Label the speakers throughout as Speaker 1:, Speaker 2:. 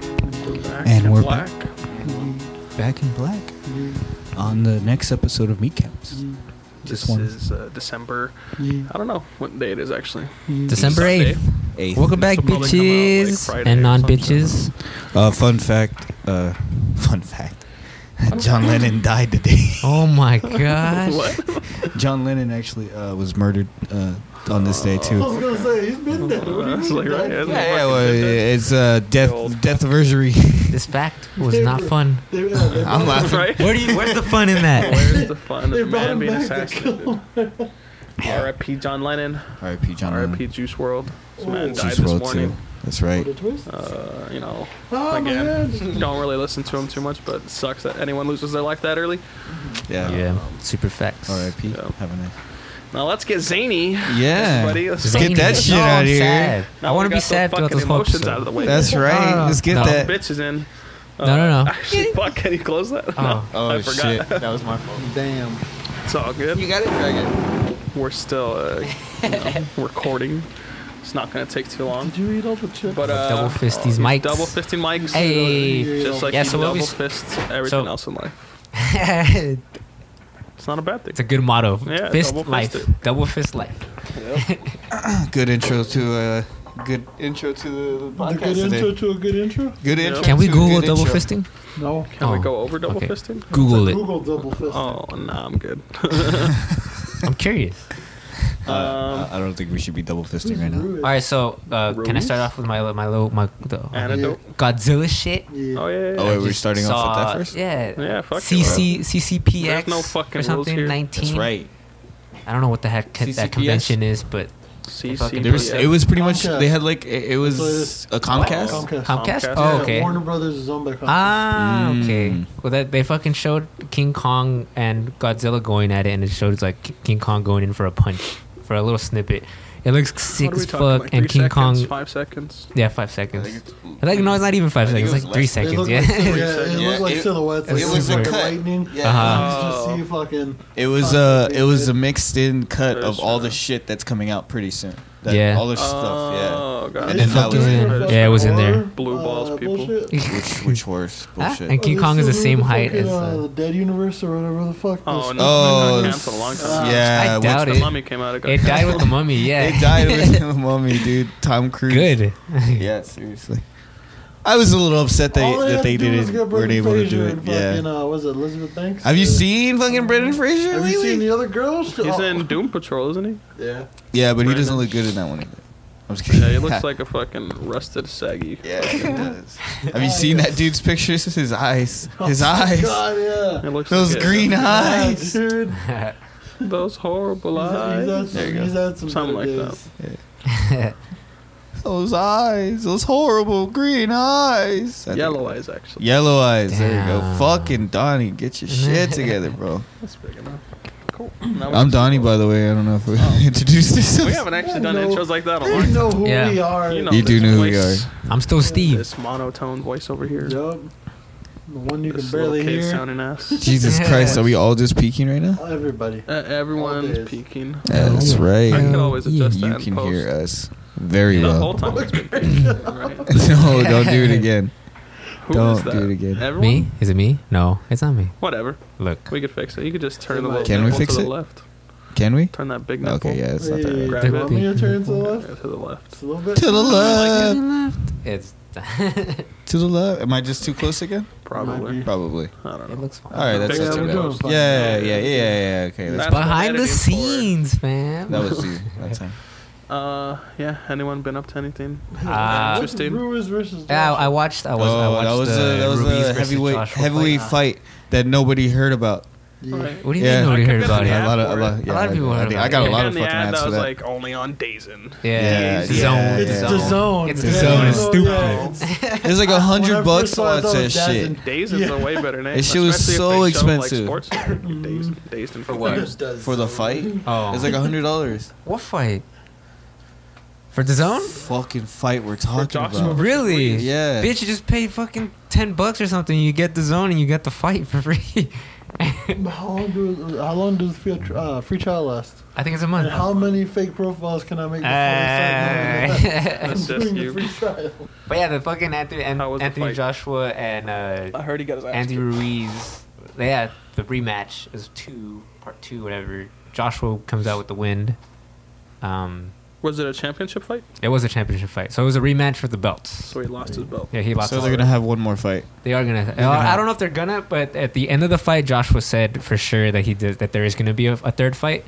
Speaker 1: Back
Speaker 2: And
Speaker 1: to
Speaker 2: we're
Speaker 1: black.
Speaker 2: Back in black on the next episode of Meatcaps. Just
Speaker 1: This
Speaker 2: one.
Speaker 1: is uh, December. I don't know what day it is actually.
Speaker 3: December
Speaker 1: Sunday.
Speaker 3: 8th.
Speaker 2: Eighth.
Speaker 3: Welcome back,
Speaker 1: This'll probably come out, like,
Speaker 3: bitches
Speaker 1: Friday
Speaker 3: and
Speaker 1: or
Speaker 3: non
Speaker 1: something.
Speaker 3: bitches.
Speaker 2: Uh, fun fact. Uh, fun fact. John Lennon died today.
Speaker 3: Oh my gosh.
Speaker 2: John Lennon actually uh, was murdered uh, on this day too.
Speaker 1: Oh,
Speaker 4: gonna say he's been dead.
Speaker 1: Uh, it's like, right,
Speaker 2: Yeah,
Speaker 1: hasn't it
Speaker 2: yeah,
Speaker 1: fucking
Speaker 2: well,
Speaker 1: been dead?
Speaker 2: it's uh, death
Speaker 1: Old.
Speaker 2: death anniversary.
Speaker 3: this fact was not fun.
Speaker 4: They, yeah, they
Speaker 2: I'm
Speaker 4: brought-
Speaker 2: laughing.
Speaker 1: Right?
Speaker 3: Where do you, where's the fun in that?
Speaker 1: Where's the fun
Speaker 4: They
Speaker 1: of
Speaker 4: brought
Speaker 1: man
Speaker 4: him
Speaker 1: being
Speaker 4: back to
Speaker 1: assassinated? R.I.P. John Lennon.
Speaker 2: R.I.P.
Speaker 3: Um,
Speaker 2: John
Speaker 1: R.I.P.
Speaker 2: Lennon.
Speaker 1: Juice World. This
Speaker 4: Oh.
Speaker 1: man died
Speaker 2: Juice
Speaker 1: this
Speaker 2: WRLD
Speaker 1: morning.
Speaker 2: That's
Speaker 4: What
Speaker 2: right.
Speaker 4: a twist.
Speaker 1: Uh, you know,
Speaker 4: Oh,
Speaker 1: again,
Speaker 4: man.
Speaker 1: don't really listen to him too much, but it sucks that anyone loses their life that early.
Speaker 2: Yeah.
Speaker 3: Yeah, super facts.
Speaker 2: R.I.P.
Speaker 1: Yeah.
Speaker 2: Have a nice.
Speaker 1: Now let's get zany.
Speaker 2: Yeah.
Speaker 1: Everybody, let's
Speaker 2: Zany.
Speaker 1: fucking-
Speaker 2: Get that shit outta
Speaker 3: I'm
Speaker 2: here.
Speaker 3: sad.
Speaker 1: Now
Speaker 3: I
Speaker 1: we
Speaker 3: want to be
Speaker 1: got the
Speaker 3: sad throughout
Speaker 1: fucking
Speaker 3: this whole
Speaker 1: emotions
Speaker 3: episode.
Speaker 1: out of the way.
Speaker 2: That's right.
Speaker 3: Ah,
Speaker 2: Let's get
Speaker 3: no.
Speaker 2: that.
Speaker 1: bitches in. Uh,
Speaker 3: No, no, no.
Speaker 1: Actually, fuck, can you close that? No,
Speaker 3: Oh.
Speaker 1: I forgot.
Speaker 2: shit.
Speaker 4: That was my fault. Damn.
Speaker 1: It's all good.
Speaker 4: got it, Dragon.
Speaker 1: We're still uh, you know, recording. It's not gonna take too long.
Speaker 4: Did you eat all the chips?
Speaker 1: But uh,
Speaker 3: Double fist these mics.
Speaker 1: double fisting mics.
Speaker 3: Hey.
Speaker 1: Just like
Speaker 3: Yeah,
Speaker 1: you
Speaker 3: so what
Speaker 1: double
Speaker 3: we s-
Speaker 1: fist everything
Speaker 3: so-
Speaker 1: else in life.
Speaker 3: it's
Speaker 1: It's not a bad thing.
Speaker 3: a good motto.
Speaker 1: Yeah,
Speaker 3: fist
Speaker 1: double
Speaker 3: life.
Speaker 1: fisted.
Speaker 3: Double fist life.
Speaker 2: Good intro to uh, good intro to the
Speaker 4: a
Speaker 2: podcast
Speaker 4: good intro
Speaker 2: today.
Speaker 4: to a good intro?
Speaker 2: Good intro.
Speaker 3: Can we
Speaker 2: to a
Speaker 3: Google
Speaker 2: good
Speaker 3: double
Speaker 2: intro.
Speaker 3: fisting?
Speaker 4: No.
Speaker 1: Can we
Speaker 3: Oh,
Speaker 1: go over double
Speaker 3: okay.
Speaker 1: fisting?
Speaker 3: Google it.
Speaker 4: Google double fist.
Speaker 1: Oh, nah, I'm good.
Speaker 3: I'm curious.
Speaker 2: Uh,
Speaker 4: Um,
Speaker 2: I- I don't think we should be double fisting right now.
Speaker 3: All right, so uh, can I start
Speaker 4: Rules?
Speaker 3: off with my my little my the,
Speaker 1: Antidote.
Speaker 3: Godzilla shit?
Speaker 4: Yeah.
Speaker 1: Oh yeah. yeah,
Speaker 2: Oh,
Speaker 1: yeah.
Speaker 2: wait, we're
Speaker 3: Just
Speaker 2: starting off with that
Speaker 3: saw-
Speaker 2: first.
Speaker 3: Yeah.
Speaker 1: Yeah, fuck it,
Speaker 3: CC CCPX
Speaker 1: There's no fucking
Speaker 3: or
Speaker 1: rules
Speaker 3: something
Speaker 1: here.
Speaker 3: 19.
Speaker 2: That's right.
Speaker 3: I don't know what the heck
Speaker 2: CCPX?
Speaker 3: that convention is, but
Speaker 1: CC.
Speaker 2: There was, it was pretty much they had like it, it was
Speaker 4: That's
Speaker 2: a Comcast.
Speaker 4: Comcast.
Speaker 3: Comcast.
Speaker 1: Comcast.
Speaker 3: Oh,
Speaker 4: Yeah,
Speaker 3: okay.
Speaker 4: Warner Brothers is owned by Comcast.
Speaker 3: Ah,
Speaker 2: Mm.
Speaker 3: okay. Well, that they fucking showed King Kong and Godzilla going at it, and it showed like K- King Kong going in for a punch for a little snippet. It looks sick
Speaker 1: What are we
Speaker 3: as
Speaker 1: talking,
Speaker 3: fuck,
Speaker 1: like
Speaker 3: and
Speaker 1: three
Speaker 3: King
Speaker 1: seconds,
Speaker 3: Kong.
Speaker 1: Five seconds.
Speaker 3: Yeah, five seconds.
Speaker 2: I think
Speaker 3: I think no, it's not even five
Speaker 2: I think it was
Speaker 3: seconds. It's like three
Speaker 2: less than-
Speaker 4: It
Speaker 3: seconds.
Speaker 4: looked
Speaker 3: Yeah.
Speaker 4: like, silhou- yeah, it
Speaker 2: Yeah,
Speaker 4: looked like
Speaker 2: it-
Speaker 4: silhouettes.
Speaker 3: it was a
Speaker 4: like
Speaker 2: cut.
Speaker 4: lightning.
Speaker 2: Yeah.
Speaker 1: Uh-huh.
Speaker 4: You just see fucking.
Speaker 2: It was uh,
Speaker 4: Comcast.
Speaker 2: it was a mixed in cut of all the
Speaker 1: Sure.
Speaker 2: shit that's coming out pretty soon. That,
Speaker 3: Yeah.
Speaker 2: all the stuff.
Speaker 1: Oh god.
Speaker 2: And then that was
Speaker 3: Fucking-
Speaker 2: it.
Speaker 3: Yeah, it was in there.
Speaker 1: Blue balls, people.
Speaker 4: uh, bullshit.
Speaker 2: Yeah, which which horse
Speaker 3: Ah,
Speaker 2: bullshit.
Speaker 3: and King
Speaker 4: Are
Speaker 3: Kong
Speaker 4: they
Speaker 3: is the
Speaker 4: still
Speaker 3: same
Speaker 4: doing
Speaker 3: height
Speaker 4: fucking,
Speaker 3: as,
Speaker 4: uh,
Speaker 3: uh,
Speaker 4: the Dead Universe or whatever the fuck.
Speaker 1: Oh
Speaker 4: this-
Speaker 1: no!
Speaker 2: Oh,
Speaker 1: Oh, canceled a long time. ago.
Speaker 2: yeah,
Speaker 3: I
Speaker 2: what-
Speaker 3: doubt
Speaker 1: The
Speaker 3: it.
Speaker 1: mummy came out. It, got
Speaker 3: It died with
Speaker 1: canceled.
Speaker 3: the mummy. Yeah.
Speaker 2: Oh, It died with the mummy, dude. Tom Cruise.
Speaker 3: Good.
Speaker 2: Yeah, seriously. I was a little upset they,
Speaker 4: All had
Speaker 2: that
Speaker 4: to
Speaker 2: they
Speaker 4: do was
Speaker 2: didn't
Speaker 4: get
Speaker 2: weren't
Speaker 4: Brendan
Speaker 2: able to
Speaker 4: Fraser
Speaker 2: do it.
Speaker 4: and
Speaker 2: Yeah.
Speaker 4: Fucking, uh, was it Elizabeth Banks?
Speaker 2: Have you
Speaker 4: Uh,
Speaker 2: seen fucking Brendan Fraser
Speaker 4: Have
Speaker 2: lately?
Speaker 4: you seen the other girls?
Speaker 1: He's in Doom Patrol, isn't he?
Speaker 4: Yeah.
Speaker 2: yeah, but he
Speaker 1: Brendan?
Speaker 2: doesn't look good in that one either. I'm just kidding.
Speaker 1: Yeah, he looks like a fucking rusted saggy.
Speaker 2: Yeah, he does. Have you seen that dude's pictures? His eyes. His
Speaker 4: Oh my
Speaker 2: eyes.
Speaker 4: God, yeah.
Speaker 1: It looks
Speaker 2: Those
Speaker 1: like a-
Speaker 2: green eyes.
Speaker 4: Yeah, dude. He's,
Speaker 1: Those horrible
Speaker 4: had- he's had
Speaker 1: eyes.
Speaker 2: There
Speaker 4: some,
Speaker 2: you go.
Speaker 4: he's had some
Speaker 1: Something
Speaker 4: better
Speaker 1: like
Speaker 4: days.
Speaker 2: Those eyes. Those horrible green eyes. I think-
Speaker 1: Yellow eyes, actually.
Speaker 2: Yellow eyes. There you go.
Speaker 3: Damn.
Speaker 2: Fucking Donnie, get your shit together, bro.
Speaker 1: That's big enough. Cool. Now we-
Speaker 2: I'm Donnie, by the way. I don't know if we introduced this.
Speaker 1: Oh. We haven't actually done
Speaker 4: No.
Speaker 1: intros like that in a
Speaker 4: They
Speaker 1: long time.
Speaker 4: know who
Speaker 3: Yeah.
Speaker 4: we are.
Speaker 1: You, know
Speaker 2: You do
Speaker 1: this
Speaker 2: know who we
Speaker 1: voice,
Speaker 3: I'm still Steve.
Speaker 1: This monotone voice over here.
Speaker 4: Yup. The one you
Speaker 1: This
Speaker 4: can barely
Speaker 1: little kid
Speaker 4: hear.
Speaker 1: sounding ass.
Speaker 2: Jesus Christ, are we all just peeking right now?
Speaker 4: Everybody.
Speaker 1: Uh, everyone's
Speaker 4: All days.
Speaker 1: peeking.
Speaker 2: Yeah, that's right.
Speaker 1: I can
Speaker 3: Yeah.
Speaker 1: always adjust
Speaker 2: You
Speaker 1: that in
Speaker 2: can
Speaker 1: post.
Speaker 2: hear us very
Speaker 1: The whole
Speaker 2: well.
Speaker 1: time it's been peeking, right?
Speaker 2: no, don't do it again.
Speaker 1: Who
Speaker 2: Don't
Speaker 1: is that?
Speaker 2: do it again.
Speaker 1: Everyone?
Speaker 3: Me? Is it me? No, it's not me.
Speaker 1: Whatever.
Speaker 3: Look.
Speaker 1: We could fix it. You could just turn the little
Speaker 2: Can we
Speaker 1: nipple
Speaker 2: fix
Speaker 1: to
Speaker 2: it?
Speaker 1: the left.
Speaker 2: Can we?
Speaker 1: Turn that big nipple.
Speaker 2: Okay, yeah, it's not
Speaker 4: Hey,
Speaker 2: that
Speaker 1: bad.
Speaker 4: you
Speaker 1: Grab
Speaker 4: want
Speaker 3: it.
Speaker 4: me to turn to the
Speaker 1: Yeah,
Speaker 4: left?
Speaker 1: to the left.
Speaker 4: Just a little bit.
Speaker 2: To the
Speaker 1: left.
Speaker 2: left.
Speaker 3: It's.
Speaker 2: To the left. Am I just too close again?
Speaker 1: Probably.
Speaker 4: Might
Speaker 2: Probably.
Speaker 1: I don't
Speaker 3: it
Speaker 1: know.
Speaker 3: looks fine.
Speaker 2: All right, that's
Speaker 1: Yeah,
Speaker 2: not
Speaker 1: we're
Speaker 2: too
Speaker 4: doing
Speaker 2: bad.
Speaker 4: fine.
Speaker 2: Yeah, yeah, yeah, yeah. Okay,
Speaker 1: That's
Speaker 2: that's,
Speaker 1: what I
Speaker 3: Behind
Speaker 1: had
Speaker 3: the
Speaker 1: it for.
Speaker 3: scenes, man.
Speaker 2: that was easy that time.
Speaker 1: Uh, yeah. Anyone been up to anything?
Speaker 3: Uh,
Speaker 1: Interesting.
Speaker 4: Brewers versus
Speaker 3: Yeah, I, I
Speaker 4: Dodgers.
Speaker 3: watched. I was. I
Speaker 2: oh,
Speaker 3: watched
Speaker 2: that was
Speaker 3: the
Speaker 2: a that was
Speaker 3: Ruiz
Speaker 2: a
Speaker 3: versus
Speaker 2: heavyweight
Speaker 3: Joshua
Speaker 2: heavyweight
Speaker 3: fight.
Speaker 2: fight that nobody heard about.
Speaker 4: Yeah.
Speaker 3: What do you
Speaker 2: Yeah.
Speaker 3: mean nobody
Speaker 1: I
Speaker 3: heard
Speaker 1: couldn't
Speaker 3: about it?
Speaker 1: imagine.
Speaker 2: Yeah, a lot of
Speaker 1: for
Speaker 2: a
Speaker 1: it.
Speaker 2: lot, yeah,
Speaker 3: A lot of people
Speaker 2: I,
Speaker 3: heard
Speaker 2: think-
Speaker 3: about
Speaker 2: I
Speaker 3: it.
Speaker 2: got a
Speaker 3: Yeah,
Speaker 2: lot
Speaker 1: And
Speaker 2: of
Speaker 1: the
Speaker 2: fucking
Speaker 1: ad
Speaker 2: ads
Speaker 1: that
Speaker 2: for
Speaker 1: was
Speaker 2: that.
Speaker 1: like only on Dazen.
Speaker 3: Yeah,
Speaker 2: Yeah, yeah,
Speaker 3: it's his
Speaker 2: yeah.
Speaker 3: own.
Speaker 4: It's DAZN.
Speaker 3: It's
Speaker 4: Yeah,
Speaker 3: DAZN.
Speaker 4: I
Speaker 3: It's
Speaker 4: know,
Speaker 3: stupid.
Speaker 4: yeah.
Speaker 2: There's like
Speaker 4: I-
Speaker 2: a
Speaker 4: when I
Speaker 2: hundred
Speaker 4: first
Speaker 2: bucks
Speaker 4: saw it, I
Speaker 2: on
Speaker 4: thought it
Speaker 2: that
Speaker 4: was
Speaker 2: shit.
Speaker 4: Dazen.
Speaker 1: Dazed's a way better name.
Speaker 2: That shit was
Speaker 1: especially if
Speaker 2: so
Speaker 1: they showed,
Speaker 2: expensive.
Speaker 1: Like, sports. Dazen, Dazen for
Speaker 2: what?
Speaker 1: what?
Speaker 4: Does
Speaker 2: For the
Speaker 4: so.
Speaker 2: fight?
Speaker 3: Oh,
Speaker 2: It's like a hundred dollars.
Speaker 3: what fight? For the zone?
Speaker 2: Fucking fight we're talking
Speaker 1: Joshua
Speaker 2: about.
Speaker 1: Ruiz.
Speaker 3: Really?
Speaker 2: Yeah.
Speaker 3: Bitch, you just pay fucking ten bucks or something. You get the zone and you get the fight for free.
Speaker 4: How long do how long does the free, tri- uh, free trial last?
Speaker 3: I think it's a
Speaker 4: And
Speaker 3: month.
Speaker 4: how many fake profiles can I make before I
Speaker 3: Ah.
Speaker 4: start knowing that
Speaker 3: Uh,
Speaker 1: That's
Speaker 4: I'm
Speaker 1: just
Speaker 4: doing the
Speaker 1: you.
Speaker 4: free trial?
Speaker 3: but yeah, the fucking Anthony, An-
Speaker 1: How was the
Speaker 3: Anthony
Speaker 1: fight?
Speaker 3: Joshua and uh,
Speaker 1: I heard he got his ass.
Speaker 3: Andy
Speaker 1: kicked.
Speaker 3: Ruiz. Yeah, the rematch is two, part two, whatever. Joshua comes out with the win. Um,
Speaker 1: Was it a championship fight?
Speaker 3: it was a championship fight, so it was a rematch for the belts.
Speaker 1: So he lost his belt.
Speaker 3: Yeah, he lost.
Speaker 2: so
Speaker 3: his
Speaker 2: they're gonna have one more fight.
Speaker 3: They are gonna.
Speaker 2: gonna
Speaker 3: I
Speaker 2: have-
Speaker 3: don't know if they're gonna, but at the end of the fight, Joshua said for sure that he did that there is gonna be a, a third fight.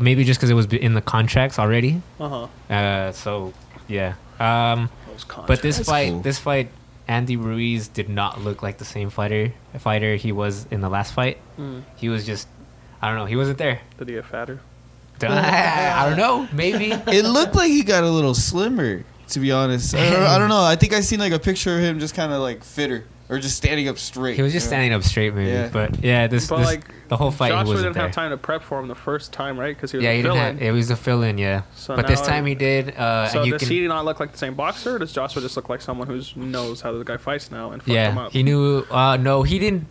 Speaker 3: Maybe just because it was b- in the contracts already.
Speaker 1: Uh huh.
Speaker 3: Uh, so yeah. Um, but this
Speaker 2: That's
Speaker 3: fight,
Speaker 2: cool.
Speaker 3: this fight, Andy Ruiz did not look like the same fighter fighter he was in the last fight.
Speaker 1: Mm.
Speaker 3: He was just, I don't know, he wasn't there.
Speaker 1: Did he get fatter?
Speaker 3: I don't know. Maybe.
Speaker 2: It looked like he got a little slimmer. To be honest, I don't, I don't know. I think I seen like a picture of him just kind of like fitter or just standing up straight.
Speaker 3: He was just
Speaker 2: you know?
Speaker 3: standing up straight, maybe.
Speaker 2: Yeah.
Speaker 3: But yeah, this,
Speaker 1: But,
Speaker 3: this-
Speaker 1: like,
Speaker 3: the whole fight he
Speaker 1: Joshua
Speaker 3: wasn't
Speaker 1: didn't
Speaker 3: there.
Speaker 1: have time to prep for him the first time, right? Because he was
Speaker 3: yeah,
Speaker 1: a
Speaker 3: he didn't
Speaker 1: villain.
Speaker 3: have. It was a fill-in, yeah.
Speaker 1: So
Speaker 3: but this
Speaker 1: now
Speaker 3: time
Speaker 1: I-
Speaker 3: he did. Uh,
Speaker 1: So
Speaker 3: and you
Speaker 1: does
Speaker 3: can,
Speaker 1: he not look like the same boxer? Or does Joshua just look like someone who knows how the guy fights now and fucked him
Speaker 3: yeah,
Speaker 1: up?
Speaker 3: he knew. Uh, no, he didn't.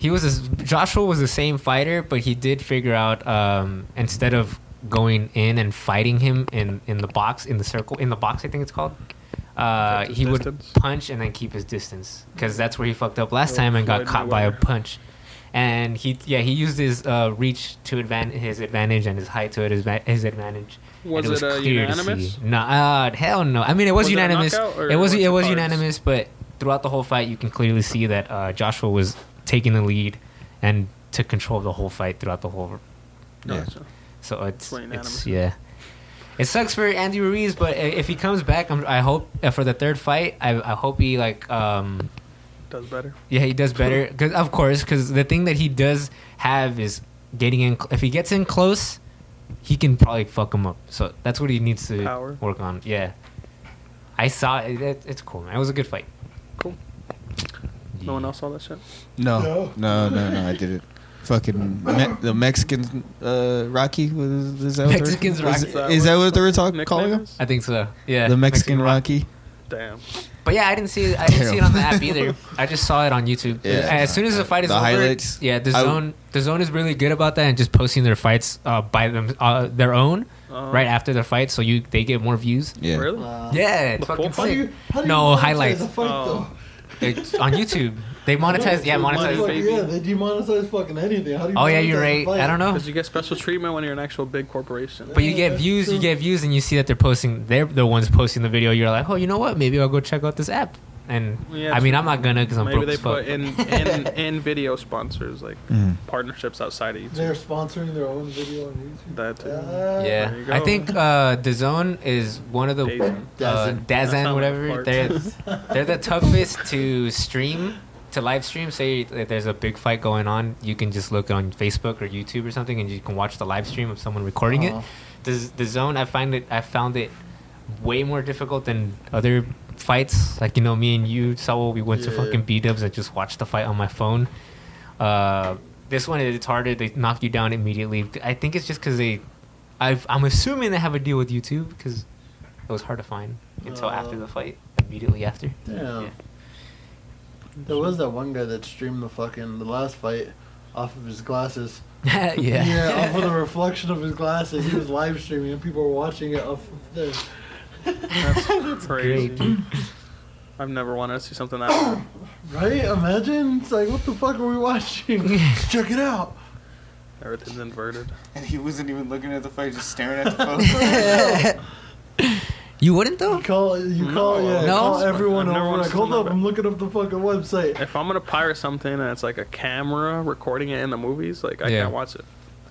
Speaker 3: He was a, Joshua was the same fighter, but he did figure out um, instead of going in and fighting him in, in the box in the circle in the box I think it's called. Uh,
Speaker 1: Affect his
Speaker 3: he
Speaker 1: distance.
Speaker 3: would punch and then keep his distance because that's where he fucked up last
Speaker 1: Oh,
Speaker 3: time and got
Speaker 1: Floyd
Speaker 3: caught by a
Speaker 1: Mayweather.
Speaker 3: punch. And he yeah he used his uh, reach to advan- his advantage and his height to it, his, va- his advantage.
Speaker 1: Was
Speaker 3: and
Speaker 1: it, uh,
Speaker 3: clear to
Speaker 1: unanimous?
Speaker 3: see. No, uh, hell no. I mean, it was,
Speaker 1: Was it a
Speaker 3: unanimous. It,
Speaker 1: knockout or
Speaker 3: was
Speaker 1: what's
Speaker 3: it
Speaker 1: the
Speaker 3: was
Speaker 1: cards?
Speaker 3: unanimous, but throughout the whole fight, you can clearly see that uh, Joshua was taking the lead and took control of the whole fight throughout the whole.
Speaker 1: No,
Speaker 2: Yeah.
Speaker 1: so-
Speaker 3: So it's,
Speaker 1: Right,
Speaker 3: it's
Speaker 1: unanimous.
Speaker 3: yeah. It sucks for Andy Ruiz, but i- if he comes back, I'm, I hope uh, for the third fight, I, I hope he like um,
Speaker 1: does better.
Speaker 3: yeah, he does better. Cause of course, because the thing that he does have is getting in. If he gets in close, he can probably fuck him up. So that's what he needs to
Speaker 1: Power.
Speaker 3: work on. Yeah, I saw it. it it's cool, man. It was a good fight.
Speaker 1: Cool. No one else saw that shit.
Speaker 2: No, no, no, no, I didn't. Fucking Me- the Mexican uh, Rocky was is that what they're-
Speaker 3: Mexicans
Speaker 2: is-
Speaker 3: Rocky.
Speaker 2: Is, that what they were talking
Speaker 1: Nickname
Speaker 2: calling him?
Speaker 1: is?
Speaker 3: I think so. Yeah,
Speaker 2: The Mexican Rocky.
Speaker 1: Damn.
Speaker 3: But yeah, I didn't see. I didn't see it
Speaker 2: Damn.
Speaker 3: on the app either. I just saw it on YouTube.
Speaker 2: Yeah.
Speaker 3: as soon as the fight is
Speaker 2: The
Speaker 3: over,
Speaker 2: highlights.
Speaker 3: yeah, the
Speaker 2: I-
Speaker 3: zone. the zone is really good about that and just posting their fights uh, by them uh, their own
Speaker 1: Uh,
Speaker 3: right after their fight, so you they get more views.
Speaker 2: Yeah.
Speaker 1: Really?
Speaker 4: Wow.
Speaker 3: Yeah,
Speaker 1: The
Speaker 3: it's fucking
Speaker 1: full
Speaker 4: How do you,
Speaker 3: sick.
Speaker 4: how do you
Speaker 3: No,
Speaker 4: monetize
Speaker 3: highlights.
Speaker 4: The fight,
Speaker 1: Oh.
Speaker 4: though?
Speaker 3: It's on YouTube. They monetize. Yeah,
Speaker 1: Monetize,
Speaker 3: monetize.
Speaker 1: baby.
Speaker 4: Yeah, they demonetize fucking anything. How do you
Speaker 3: Oh yeah,
Speaker 4: monetize
Speaker 3: you're
Speaker 4: a
Speaker 3: right.
Speaker 4: fight?
Speaker 3: I don't know.
Speaker 1: Because you get special treatment when you're an actual big corporation.
Speaker 3: But you get views, you get views, and you see that they're posting. They're the ones posting the video. You're like, oh, you know what? Maybe I'll go check out this app. And
Speaker 1: Yeah,
Speaker 3: I mean, I'm not gonna because I'm
Speaker 1: Maybe
Speaker 3: broke
Speaker 1: they
Speaker 3: as fuck.
Speaker 1: put in, in in video sponsors like
Speaker 2: Mm.
Speaker 1: partnerships outside of YouTube.
Speaker 4: They're sponsoring their own video on YouTube.
Speaker 1: That uh, too.
Speaker 4: Ah.
Speaker 3: yeah,
Speaker 1: There you
Speaker 3: I
Speaker 1: go.
Speaker 3: think uh, DAZN is one of the
Speaker 1: Dazen.
Speaker 3: uh,
Speaker 4: Dazen.
Speaker 1: That's not
Speaker 3: Dazan,
Speaker 1: my
Speaker 3: whatever.
Speaker 1: part.
Speaker 3: They're they're the toughest to stream to live stream. Say that there's a big fight going on, you can just look on Facebook or YouTube or something, and you can watch the live stream of someone recording it.
Speaker 4: Uh-huh.
Speaker 3: The the zone, I find it I found it way more difficult than other fights. Like you know, me and you, Saul, we went to
Speaker 4: Yeah.
Speaker 3: fucking B Dubs and just watched the fight on my phone. Uh, this one it's harder. They knock you down immediately. I think it's just because they, I've, I'm assuming they have a deal with YouTube because it was hard to find until
Speaker 4: Uh,
Speaker 3: after the fight, immediately after.
Speaker 4: Damn.
Speaker 3: Yeah.
Speaker 4: There was that one guy that streamed the fucking the last fight off of his glasses.
Speaker 3: yeah.
Speaker 4: Yeah, off of the reflection of his glasses. He was live streaming and people were watching it off of this.
Speaker 1: That's, crazy.
Speaker 3: great.
Speaker 1: I've never wanted to see something that bad.
Speaker 4: Right? Imagine? It's like, what the fuck are we watching? Check it out.
Speaker 1: Everything's inverted.
Speaker 2: And he wasn't even looking at the fight, just staring at the phone.
Speaker 3: You wouldn't though.
Speaker 4: You call, you
Speaker 1: No.
Speaker 4: call, yeah,
Speaker 1: No?
Speaker 4: call everyone
Speaker 1: I've never
Speaker 4: over.
Speaker 1: watched
Speaker 4: Like, hold
Speaker 1: something
Speaker 4: up,
Speaker 1: like
Speaker 4: I'm looking up the fucking website.
Speaker 1: If I'm gonna pirate something and it's like a camera recording it in the movies, like I
Speaker 3: Yeah.
Speaker 1: can't watch it.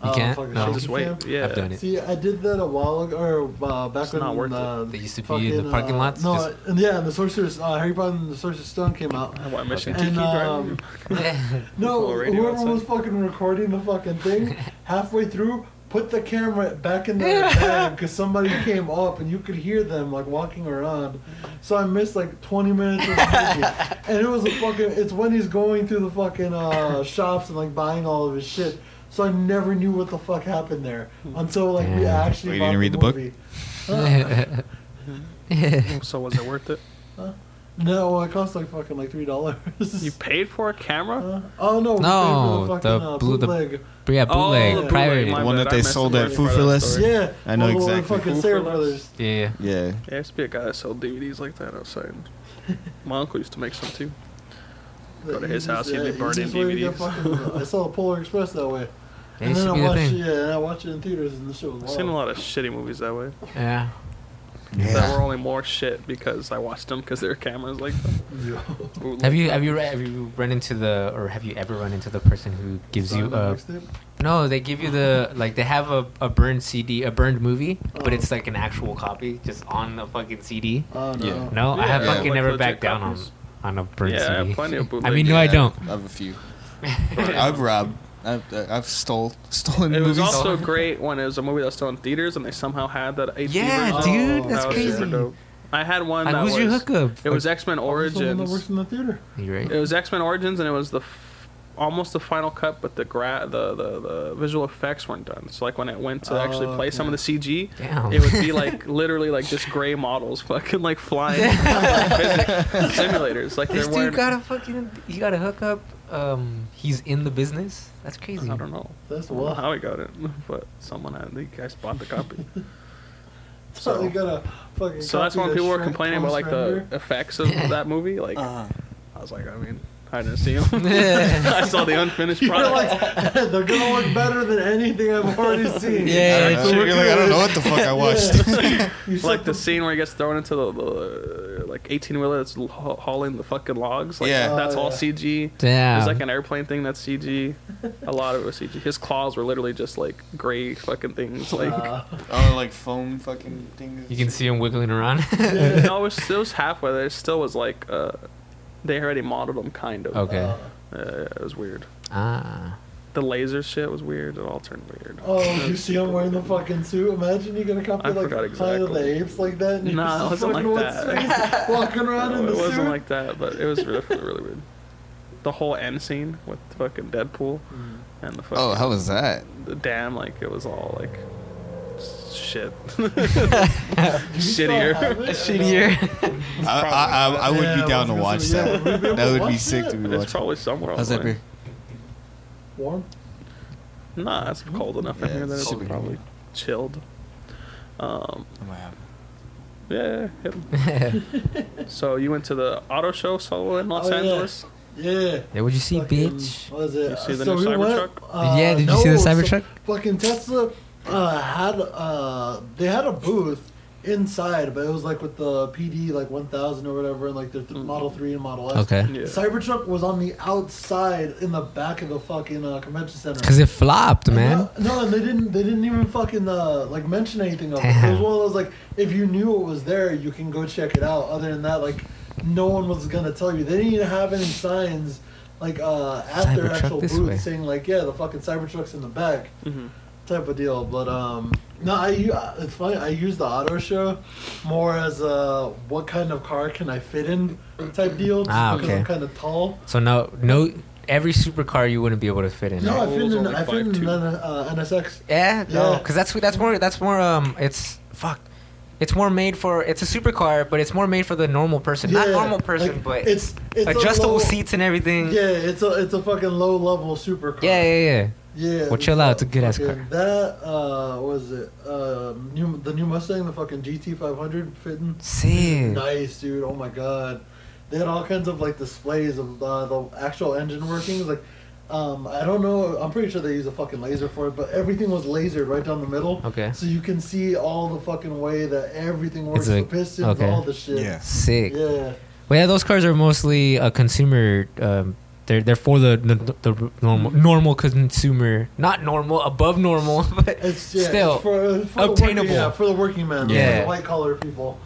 Speaker 3: You
Speaker 4: Oh,
Speaker 3: can't?
Speaker 4: fucking
Speaker 3: No.
Speaker 1: I'll
Speaker 4: shaky
Speaker 1: just wait.
Speaker 4: cam.
Speaker 1: Yeah.
Speaker 3: I've done it.
Speaker 4: See, I did that a while ago, or uh, back
Speaker 1: It's
Speaker 4: when
Speaker 1: not worth
Speaker 4: uh,
Speaker 3: They used to be in the
Speaker 4: fucking,
Speaker 3: parking
Speaker 4: uh,
Speaker 3: lots,
Speaker 4: No,
Speaker 3: just-
Speaker 4: uh, and yeah, and the Sorcerer's uh, Harry Potter and the Sorcerer's Stone came out.
Speaker 1: I want Mission
Speaker 3: Okay.
Speaker 1: Tiki
Speaker 4: And, um,
Speaker 1: driving.
Speaker 4: No,
Speaker 1: Little radio
Speaker 4: whoever
Speaker 1: outside.
Speaker 4: was fucking recording the fucking thing halfway through put the camera back in their bag because somebody came up and you could hear them like walking around. So I missed like 20 minutes of the movie, and it was a fucking. It's when he's going through the fucking uh, shops and like buying all of his shit. So I never knew what the fuck happened there until like we
Speaker 3: Damn.
Speaker 4: actually.
Speaker 2: Wait, you didn't
Speaker 4: found
Speaker 2: read the book?
Speaker 4: movie.
Speaker 1: so Oh, was it worth it?
Speaker 4: Huh? No, it costs like fucking like three dollars.
Speaker 1: You paid for a camera?
Speaker 4: Uh, oh no! we paid for
Speaker 3: No,
Speaker 4: fucking,
Speaker 3: the
Speaker 4: uh,
Speaker 3: blue- the-
Speaker 4: bootleg.
Speaker 3: But yeah,
Speaker 1: Oh,
Speaker 3: bootleg,
Speaker 1: the bootleg,
Speaker 3: private.
Speaker 1: my
Speaker 2: One
Speaker 1: bad.
Speaker 2: that
Speaker 1: I
Speaker 2: they
Speaker 1: missed
Speaker 2: sold
Speaker 1: the
Speaker 2: at
Speaker 1: first
Speaker 2: Food for
Speaker 1: part of the
Speaker 2: Less?
Speaker 1: story.
Speaker 4: Yeah,
Speaker 2: I know
Speaker 4: well, the-
Speaker 2: exactly.
Speaker 4: The fucking
Speaker 1: Cool
Speaker 4: Sarah
Speaker 1: for
Speaker 4: Brothers.
Speaker 3: yeah.
Speaker 2: Yeah.
Speaker 1: There used to be a guy that sold DVDs like that outside. My uncle used to make some too. Go to his
Speaker 4: Easiest-
Speaker 1: house, he'd be
Speaker 4: yeah,
Speaker 1: burning
Speaker 4: easiest way to get
Speaker 1: DVDs.
Speaker 4: fucking- uh, I saw Polar Express that way.
Speaker 3: That
Speaker 4: and
Speaker 3: used
Speaker 4: then
Speaker 3: to
Speaker 4: I
Speaker 3: be the
Speaker 4: watched,
Speaker 3: thing.
Speaker 4: yeah, and I watched it in theaters, and the shit was
Speaker 1: I've
Speaker 4: wild.
Speaker 1: seen a lot of shitty movies that way.
Speaker 3: Yeah.
Speaker 1: That
Speaker 2: Yeah.
Speaker 1: were only more shit because I watched them because their cameras like that.
Speaker 4: Yeah.
Speaker 1: Bootleg.
Speaker 3: Have you have you re- have you run into the or have you ever run into the person who gives you uh,
Speaker 4: Signed up
Speaker 3: a
Speaker 4: next tape?
Speaker 3: no? They give you the like they have a, a burned CD, a burned movie, but
Speaker 4: Oh.
Speaker 3: it's like an actual copy just on the fucking CD.
Speaker 4: Oh no.
Speaker 2: Yeah.
Speaker 3: No, I have
Speaker 2: Yeah.
Speaker 3: fucking
Speaker 1: Like
Speaker 3: never
Speaker 1: legit
Speaker 3: backed down on
Speaker 1: copies.
Speaker 3: on a burned
Speaker 1: Yeah, I
Speaker 3: CD.
Speaker 1: have plenty of
Speaker 3: I
Speaker 1: bootleg
Speaker 3: mean, no, I
Speaker 2: Yeah,
Speaker 3: don't.
Speaker 2: I have a few. I've robbed. I've, I've stole, stolen
Speaker 1: It was
Speaker 2: movies.
Speaker 1: also great when it was a movie that was still in theaters and they somehow had that HD
Speaker 3: Yeah,
Speaker 1: version.
Speaker 4: dude,
Speaker 1: That
Speaker 4: that's
Speaker 1: was super
Speaker 4: crazy.
Speaker 1: dope. I had one
Speaker 3: Like,
Speaker 1: that
Speaker 3: who's
Speaker 1: was
Speaker 3: your hookup?
Speaker 1: It was X Men
Speaker 4: Who's the one that works
Speaker 1: Origins.
Speaker 4: in the theater.
Speaker 3: You right?
Speaker 1: It was X Men Origins, and it was the f- almost the final cut, but the gra- the, the the visual effects weren't done. So like when it went to actually
Speaker 4: Oh,
Speaker 1: play some of the CG,
Speaker 3: Damn.
Speaker 1: it would be like literally like just gray models, fucking like flying physics simulators. Like they're
Speaker 3: This dude
Speaker 1: wearing.
Speaker 3: got a fucking he got a hookup. Um, he's in the business. That's crazy.
Speaker 1: I don't know.
Speaker 4: That's
Speaker 1: I don't know
Speaker 4: wild.
Speaker 1: how he got it, but someone had the guys bought the copy.
Speaker 4: So
Speaker 1: So-
Speaker 4: you got a fucking.
Speaker 1: So that's
Speaker 4: copy
Speaker 1: when
Speaker 4: of
Speaker 1: people were
Speaker 4: Shrek Uh.
Speaker 1: complaining about
Speaker 4: Thomas
Speaker 1: like the
Speaker 4: Render.
Speaker 1: effects of that movie. Like
Speaker 2: Uh-huh.
Speaker 1: I was like, I mean, I didn't see them. I saw the unfinished
Speaker 4: You know,
Speaker 1: product.
Speaker 4: like, they're gonna look better than anything I've already seen.
Speaker 2: I don't
Speaker 3: Yeah,
Speaker 2: know. You're like, I don't know what the fuck I watched.
Speaker 4: You
Speaker 1: like
Speaker 4: set
Speaker 1: the scene where he gets thrown into the, the like 18 wheeler that's l- haul- hauling the fucking logs. Like,
Speaker 2: Yeah.
Speaker 1: that's
Speaker 4: Oh,
Speaker 1: all
Speaker 4: yeah.
Speaker 1: CG.
Speaker 3: Damn.
Speaker 1: There's like an airplane thing that's CG. A lot of it was CG. His claws were literally just like gray fucking things. Like
Speaker 4: Uh,
Speaker 2: oh, like foam fucking things.
Speaker 3: you can see him wiggling around.
Speaker 1: no, it was, it was halfway there. It still was like uh, they already modeled him kind of.
Speaker 3: Okay.
Speaker 4: uh,
Speaker 1: Uh, it was weird.
Speaker 3: ah.
Speaker 1: The laser shit was weird. It all turned weird.
Speaker 4: oh, you see him wearing the fucking suit. Imagine you're gonna copy
Speaker 1: I
Speaker 4: like
Speaker 1: forgot
Speaker 4: Planet of
Speaker 1: exactly.
Speaker 4: the Apes like that. And
Speaker 1: Nah, it
Speaker 4: you're just
Speaker 1: wasn't
Speaker 4: fucking
Speaker 1: like
Speaker 4: what's
Speaker 1: that.
Speaker 4: face Walking around
Speaker 1: No,
Speaker 4: in the
Speaker 1: it wasn't
Speaker 4: suit.
Speaker 1: like that, but it was really, really weird. The whole end scene with fucking Deadpool and the fucking
Speaker 2: Oh, how was that?
Speaker 1: the dam, like it was all like shit,
Speaker 4: Do you still have
Speaker 1: shittier.
Speaker 4: it?
Speaker 2: I, I, I, I would
Speaker 4: Yeah,
Speaker 2: be down to
Speaker 4: I
Speaker 2: watch
Speaker 4: was gonna say,
Speaker 2: that.
Speaker 4: yeah, would we be
Speaker 2: That
Speaker 4: able to
Speaker 2: would be
Speaker 4: watch
Speaker 2: sick
Speaker 4: that?
Speaker 2: to be
Speaker 1: It's
Speaker 2: watching.
Speaker 1: probably somewhere.
Speaker 2: How's that
Speaker 1: online.
Speaker 2: beer?
Speaker 4: Warm.
Speaker 1: Nah, it's
Speaker 4: Mm-hmm.
Speaker 1: cold enough in
Speaker 2: Yeah,
Speaker 1: here that
Speaker 2: it's
Speaker 1: it's
Speaker 2: super cold.
Speaker 1: probably chilled. Um,
Speaker 2: I'm gonna have-
Speaker 1: yeah. yeah, yeah. so you went to the auto show solo in Los
Speaker 4: Oh, yeah.
Speaker 1: Angeles.
Speaker 4: Yeah.
Speaker 3: Yeah, what'd you see,
Speaker 4: Fucking-
Speaker 3: bitch?
Speaker 4: What is it?
Speaker 1: You see the
Speaker 4: so
Speaker 1: new
Speaker 4: we went,
Speaker 1: Cybertruck?
Speaker 4: uh,
Speaker 3: Yeah, did you see the
Speaker 4: no, so
Speaker 3: Cybertruck?
Speaker 4: fucking Tesla uh, had uh, they had a booth inside, but it was like with the PD like 1000 or whatever, and like the th- Model 3 and Model X.
Speaker 3: Okay.
Speaker 1: Mm. Yeah.
Speaker 4: Cybertruck was on the outside in the back of the fucking uh, convention center.
Speaker 3: Cause it flopped,
Speaker 4: And
Speaker 3: man.
Speaker 4: No, no, and they didn't. They didn't even fucking uh, like mention anything of it. It was
Speaker 3: Damn.
Speaker 4: one of those like, if you knew it was there, you can go check it out. Other than that, like, no one was gonna tell you. They didn't even have any signs like uh, at their
Speaker 3: Cybertruck
Speaker 4: actual
Speaker 3: this
Speaker 4: booth
Speaker 3: way.
Speaker 4: saying like, yeah, the fucking Cybertruck's in the back,
Speaker 1: Mhm.
Speaker 4: type of deal. But um, no, I u- uh, it's funny. I use the auto show more as a what kind of car can I fit in type deal just
Speaker 3: Ah,
Speaker 4: because
Speaker 3: okay.
Speaker 4: I'm kind of tall.
Speaker 3: So no, no, every supercar you wouldn't be able to fit in.
Speaker 4: No, I
Speaker 1: Raul's
Speaker 4: fit in.
Speaker 1: only
Speaker 4: I fit in
Speaker 1: 5'2".
Speaker 4: an uh, NSX.
Speaker 3: Yeah, no,
Speaker 4: Yeah.
Speaker 3: because that's that's more that's more um it's fuck, it's more made for it's a supercar, but it's more made for the normal person, not
Speaker 4: Yeah,
Speaker 3: normal person,
Speaker 4: like,
Speaker 3: but
Speaker 4: it's, it's a
Speaker 3: adjustable
Speaker 4: low-
Speaker 3: seats and everything.
Speaker 4: Yeah, it's a it's a fucking low level supercar.
Speaker 3: yeah, yeah, yeah.
Speaker 4: yeah.
Speaker 3: Well, chill out, it's a
Speaker 4: fucking-
Speaker 3: good-ass car.
Speaker 4: That uh, what is it? Uh, new the new Mustang, the fucking GT 500 fitting.
Speaker 3: Sick.
Speaker 4: Nice, dude. Oh my god, they had all kinds of like displays of uh, the actual engine workings. Like, um, I don't know. I'm pretty sure they use a fucking laser for it, but everything was lasered right down the middle.
Speaker 3: Okay.
Speaker 4: So you can see all the fucking way that everything works.
Speaker 3: a-
Speaker 4: the pistons,
Speaker 3: okay.
Speaker 4: all the shit.
Speaker 2: Yeah.
Speaker 3: Sick.
Speaker 4: Yeah.
Speaker 3: Well, yeah, those cars are mostly a consumer. Um, they're they're for the the, the normal normal consumer, not normal, above normal, but
Speaker 4: It's yeah,
Speaker 3: still
Speaker 4: it's for, for The
Speaker 3: obtainable.
Speaker 4: working, yeah, for the working man, yeah,
Speaker 3: Yeah.
Speaker 4: the white collar people.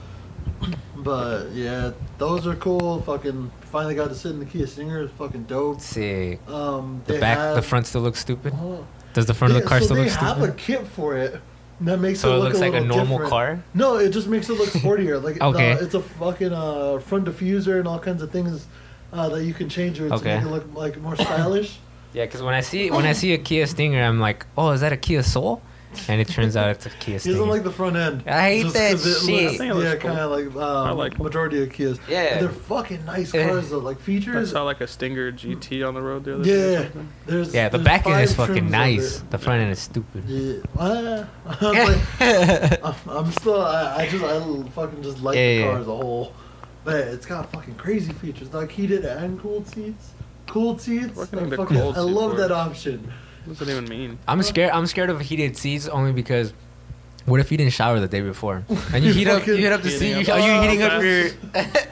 Speaker 4: But yeah, those are cool. Fucking finally got to sit in the Kia Stinger. It's fucking dope.
Speaker 3: sick.
Speaker 4: Um,
Speaker 3: The
Speaker 4: they
Speaker 3: back,
Speaker 4: have,
Speaker 3: the front still looks stupid.
Speaker 4: Oh.
Speaker 3: Does the front of
Speaker 4: Yeah,
Speaker 3: the car
Speaker 4: so
Speaker 3: still
Speaker 4: they
Speaker 3: look
Speaker 4: have
Speaker 3: stupid?
Speaker 4: a kit for it. and That makes
Speaker 3: So
Speaker 4: it
Speaker 3: it
Speaker 4: look
Speaker 3: looks
Speaker 4: a
Speaker 3: like a
Speaker 4: little
Speaker 3: normal
Speaker 4: different.
Speaker 3: car.
Speaker 4: No, it just makes it look sportier. Like
Speaker 3: Okay.
Speaker 4: uh, it's a fucking uh, front diffuser and all kinds of things uh, that you can change it
Speaker 3: Okay.
Speaker 4: to make it look like more stylish.
Speaker 3: Yeah, because when I see when I see a Kia Stinger, I'm like, oh, is that a Kia Soul? and it turns out it's a Kia
Speaker 4: He doesn't
Speaker 3: Sting.
Speaker 4: like the front end.
Speaker 3: I hate
Speaker 4: Just
Speaker 3: that
Speaker 4: 'cause it
Speaker 3: shit.
Speaker 1: I
Speaker 4: Looks,
Speaker 1: think it
Speaker 4: yeah,
Speaker 1: looks cool.
Speaker 4: kind of like um,
Speaker 1: I like-
Speaker 4: majority of Kias.
Speaker 3: Yeah.
Speaker 4: But they're fucking nice
Speaker 3: Eh.
Speaker 4: cars though. Like
Speaker 1: I
Speaker 4: features.
Speaker 1: saw like a Stinger GT on the road the other day. or
Speaker 4: Yeah.
Speaker 1: something.
Speaker 4: There's
Speaker 3: yeah, the
Speaker 4: there's
Speaker 3: back end is
Speaker 4: five
Speaker 3: fucking
Speaker 4: trims of it.
Speaker 3: nice. The front end is stupid.
Speaker 4: Yeah. Ah. But I'm, I'm still. I, I just. I l- fucking just like
Speaker 3: Yeah,
Speaker 4: the car
Speaker 3: yeah.
Speaker 4: as a whole. But it's got fucking crazy features, like heated and cooled seats. Cooled seats.
Speaker 1: What can
Speaker 4: like
Speaker 1: the
Speaker 4: fucking-
Speaker 1: cooled
Speaker 4: I
Speaker 1: seat
Speaker 4: love
Speaker 1: for?
Speaker 4: that option.
Speaker 1: What does that even mean?
Speaker 3: I'm scared. I'm scared of heated seats only because. What if you didn't shower the day before? And you heat up, you heat up the seat.
Speaker 1: Heating
Speaker 3: You,
Speaker 1: up.
Speaker 3: are you heating
Speaker 1: Oh,
Speaker 3: up your?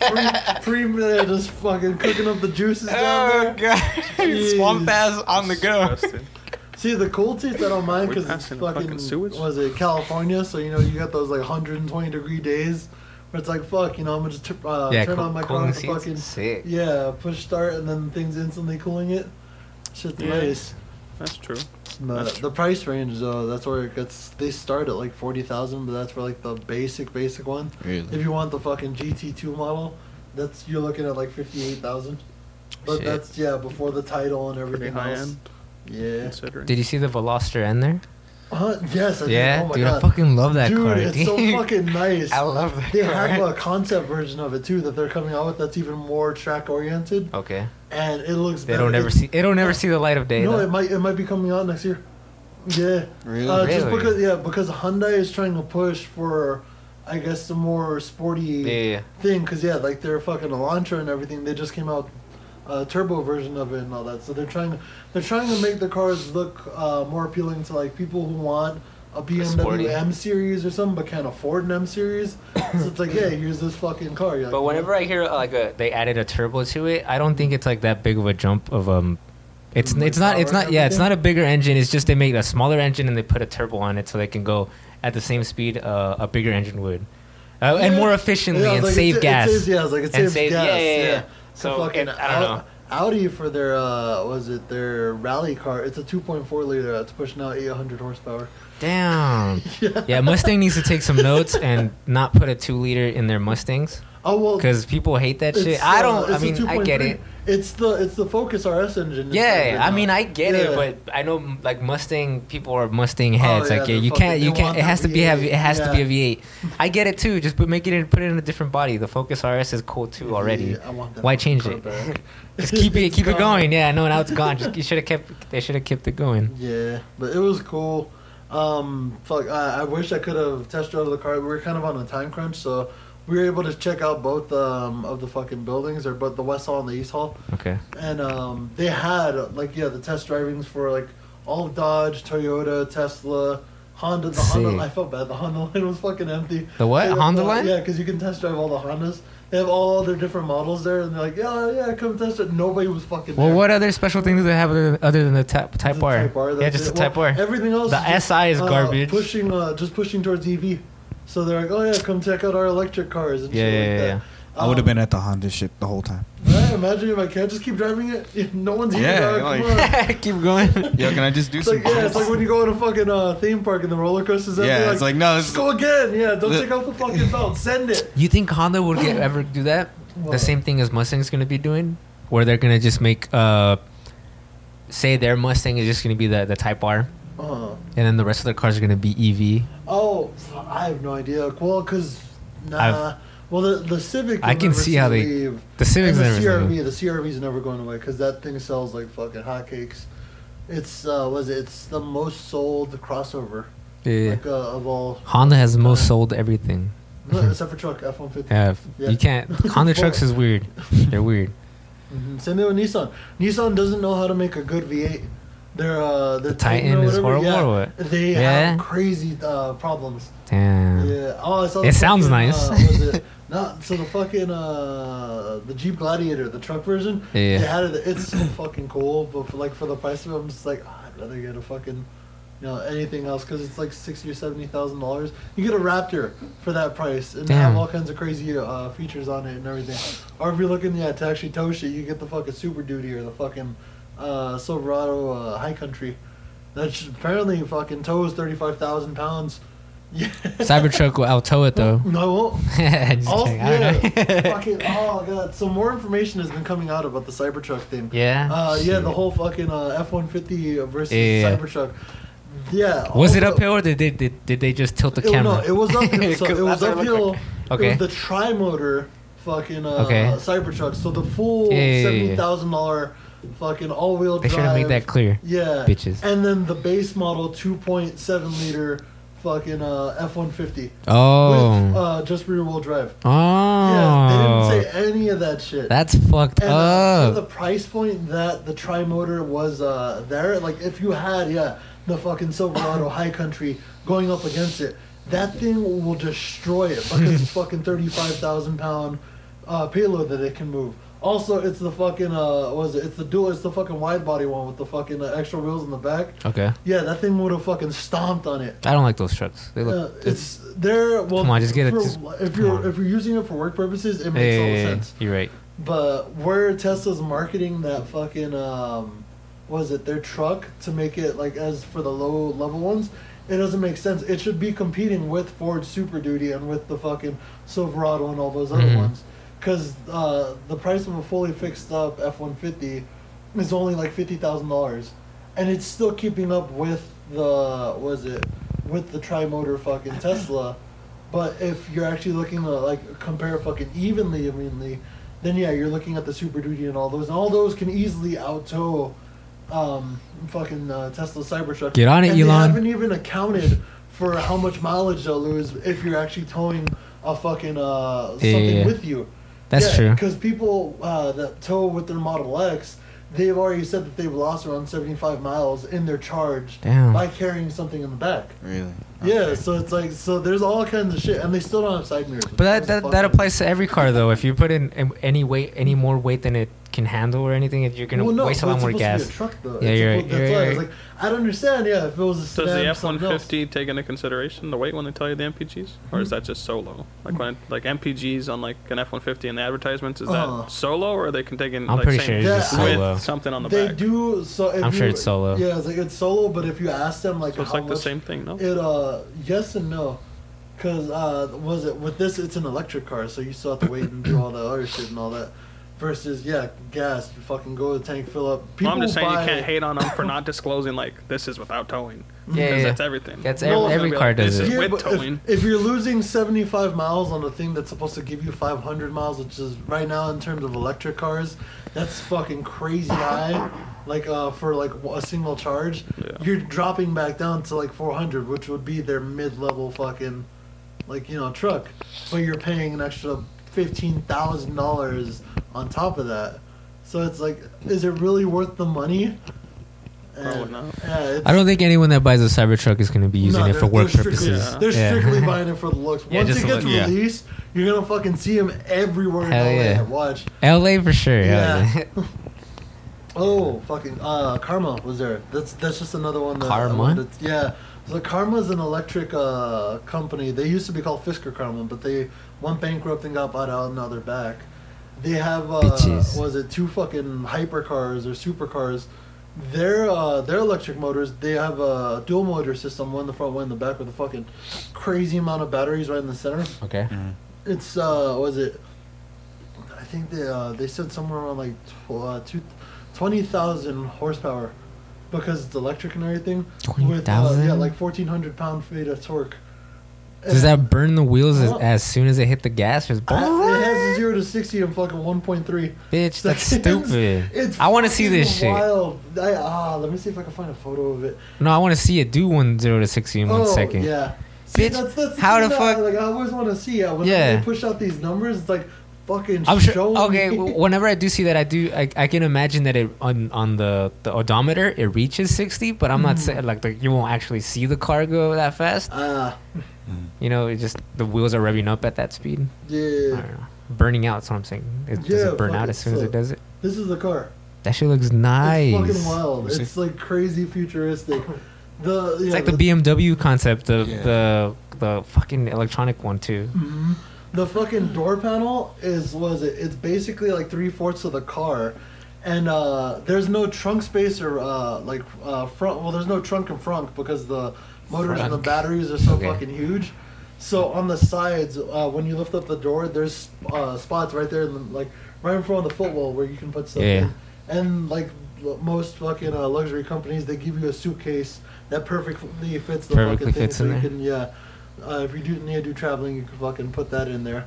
Speaker 4: Pre, pre they're just fucking cooking up the juices down there.
Speaker 2: Oh god, swamp ass on the go.
Speaker 1: Disgusting.
Speaker 4: See the cool seats I don't mind
Speaker 1: We
Speaker 4: because it's
Speaker 1: passed in the fucking
Speaker 4: fucking,
Speaker 1: sewage?
Speaker 4: was it California? So you know you got those like 120 degree days where it's like fuck, you know I'm gonna just tur- uh,
Speaker 3: yeah,
Speaker 4: turn
Speaker 3: cool,
Speaker 4: on my car
Speaker 3: cooling
Speaker 4: and
Speaker 3: seats.
Speaker 4: fucking
Speaker 3: Sick.
Speaker 4: yeah push start and then things instantly cooling it. Shit's
Speaker 1: Yeah.
Speaker 4: nice.
Speaker 1: That's true.
Speaker 4: The,
Speaker 1: That's
Speaker 4: the price range though, that's where it gets. They start at like 40,000, but that's for like the basic basic one. If you want the fucking GT2 model, that's you're looking at like 58,000. But
Speaker 3: Shit.
Speaker 4: that's yeah before the title and
Speaker 1: Pretty
Speaker 4: everything
Speaker 1: high
Speaker 4: else.
Speaker 1: end,
Speaker 4: Yeah.
Speaker 1: considering.
Speaker 3: Did you see the Veloster in there?
Speaker 4: Uh, yes. I did.
Speaker 3: Yeah,
Speaker 4: oh my
Speaker 3: dude, I
Speaker 4: God.
Speaker 3: fucking love that
Speaker 4: dude,
Speaker 3: car.
Speaker 4: it's so
Speaker 3: dude.
Speaker 4: fucking nice.
Speaker 3: I love that
Speaker 4: They
Speaker 3: car.
Speaker 4: have a concept version of it too that they're coming out with that's even more track oriented,
Speaker 3: okay,
Speaker 4: and it looks.
Speaker 3: they
Speaker 4: better.
Speaker 3: don't ever
Speaker 4: It's-
Speaker 3: see. They don't ever see the light of day.
Speaker 4: No,
Speaker 3: though.
Speaker 4: it might it might be coming out next year. Yeah,
Speaker 2: Really?
Speaker 4: uh, just
Speaker 3: Really?
Speaker 4: because yeah because Hyundai is trying to push for, I guess, the more sporty
Speaker 3: yeah, yeah, yeah.
Speaker 4: thing because yeah like their fucking Elantra and everything they just came out uh, turbo version of it and all that so they're trying to they're trying to make the cars look uh, more appealing to like people who want a BMW
Speaker 3: Sporty.
Speaker 4: M series or something but can't afford an M series so it's like yeah here's this fucking car You're like,
Speaker 3: But whenever I hear uh, like a, they added a turbo to it, I don't think it's like that big of a jump of um. It's
Speaker 4: Mm,
Speaker 3: it's not it's
Speaker 4: power
Speaker 3: not yeah it's
Speaker 4: everything?
Speaker 3: not a bigger engine. It's just they make a smaller engine and they put a turbo on it so they can go at the same speed uh, a bigger engine would, uh, and
Speaker 4: Yeah.
Speaker 3: more
Speaker 4: Yeah,
Speaker 3: efficiently
Speaker 4: I was
Speaker 3: and
Speaker 4: like, it
Speaker 3: save
Speaker 4: sa- it
Speaker 3: gas.
Speaker 4: saves- yeah I was like it
Speaker 3: And
Speaker 4: saves
Speaker 3: save-
Speaker 4: gas
Speaker 3: yeah, yeah, yeah.
Speaker 4: The
Speaker 3: So, it- I
Speaker 4: Au-
Speaker 3: don't know.
Speaker 4: Audi for their uh was it their rally car it's a 2.4 liter that's pushing out 800 horsepower
Speaker 3: Damn.
Speaker 4: Yeah.
Speaker 3: Yeah, Mustang needs to take some notes and not put a two liter in their Mustangs
Speaker 4: oh well
Speaker 3: because people hate that shit.
Speaker 4: It's,
Speaker 3: I
Speaker 4: uh,
Speaker 3: don't. I
Speaker 4: it's a
Speaker 3: mean, I get
Speaker 4: 2.3.
Speaker 3: it.
Speaker 4: It's the it's the Focus RS engine.
Speaker 3: Yeah, I mean, I get
Speaker 4: Yeah.
Speaker 3: it, but I know like Mustang people are Mustang
Speaker 4: Oh,
Speaker 3: heads.
Speaker 4: yeah,
Speaker 3: like, yeah,
Speaker 4: they're
Speaker 3: you can't,
Speaker 4: fucking-
Speaker 3: you
Speaker 4: they
Speaker 3: can't.
Speaker 4: want
Speaker 3: It
Speaker 4: that
Speaker 3: has to be a,
Speaker 4: V8,
Speaker 3: it has to be a
Speaker 4: yeah.
Speaker 3: V8. I get it too. Just put make it in, put it in a different body. The Focus RS is cool too already.
Speaker 4: Yeah, I want that
Speaker 3: Why
Speaker 4: fucking
Speaker 3: change
Speaker 4: car
Speaker 3: it?
Speaker 4: back.
Speaker 3: Just keep it,
Speaker 4: It's
Speaker 3: keep it
Speaker 4: gone.
Speaker 3: going. Yeah, no, now it's gone. Just, you should have kept. They should have kept it going.
Speaker 4: Yeah, but it was cool. Um, fuck, I, I wish I could have test drove the car. We were kind of on a time crunch, so we were able to check out both um of the fucking buildings, or both the West Hall and the East Hall.
Speaker 3: Okay.
Speaker 4: and um, they had like yeah the test drivings for like all of Dodge, Toyota, Tesla, Honda. The
Speaker 3: Sick.
Speaker 4: Honda I felt bad. The Honda line was fucking empty.
Speaker 3: The what?
Speaker 4: They have
Speaker 3: Honda
Speaker 4: the-
Speaker 3: line?
Speaker 4: Yeah, because you can test drive all the Hondas. They have all their different models there, and they're like, yeah, yeah, come test it. Nobody was fucking.
Speaker 3: Well,
Speaker 4: there.
Speaker 3: what other special thing do they have other, other than the Type,
Speaker 4: The
Speaker 3: type R? yeah,
Speaker 4: that's
Speaker 3: just
Speaker 4: it.
Speaker 3: the Type
Speaker 4: Well,
Speaker 3: R.
Speaker 4: Everything else.
Speaker 3: The
Speaker 4: just,
Speaker 3: SI is
Speaker 4: uh,
Speaker 3: garbage.
Speaker 4: Pushing, uh, just pushing towards EV. So they're like, oh yeah, come check out our electric cars and
Speaker 3: Yeah,
Speaker 4: shit
Speaker 3: yeah,
Speaker 4: like
Speaker 3: yeah,
Speaker 4: that.
Speaker 3: yeah.
Speaker 5: I would have
Speaker 4: Um,
Speaker 5: been at the Honda shit the whole time.
Speaker 4: Right? Imagine if I can't just keep driving it. No one's here.
Speaker 2: Yeah,
Speaker 4: dog,
Speaker 2: like-
Speaker 4: come on.
Speaker 3: keep going.
Speaker 2: Yo, can I just do
Speaker 4: It's
Speaker 2: some?
Speaker 4: like, yeah, it's
Speaker 2: bumps?
Speaker 4: like when you go on a fucking uh, theme park and the roller coaster's empty.
Speaker 2: Yeah, it's like, no, this
Speaker 4: just go again. Yeah, don't
Speaker 2: the-
Speaker 4: take out the fucking belt. Send it.
Speaker 3: You think Honda would get, ever do that? The
Speaker 4: What?
Speaker 3: same thing as Mustang's gonna be doing, where they're gonna just make uh, say their Mustang is just gonna be the the Type R,
Speaker 4: Uh,
Speaker 3: and then the rest of their cars are gonna be E EV.
Speaker 4: oh, I have no idea. Well, because nah.
Speaker 3: I've-
Speaker 4: well, the the Civic.
Speaker 3: I
Speaker 4: will
Speaker 3: can
Speaker 4: never
Speaker 3: see how they-
Speaker 4: leave.
Speaker 3: The Civic's
Speaker 4: and the
Speaker 3: never
Speaker 4: CRV.
Speaker 3: gonna-
Speaker 4: The CRV's never going away because that thing sells like fucking hotcakes. It's uh, was it? It's the most sold crossover
Speaker 3: Yeah.
Speaker 4: like uh, of all,
Speaker 3: Honda has the most sold everything.
Speaker 4: no, except for truck F one fifty.
Speaker 3: Yeah, if-
Speaker 4: Yeah.
Speaker 3: you can't. Honda trucks is weird. They're weird.
Speaker 4: Mhm. Same thing with Nissan. Nissan doesn't know how to make a good V8. Their uh, their
Speaker 3: The Titan
Speaker 4: or
Speaker 3: is
Speaker 4: whatever,
Speaker 3: horrible or what?
Speaker 4: They
Speaker 3: Yeah?
Speaker 4: have crazy uh, problems.
Speaker 3: Damn.
Speaker 4: Yeah. Oh, I saw.
Speaker 3: It sounds
Speaker 4: fucking,
Speaker 3: nice.
Speaker 4: Uh, was it? Not so the fucking uh, the Jeep Gladiator, the truck version.
Speaker 3: Yeah.
Speaker 4: They had it. It's so fucking cool, but for, like for the price of it, I'm just like, "Ah, I'd rather get a fucking. You know anything else? Because it's like sixty or seventy thousand dollars. You get a Raptor for that price, and they have
Speaker 3: Damn.
Speaker 4: all kinds of crazy uh, features on it and everything. Or if you're looking, yeah, to actually tow shit, you get the fucking Super Duty or the fucking uh, Silverado uh, High Country. That's apparently fucking tows thirty five thousand pounds. Yeah.
Speaker 3: Cybertruck will outtow it though.
Speaker 4: No, I won't.
Speaker 3: Just
Speaker 4: Also,
Speaker 3: kidding, I
Speaker 4: yeah,
Speaker 3: don't know.
Speaker 4: fucking, oh god. So more information has been coming out about the Cybertruck thing.
Speaker 3: yeah.
Speaker 4: Uh, yeah, the
Speaker 3: Shit.
Speaker 4: whole fucking uh, F one fifty versus
Speaker 3: Yeah.
Speaker 4: Cybertruck. Yeah.
Speaker 3: Was it
Speaker 4: also-
Speaker 3: uphill or did they did, did they just tilt the
Speaker 4: Oh, It,
Speaker 3: camera?
Speaker 4: no, it was uphill. so
Speaker 3: 'Cause
Speaker 4: it was
Speaker 3: that's what it looked
Speaker 4: uphill.
Speaker 3: like.
Speaker 4: It
Speaker 3: Okay.
Speaker 4: was the tri-motor fucking uh,
Speaker 3: Okay.
Speaker 4: Cybertruck. So the full
Speaker 3: Yeah, yeah, yeah, yeah.
Speaker 4: seventy thousand dollar fucking all-wheel
Speaker 3: They should have
Speaker 4: drive.
Speaker 3: made that clear.
Speaker 4: Yeah.
Speaker 3: Bitches.
Speaker 4: And then the base model 2.7 liter fucking uh, F150 with
Speaker 3: Oh.
Speaker 4: uh, just rear wheel drive. Yeah,
Speaker 3: oh.
Speaker 4: they didn't say any of that shit.
Speaker 3: That's fucked
Speaker 4: and uh,
Speaker 3: up.
Speaker 4: for the price point that the tri motor was uh, there, like if you had yeah the fucking Silverado High Country going up against it, that thing will destroy it because it's fucking thirty five thousand pound uh, payload that it can move. Also, it's the fucking uh, was it? It's the dual. It's the fucking wide body one with the fucking uh, extra wheels in the back.
Speaker 3: okay.
Speaker 4: Yeah, that thing would have fucking stomped on it.
Speaker 3: I don't like those trucks. Ah, They look.
Speaker 4: Uh, it's there. Well,
Speaker 3: Come on, just get it,
Speaker 4: for-
Speaker 3: just-
Speaker 4: if
Speaker 3: come
Speaker 4: you're
Speaker 3: on.
Speaker 4: if you're using it for work purposes, it makes
Speaker 3: Hey,
Speaker 4: total sense.
Speaker 3: you're right.
Speaker 4: But where Tesla's marketing that fucking um, was it their truck to make it like as for the low level ones, it doesn't make sense. It should be competing with Ford Super Duty and with the fucking Silverado and all those other
Speaker 3: Mhm.
Speaker 4: ones, because uh, the price of a fully fixed up F one fifty is only like fifty thousand dollars, and it's still keeping up with the was it with the tri motor fucking Tesla. But if you're actually looking to like compare fucking evenly, evenly, then yeah, you're looking at the Super Duty and all those, and all those can easily out tow, um, fucking uh, Tesla Cybertruck.
Speaker 3: Get on it,
Speaker 4: and They
Speaker 3: Elon.
Speaker 4: haven't even accounted for how much mileage they'll lose if you're actually towing a fucking uh, something
Speaker 3: Yeah, yeah, yeah.
Speaker 4: with you.
Speaker 3: That's true.
Speaker 4: Because people uh, that tow with their Model X, they've already said that they've lost around 75 miles in their charge
Speaker 3: Damn.
Speaker 4: by carrying something in the back.
Speaker 2: Really?
Speaker 4: Yeah, so it's like so. There's all kinds of shit, and they still don't have side mirrors.
Speaker 3: But
Speaker 4: That's
Speaker 3: that, that, that
Speaker 4: fucked.
Speaker 3: applies to every car though. If you put in an- any weight, any more weight than it can handle or anything, you're gonna
Speaker 4: Well, no,
Speaker 3: waste a
Speaker 4: but
Speaker 3: lot
Speaker 4: it's
Speaker 3: more
Speaker 4: supposed to
Speaker 3: gas.
Speaker 4: be a truck, though.
Speaker 3: Yeah,
Speaker 4: It's
Speaker 3: you're
Speaker 4: supposed-
Speaker 3: right,
Speaker 4: That's
Speaker 3: you're
Speaker 4: why I
Speaker 3: right,
Speaker 4: was
Speaker 3: you're
Speaker 4: like, I don't understand. Yeah, if it was a sedan,
Speaker 1: Does the F one
Speaker 4: something else.
Speaker 1: fifty take into consideration the weight when they tell you the MPGs, or
Speaker 4: Hmm?
Speaker 1: is that just solo? Like when like MPGs on like an F one fifty in the advertisements, is
Speaker 4: Uh.
Speaker 1: that solo or are they can take in
Speaker 3: I'm
Speaker 1: like
Speaker 3: pretty
Speaker 1: same
Speaker 3: sure it's
Speaker 4: just
Speaker 1: with
Speaker 3: solo.
Speaker 1: something on the
Speaker 4: They
Speaker 1: back?
Speaker 4: do so. If
Speaker 3: I'm sure
Speaker 4: you-
Speaker 3: it's solo.
Speaker 4: Yeah, it's like it's solo. But if you ask them, like,
Speaker 1: So it's
Speaker 4: how
Speaker 1: like the
Speaker 4: much-
Speaker 1: same thing, no?
Speaker 4: It uh, yes and no, because uh, was it with this? It's an electric car, so you still have to wait and do all that other shit and all that. Versus, yeah, gas. You fucking go to the tank, fill up.
Speaker 1: Well, I'm just saying
Speaker 4: buy-
Speaker 1: you can't hate on them for not disclosing like this is without towing.
Speaker 3: Yeah,
Speaker 1: because
Speaker 3: yeah.
Speaker 1: that's everything.
Speaker 3: That's
Speaker 4: No,
Speaker 3: every,
Speaker 4: it's
Speaker 1: gonna
Speaker 3: every
Speaker 1: be
Speaker 3: car
Speaker 1: like,
Speaker 3: does
Speaker 1: this
Speaker 3: it.
Speaker 1: is-
Speaker 4: Yeah,
Speaker 1: with
Speaker 4: but
Speaker 1: towing.
Speaker 4: If, if you're losing 75 miles on a thing that's supposed to give you 500 miles, which is right now in terms of electric cars, that's fucking crazy high. Like uh, for like a single charge,
Speaker 1: Yeah.
Speaker 4: you're dropping back down to like 400, which would be their mid-level fucking, like you know truck. But you're paying an extra fifteen thousand dollars on top of that. So it's like, is it really worth the money?
Speaker 1: Probably
Speaker 4: And,
Speaker 1: not.
Speaker 4: Yeah, it's-
Speaker 3: I don't think anyone that buys a Cybertruck is gonna be using
Speaker 4: no,
Speaker 3: it
Speaker 4: they're-
Speaker 3: for work
Speaker 4: they're strictly-
Speaker 3: purposes.
Speaker 1: yeah.
Speaker 4: They're
Speaker 3: Yeah.
Speaker 4: strictly buying it for the looks.
Speaker 3: Yeah,
Speaker 4: Once
Speaker 3: just
Speaker 4: it
Speaker 3: the
Speaker 4: gets
Speaker 2: look. Yeah.
Speaker 4: released, you're gonna fucking see them everywhere in
Speaker 3: Hell
Speaker 4: LA.
Speaker 3: yeah.
Speaker 4: Watch.
Speaker 3: LA for sure. Yeah.
Speaker 4: Oh, fucking uh, Karma was there. That's that's just another one. That,
Speaker 3: Karma?
Speaker 4: one that's- yeah. So Karma's an electric uh, company. They used to be called Fisker Karma, but they went bankrupt and got bought out. and Now they're back. They have uh,
Speaker 3: Bitches.
Speaker 4: was it two fucking hypercars or supercars? Their uh, their electric motors. They have a dual motor system, one in the front, one in the back, with a fucking crazy amount of batteries right in the center.
Speaker 3: okay.
Speaker 2: Mm-hmm.
Speaker 4: It's uh, was it? I think they uh, they said somewhere around like tw- uh, two, twenty thousand horsepower, because it's electric and everything. with, uh,
Speaker 3: 20,000?
Speaker 4: Yeah, like fourteen hundred pound feet of torque.
Speaker 3: Does that burn the wheels as,
Speaker 4: Oh.
Speaker 3: as soon as it hit the gas? Or is-
Speaker 4: I- it has a zero to sixty in fucking one point three.
Speaker 3: Bitch, that's
Speaker 4: It's-
Speaker 3: stupid.
Speaker 4: It's
Speaker 3: I want to see this
Speaker 4: fucking
Speaker 3: shit.
Speaker 4: wild. I, ah, let me see if I can find a photo of it.
Speaker 3: No, I want to see it do one zero to sixty in one
Speaker 4: oh,
Speaker 3: second.
Speaker 4: Yeah. See,
Speaker 3: Bitch,
Speaker 4: that's, that's
Speaker 3: how the
Speaker 4: thing that I-
Speaker 3: fuck-
Speaker 4: Like I always want to see. Yeah, when
Speaker 3: Yeah.
Speaker 4: they push out these numbers, it's like fucking.
Speaker 3: I'm sure.
Speaker 4: show
Speaker 3: Okay,
Speaker 4: me.
Speaker 3: w- whenever I do see that, I do. I, I can imagine that it on on the, the odometer it reaches sixty, but I'm
Speaker 4: Mm.
Speaker 3: not saying like the, you won't actually see the car go that fast.
Speaker 4: Ah,
Speaker 3: You know, it just the wheels are revving up at that speed. I
Speaker 4: yeah.
Speaker 3: don't know. Burning out. That's what I'm saying. It does
Speaker 4: Yeah,
Speaker 3: it burn
Speaker 4: fuck,
Speaker 3: out as
Speaker 4: it's
Speaker 3: soon as
Speaker 4: a-
Speaker 3: it does it.
Speaker 4: This is the car.
Speaker 3: That shit looks nice.
Speaker 4: It's fucking wild.
Speaker 2: Is it-
Speaker 4: It's like crazy futuristic. The yeah,
Speaker 3: It's like the BMW concept of
Speaker 2: Yeah.
Speaker 3: the the fucking electronic one too.
Speaker 4: Mhm. The fucking door panel is was it? It's basically like three fourths of the car, and uh, there's no trunk space or uh, like uh, front. Well, there's no trunk and front because the motors and the
Speaker 3: Frunk.
Speaker 4: batteries are so
Speaker 3: Okay.
Speaker 4: fucking huge. So on the sides, uh, when you lift up the door, there's uh, spots right there, in the, like right in front of the footwall where you can put stuff
Speaker 3: Yeah.
Speaker 4: in, and like l- most fucking uh, luxury companies they give you a suitcase that perfectly fits the
Speaker 3: Perfectly
Speaker 4: fucking thing.
Speaker 3: fits
Speaker 4: so
Speaker 3: in
Speaker 4: you
Speaker 3: there.
Speaker 4: can yeah, uh, if you do need to do traveling, you can fucking put that in there.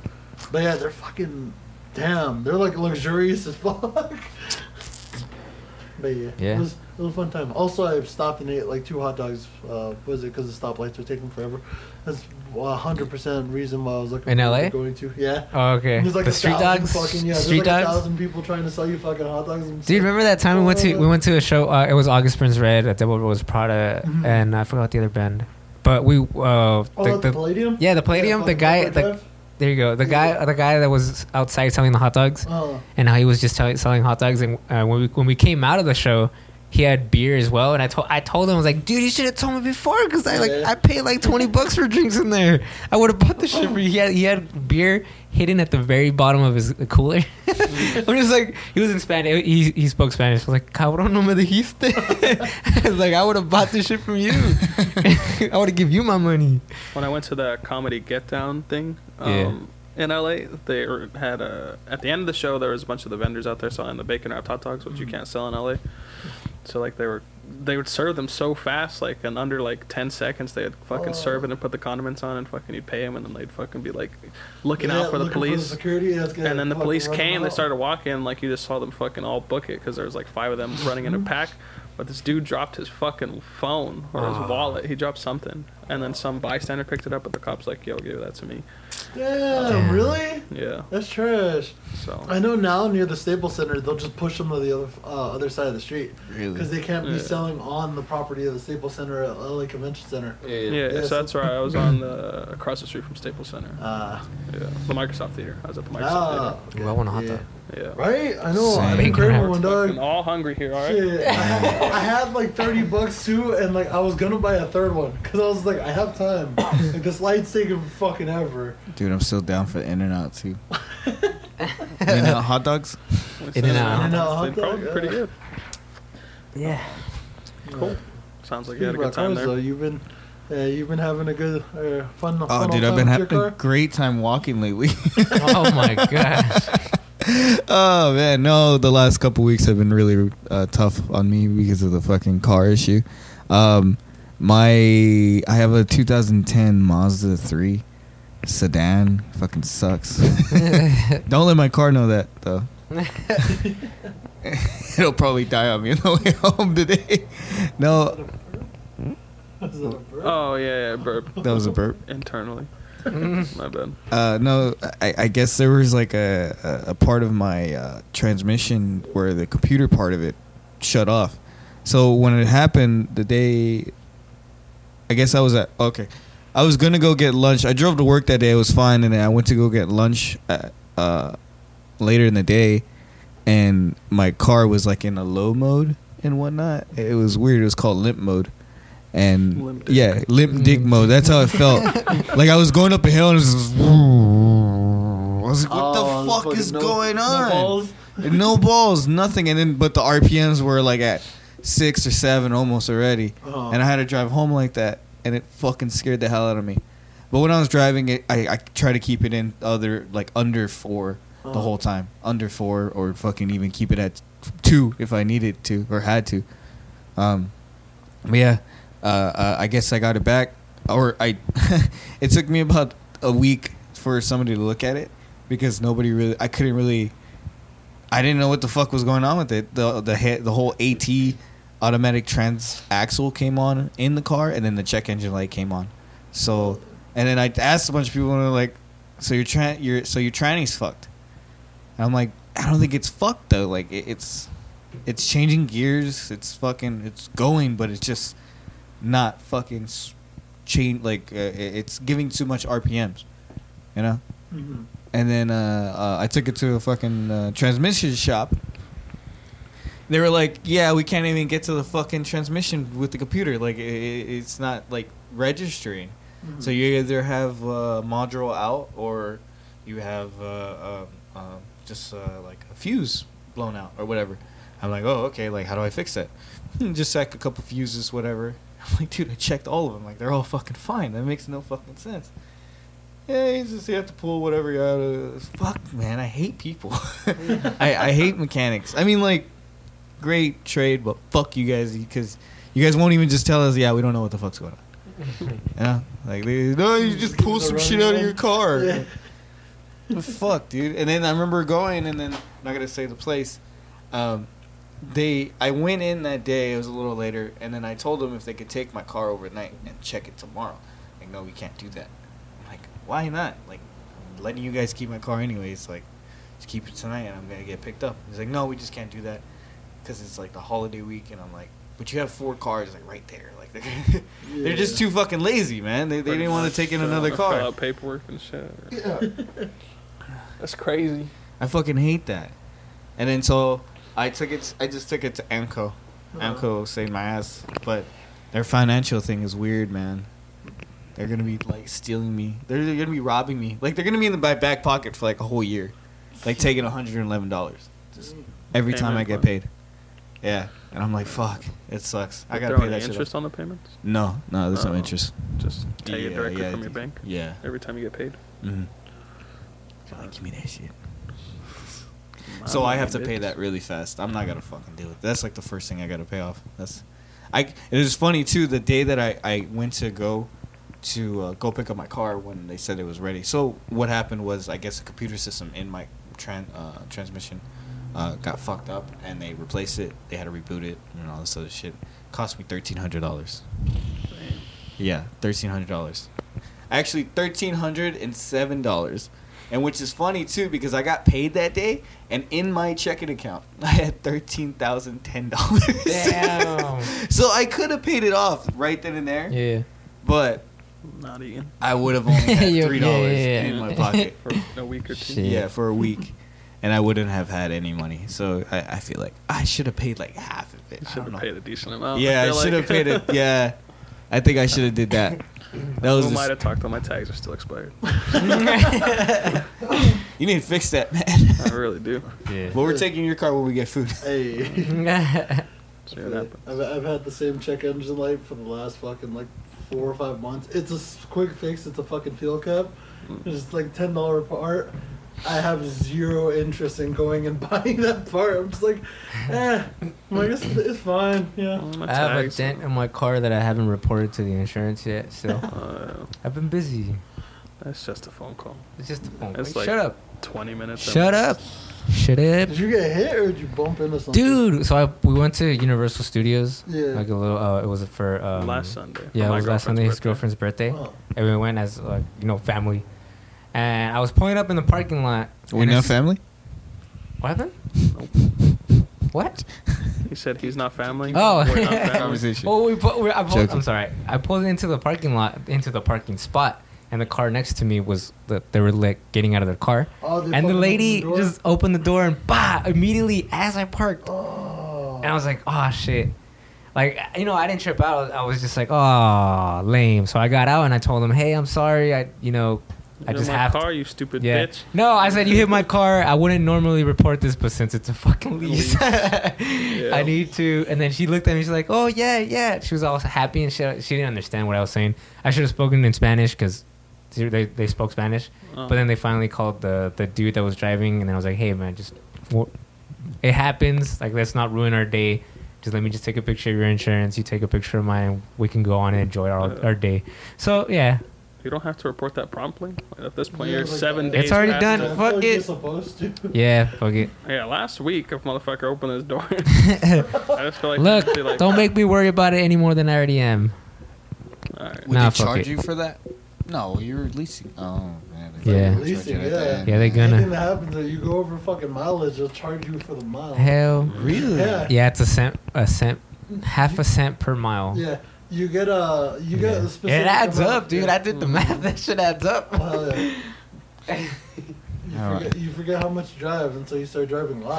Speaker 4: But yeah, they're fucking damn. They're like luxurious as fuck. But yeah,
Speaker 3: Yeah.
Speaker 4: It, was, it was a fun time. Also, I stopped and ate like two hot dogs. Uh, what was it because the stoplights were taking forever? That's hundred percent reason why I was looking
Speaker 3: In
Speaker 4: forward
Speaker 3: LA?
Speaker 4: to going to. Yeah,
Speaker 3: Oh, okay.
Speaker 4: there's like
Speaker 3: the
Speaker 4: a
Speaker 3: street
Speaker 4: thousand
Speaker 3: dogs.
Speaker 4: Fucking, yeah, there's
Speaker 3: street
Speaker 4: like A
Speaker 3: dogs.
Speaker 4: thousand people trying to sell you fucking hot dogs. And
Speaker 3: Dude, remember that time we went to we went to a show? Uh, it was August Burns Red at Devil Rose Prada,
Speaker 4: Mhm.
Speaker 3: and I forgot the other band. But we, uh,
Speaker 4: Oh,
Speaker 3: the,
Speaker 4: the,
Speaker 3: the,
Speaker 4: Palladium.
Speaker 3: yeah, the Palladium. the
Speaker 4: fucking
Speaker 3: guy,
Speaker 4: Parkway
Speaker 3: the,
Speaker 4: Drive?
Speaker 3: there you go. The guy, the guy that was outside selling the hot dogs,
Speaker 4: Oh,
Speaker 3: and how he was just tell, selling hot dogs. And uh, when we when we came out of the show, he had beer as well. And I told I told him I was like, dude, you should have told me before because I like
Speaker 4: Yeah.
Speaker 3: I paid like twenty bucks for drinks in there. I would have bought the shit. For you. He had he had beer hidden at the very bottom of his uh, cooler. I'm just like he was in Spanish. He he spoke Spanish. I was like, cabrón, no me dijiste. I was like, I would have bought this shit from you. I would have give you my money.
Speaker 1: when I went to the comedy get down thing
Speaker 3: Yeah.
Speaker 1: um, in LA, they were- had a at the end of the show there was a bunch of the vendors out there selling the bacon wrapped hot dogs, which
Speaker 4: Mm.
Speaker 1: you can't sell in LA. So like they were they would serve them so fast, like in under like ten seconds, they'd fucking
Speaker 4: Oh.
Speaker 1: serve it and put the condiments on, and fucking you'd pay them, and then they'd fucking be like looking
Speaker 4: yeah,
Speaker 1: out for the
Speaker 4: looking
Speaker 1: police.
Speaker 4: security, yeah, it's gonna
Speaker 1: and then the
Speaker 4: fucking
Speaker 1: police
Speaker 4: run
Speaker 1: came.
Speaker 4: them
Speaker 1: They
Speaker 4: out.
Speaker 1: started walking. Like you just saw them fucking all book it because there was like five of them running in a pack. But this dude dropped his fucking phone or his
Speaker 3: Ah.
Speaker 1: wallet. He dropped something, and then some bystander picked it up. But the cops like, "Yo, give that to me."
Speaker 4: Damn,
Speaker 3: Damn.
Speaker 4: really?
Speaker 1: Yeah.
Speaker 4: That's trash. I
Speaker 1: So
Speaker 4: know now near the Staples Center, they'll just push them to the other uh, other side of the street
Speaker 2: Really?
Speaker 4: because they can't be
Speaker 1: Yeah.
Speaker 4: selling on the property of the Staples Center at LA Convention Center.
Speaker 1: yeah,
Speaker 4: Yeah,
Speaker 1: so
Speaker 4: so-
Speaker 1: that's where I was on the across the street from Staples Center.
Speaker 4: Uh,
Speaker 1: Yeah, the Microsoft Theater. I was at the Microsoft
Speaker 4: ah,
Speaker 3: Ooh, I want a hot dog.
Speaker 1: Theater. Yeah.
Speaker 4: Right? I know.
Speaker 5: Same.
Speaker 4: I'm incredible
Speaker 1: We're
Speaker 4: one dog.
Speaker 1: fucking all hungry here. All right.
Speaker 4: Shit, I had, I had like 30 bucks too, and like I was gonna buy a third one because I was like, I have time. Like this light's taking fucking ever.
Speaker 2: Dude, I'm still down for In and Out too. In and Out hot dogs?
Speaker 3: In-N-Out.
Speaker 1: They're
Speaker 4: In-N-Out.
Speaker 1: Probably pretty good.
Speaker 3: Yeah.
Speaker 1: Cool. Sounds like you had a
Speaker 4: Speaking
Speaker 1: good
Speaker 4: about
Speaker 1: time
Speaker 4: cars, though,
Speaker 1: there.
Speaker 4: you've been, uh, you've been having a good, uh, fun.
Speaker 2: Oh,
Speaker 4: fun
Speaker 2: dude, I've
Speaker 4: old
Speaker 2: been
Speaker 4: time with
Speaker 2: having
Speaker 4: your
Speaker 2: a
Speaker 4: car?
Speaker 2: great time walking lately.
Speaker 3: Oh my gosh.
Speaker 2: oh man, no, the last couple weeks have been really uh, tough on me because of the fucking car issue. Um, my I have a 2010 Mazda 3 sedan. Fucking sucks. Don't let my car know that though. It'll probably die on me on the way home today. No,
Speaker 4: Is that a bird?
Speaker 1: Oh yeah, yeah, burp
Speaker 2: that was a burp.
Speaker 1: internally. My bad.
Speaker 2: Uh, no, I, I guess there was like a, a, a part of my uh, transmission where the computer part of it shut off. So when it happened, the day, I guess I was at okay, I was gonna go get lunch. I drove to work that day. It was fine, and then I went to go get lunch uh uh, later in the day, and my car was like in a low mode and whatnot. It was weird. It was called limp mode. And
Speaker 1: Limp dick.
Speaker 2: yeah, limp dick mode. That's how it felt. like I was going up a hill and it was just, I was like, what
Speaker 4: Oh,
Speaker 2: the fuck
Speaker 4: fucking
Speaker 2: is
Speaker 4: no-
Speaker 2: going
Speaker 4: no
Speaker 2: on?
Speaker 4: balls.
Speaker 2: no balls, nothing. And then, but the RPMs were like at six or seven almost already.
Speaker 4: Oh.
Speaker 2: And I had to drive home like that, and it fucking scared the hell out of me. But when I was driving it, I, I try to keep it in other like under four the
Speaker 4: Oh.
Speaker 2: whole time, under four, or fucking even keep it at two if I needed to or had to. Um, but yeah, uh, uh, I guess I got it back, or I. it took me about a week for somebody to look at it because nobody really. I couldn't really. I didn't know what the fuck was going on with it. the the he- The whole AT automatic trans axle came on in the car, and then the check engine light came on. So, and then I asked a bunch of people, and they're like, "So your tran, your so your tranny's fucked." And I'm like, I don't think it's fucked though. Like it, it's, it's changing gears. It's fucking. It's going, but it's just not fucking s- change. Like uh, it- it's giving too much RPMs, you know.
Speaker 4: Mhm.
Speaker 2: And then uh, uh, I took it to a fucking uh, transmission shop. They were like, "Yeah, we can't even get to the fucking transmission with the computer. Like, i i it's not like registering.
Speaker 4: Mm-hmm.
Speaker 2: So you either have uh, module out or you have uh, um, um, just uh, like a fuse blown out or whatever." I'm like, "Oh, okay. Like, how do I fix that? Hmm, Just sack a couple fuses, whatever." I'm like, "Dude, I checked all of them. Like, they're all fucking fine. That makes no fucking sense." Yeah, you just you have to pull whatever you out of. Fuck, man, I hate people. I, I hate mechanics. I mean, like, great trade, but fuck you guys because you guys won't even just tell us. Yeah, we don't know what the fuck's going on. yeah, like they, no, Oh, you just pull some shit out of your car.
Speaker 4: Yeah.
Speaker 2: The fuck, dude. And then I remember going, and then I'm not gonna say the place. Um, they, I went in that day. It was a little later, and then I told them if they could take my car overnight and check it tomorrow. Like, no, we can't do that. I'm like, why not? Like, I'm letting you guys keep my car anyways. Like, just keep it tonight, and I'm gonna get picked up. He's like, no, we just can't do that because it's like the holiday week, and I'm like, but you have four cars like right there. Like, they're, they're just too fucking lazy, man. They they
Speaker 1: Pretty
Speaker 2: didn't want
Speaker 1: much,
Speaker 2: to take in
Speaker 1: uh,
Speaker 2: another
Speaker 1: fill
Speaker 2: car.
Speaker 1: out paperwork and shit.
Speaker 4: Yeah.
Speaker 1: That's crazy.
Speaker 2: I fucking hate that. And then so I took it. I just took it to Amco.
Speaker 4: Oh.
Speaker 2: Amco saved my ass, but their financial thing is weird, man. They're gonna be like stealing me. They're, they're gonna be robbing me. Like they're gonna be in the my back pocket for like a whole year, like taking one hundred and eleven dollars just every time
Speaker 1: Payment
Speaker 2: I get
Speaker 1: plan.
Speaker 2: paid. Yeah, and I'm like, fuck, it sucks. I
Speaker 1: Like,
Speaker 2: gotta
Speaker 1: they're
Speaker 2: pay
Speaker 1: on
Speaker 2: that
Speaker 1: the
Speaker 2: shit.
Speaker 1: interest
Speaker 2: off.
Speaker 1: on the payments.
Speaker 2: No, no, there's no
Speaker 1: Oh.
Speaker 2: interest.
Speaker 1: Just take it
Speaker 2: Yeah,
Speaker 1: directly
Speaker 2: yeah,
Speaker 1: from your
Speaker 2: dude.
Speaker 1: bank
Speaker 2: Yeah.
Speaker 1: every time you get paid.
Speaker 2: Mm. Like, give me that shit. So I have to pay that really fast. I'm not gonna fucking do it. That's like the first thing I gotta pay off. That's, I. It was funny too. The day that I I went to go, to uh, go pick up my car when they said it was ready. So what happened was I guess the computer system in my tran- uh, transmission, uh, got fucked up and they replaced it. They had to reboot it and all this other shit. Cost me thirteen hundred dollars. Yeah, thirteen hundred dollars. Actually, thirteen hundred and seven dollars, and which is funny too because I got paid that day, and in my checking account I had thirteen thousand ten dollars.
Speaker 3: Damn.
Speaker 2: so I could have paid it off right then and there,
Speaker 3: yeah.
Speaker 2: but
Speaker 1: Not eating
Speaker 2: I would have only had
Speaker 3: You-
Speaker 2: three dollars
Speaker 3: yeah, yeah, yeah.
Speaker 2: in my pocket.
Speaker 1: for a week or two.
Speaker 3: Shit.
Speaker 2: Yeah, for a week. And I wouldn't have had any money, so I, I feel like I should have paid like half of it.
Speaker 1: You
Speaker 2: I
Speaker 1: should
Speaker 2: don't know.
Speaker 1: have paid a decent amount.
Speaker 2: yeah, I,
Speaker 1: feel
Speaker 2: should have
Speaker 1: like.
Speaker 2: paid it. Yeah, I think I should have did that. That was
Speaker 1: Who am
Speaker 2: the-
Speaker 1: I to talk till my tags are still expired?
Speaker 2: you need to fix that, man.
Speaker 1: I really do.
Speaker 2: but we're taking your car when we get food.
Speaker 4: Hey.
Speaker 3: Yeah.
Speaker 1: See what
Speaker 4: I've,
Speaker 1: happens.
Speaker 4: I've had the same check engine light for the last fucking like four or five months. It's a s- quick fix. It's a fucking fuel cap.
Speaker 1: Mm.
Speaker 4: It's like ten dollar part. I have zero interest in going and buying that part. I'm just like, eh. I'm like, it's, it's fine. Yeah.
Speaker 1: Oh, my
Speaker 3: I have a
Speaker 1: tags.
Speaker 3: dent in my car that I haven't reported to the insurance yet. So
Speaker 1: Uh,
Speaker 3: I've been busy.
Speaker 1: that's just a phone call.
Speaker 3: It's just a phone.
Speaker 1: It's
Speaker 3: Like,
Speaker 1: like-
Speaker 3: shut up.
Speaker 1: Twenty minutes. of-
Speaker 3: Shut up. Shut up.
Speaker 4: Did you get hit or did you bump into something?
Speaker 3: Dude, so I, we went to Universal Studios.
Speaker 4: Yeah.
Speaker 3: Like a little, uh, it was for. Um,
Speaker 1: last Sunday.
Speaker 3: Yeah,
Speaker 1: for
Speaker 3: it
Speaker 1: my
Speaker 3: was last Sunday, his
Speaker 1: birthday.
Speaker 3: girlfriend's birthday.
Speaker 4: Oh.
Speaker 3: And we went as, like, you know, family. And I was pulling up in the parking lot.
Speaker 2: We
Speaker 3: and
Speaker 2: know
Speaker 3: it's-
Speaker 2: family.
Speaker 3: What happened? What?
Speaker 1: He said he's not family.
Speaker 3: Oh.
Speaker 1: We're not family.
Speaker 2: Conversation.
Speaker 3: Well, we pu- we I pulled,
Speaker 2: Joking.
Speaker 3: I'm sorry. I pulled into the parking lot, into the parking spot, and the car next to me was the, they were like getting out of their car,
Speaker 4: Oh, they
Speaker 3: and
Speaker 4: fucking
Speaker 3: the
Speaker 4: opened
Speaker 3: lady
Speaker 4: the door?
Speaker 3: just opened the door and bah immediately as I parked,
Speaker 4: Oh.
Speaker 3: and I was like, oh shit. Like you know, I didn't trip out. I was just like, "Oh, lame." So I got out and I told him, "Hey, I'm sorry. I, you know, I
Speaker 1: You're
Speaker 3: just
Speaker 1: my
Speaker 3: have
Speaker 1: car,
Speaker 3: to."
Speaker 1: you stupid
Speaker 3: Yeah.
Speaker 1: bitch.
Speaker 3: No, I said you hit my car. I wouldn't normally report this, but since it's a fucking lease, I need to. And then she looked at me. She's like, "Oh yeah, yeah." She was all happy and shit. She didn't understand what I was saying. I should have spoken in Spanish because they they spoke Spanish.
Speaker 1: Oh.
Speaker 3: But then they finally called the the dude that was driving, and I was like, "Hey man, just wha- it happens. Like let's not ruin our day." Just let me just take a picture of your insurance. You take a picture of mine. and We can go on and enjoy our,
Speaker 1: Uh.
Speaker 3: our day. So yeah,
Speaker 1: You don't have to report that promptly. Like, at this point,
Speaker 4: Yeah,
Speaker 1: you're
Speaker 4: like, uh,
Speaker 1: seven
Speaker 4: it's
Speaker 1: days.
Speaker 3: already
Speaker 1: past
Speaker 4: I
Speaker 3: done.
Speaker 4: feel
Speaker 1: that.
Speaker 3: fuck
Speaker 4: like You're
Speaker 3: it.
Speaker 4: supposed to.
Speaker 3: yeah, fuck it.
Speaker 1: Yeah, last week, if motherfucker opened his door, I just feel like
Speaker 3: Look,
Speaker 1: he'd be like,
Speaker 3: don't make me worry about it any more than I already am.
Speaker 1: All right.
Speaker 2: Would
Speaker 3: Nah,
Speaker 2: they
Speaker 3: fuck
Speaker 2: charge
Speaker 3: it.
Speaker 2: you for that? No, you're leasing. Oh man.
Speaker 3: Yeah.
Speaker 2: they're
Speaker 4: Leasing,
Speaker 2: charging at the
Speaker 4: yeah.
Speaker 2: end.
Speaker 3: Yeah, they gonna-
Speaker 4: Anything that happens, if you go over fucking mileage, they'll charge you for the mile.
Speaker 3: Hell,
Speaker 2: Really?
Speaker 4: Yeah.
Speaker 3: yeah, it's a cent, a cent, half a cent per mile.
Speaker 4: Yeah, you get a you get a
Speaker 3: It
Speaker 4: specific.
Speaker 3: adds
Speaker 4: amount.
Speaker 3: up, dude. I did the math. That shit adds up.
Speaker 4: Well, yeah. You,
Speaker 2: All
Speaker 4: forget, you forget how much you drive until you start driving a lot.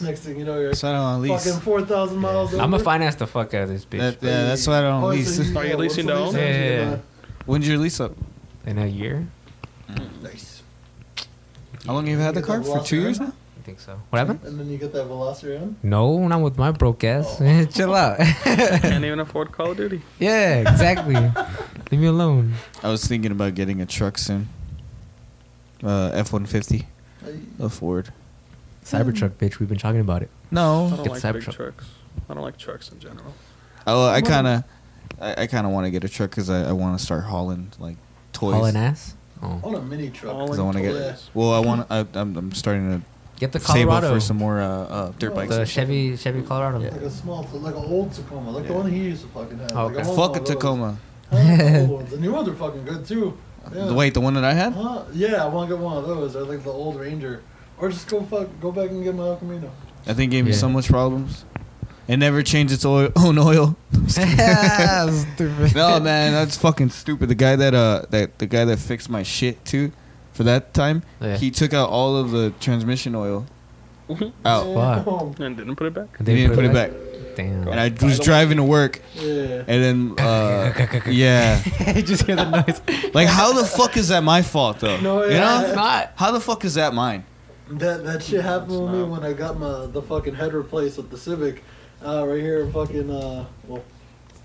Speaker 4: Next thing you know, you're
Speaker 2: So I don't wanna lease.
Speaker 4: fucking four thousand miles.
Speaker 3: I'm gonna
Speaker 4: over.
Speaker 3: finance the fuck out of this bitch
Speaker 2: That- yeah, that's why I don't
Speaker 4: Oh, so
Speaker 2: lease.
Speaker 1: Are you
Speaker 4: yeah,
Speaker 1: leasing
Speaker 4: once
Speaker 1: to
Speaker 4: the lease
Speaker 3: own?
Speaker 4: ends,
Speaker 3: Yeah.
Speaker 2: When's your lease up?
Speaker 3: in a year.
Speaker 4: you get a- Nice.
Speaker 2: How long have you had the
Speaker 4: Yeah,
Speaker 2: car? For
Speaker 4: lost
Speaker 2: two
Speaker 4: it.
Speaker 2: years now.
Speaker 3: I think so. What happened?
Speaker 4: And then you get that Veloci on.
Speaker 3: No, not with my broke ass.
Speaker 4: Oh.
Speaker 3: Chill out.
Speaker 1: Can't even afford Call of Duty.
Speaker 3: yeah, exactly. Leave me alone.
Speaker 2: I was thinking about getting a truck soon. Uh, F one fifty,
Speaker 4: Hey,
Speaker 2: a Ford.
Speaker 3: Cybertruck, bitch. We've been talking about it.
Speaker 1: I
Speaker 2: No.
Speaker 1: don't
Speaker 3: Get
Speaker 1: like
Speaker 3: the
Speaker 1: big
Speaker 3: Cybertruck.
Speaker 1: trucks. I don't like trucks in general.
Speaker 2: Oh, I kind of, I, I kind of want to get a truck because I, I want to start hauling like toys.
Speaker 3: Hauling ass. Oh.
Speaker 4: On a mini truck.
Speaker 1: All
Speaker 2: Because I want to get.
Speaker 1: toys.
Speaker 2: Well, I want. I, I'm, I'm starting
Speaker 3: Get the
Speaker 2: to save up
Speaker 3: Colorado.
Speaker 2: for some more uh, uh, dirt bikes.
Speaker 3: the Chevy Chevy Colorado.
Speaker 4: Like a small, like an old Tacoma, like the
Speaker 2: Yeah.
Speaker 4: one he used to fucking have.
Speaker 3: Oh,
Speaker 4: like
Speaker 3: okay.
Speaker 2: Fuck
Speaker 4: want one
Speaker 2: a
Speaker 4: of those.
Speaker 2: Tacoma.
Speaker 4: I want the old ones. The new ones are fucking good too. Yeah.
Speaker 2: The- Wait, the one that I had.
Speaker 4: Huh? Yeah, I want to get one of those. I like the old Ranger, or just go fuck, go back and get my El Camino.
Speaker 2: I think gave me
Speaker 3: Yeah.
Speaker 2: so much problems. It never changed its oil, own oil. no man, that's fucking stupid. The guy that uh that the guy that fixed my shit too, for that time,
Speaker 3: Oh, Yeah.
Speaker 2: he took out all of the transmission oil
Speaker 3: Oh,
Speaker 2: out.
Speaker 4: Damn.
Speaker 1: and didn't put it back.
Speaker 2: He didn't put it back,
Speaker 3: Damn.
Speaker 2: and I was driving to work,
Speaker 4: Yeah.
Speaker 2: and then uh, yeah,
Speaker 3: I just hear the noise.
Speaker 2: like how the fuck is that my fault though?
Speaker 4: No,
Speaker 2: you
Speaker 4: yeah.
Speaker 2: know,
Speaker 3: it's not.
Speaker 2: how the fuck is that mine?
Speaker 4: That that shit happened with me
Speaker 1: not-
Speaker 4: when I got my the fucking head replaced with the Civic, uh, right here, in fucking uh, well,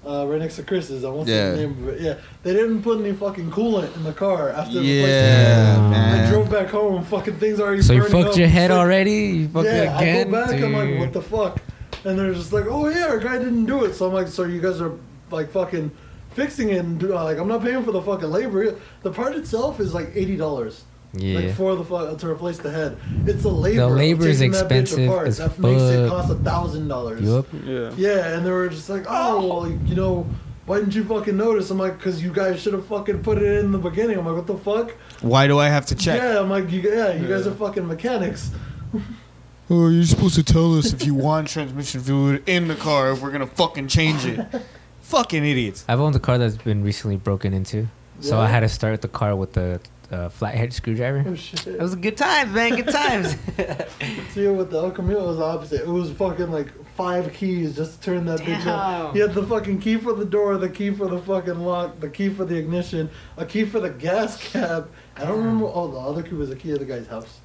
Speaker 4: uh, right next to Chris's. I won't say the
Speaker 2: Yeah.
Speaker 4: name of it. Yeah, they didn't put any fucking coolant in the car after. they replaced it.
Speaker 2: Yeah,
Speaker 3: Damn.
Speaker 4: I
Speaker 2: man.
Speaker 4: drove back home. Fucking things already.
Speaker 3: So you
Speaker 4: burning
Speaker 3: fucked
Speaker 4: up.
Speaker 3: your head
Speaker 4: Like,
Speaker 3: already? You fucked
Speaker 4: yeah,
Speaker 3: it again?
Speaker 4: I go back. I'm like,
Speaker 3: dude.
Speaker 4: what the fuck? And they're just like, oh yeah, our guy didn't do it. So I'm like, so you guys are like fucking fixing it. And do, uh, like, I'm not paying for the fucking labor. The part itself is like eighty dollars.
Speaker 3: Yeah.
Speaker 4: Like for the fu- to replace the head, it's the labor.
Speaker 3: The
Speaker 4: of
Speaker 3: labor is
Speaker 4: taking that bitch
Speaker 3: expensive
Speaker 4: apart
Speaker 3: as
Speaker 4: that makes it
Speaker 3: fuck.
Speaker 4: cost a thousand dollars.
Speaker 3: You up?
Speaker 1: Yeah.
Speaker 4: Yeah, and they were just like, oh, well, you know, why didn't you fucking notice? I'm like, because you guys should have fucking put it in the beginning. I'm like, what the fuck?
Speaker 2: Why do I have to check?
Speaker 4: Yeah, I'm like, you, yeah, you guys
Speaker 1: Yeah.
Speaker 4: are fucking mechanics.
Speaker 2: Oh, you're supposed to tell us if you want transmission fluid in the car if we're gonna fucking change it. fucking idiots.
Speaker 3: I've owned a car that's been recently broken into. So
Speaker 4: Yeah.
Speaker 3: I had to start the car with the uh, flathead
Speaker 4: Oh
Speaker 3: screwdriver.
Speaker 4: shit.
Speaker 3: It was good times, man. Good times.
Speaker 4: See, with the El Camino, it was the opposite. It was fucking like five keys just to turn that bitch
Speaker 3: Damn.
Speaker 4: up. You had the fucking key for the door, the key for the fucking lock, the key for the ignition, a key for the gas cap. I don't remember. Oh, the other key was the key of the guy's house.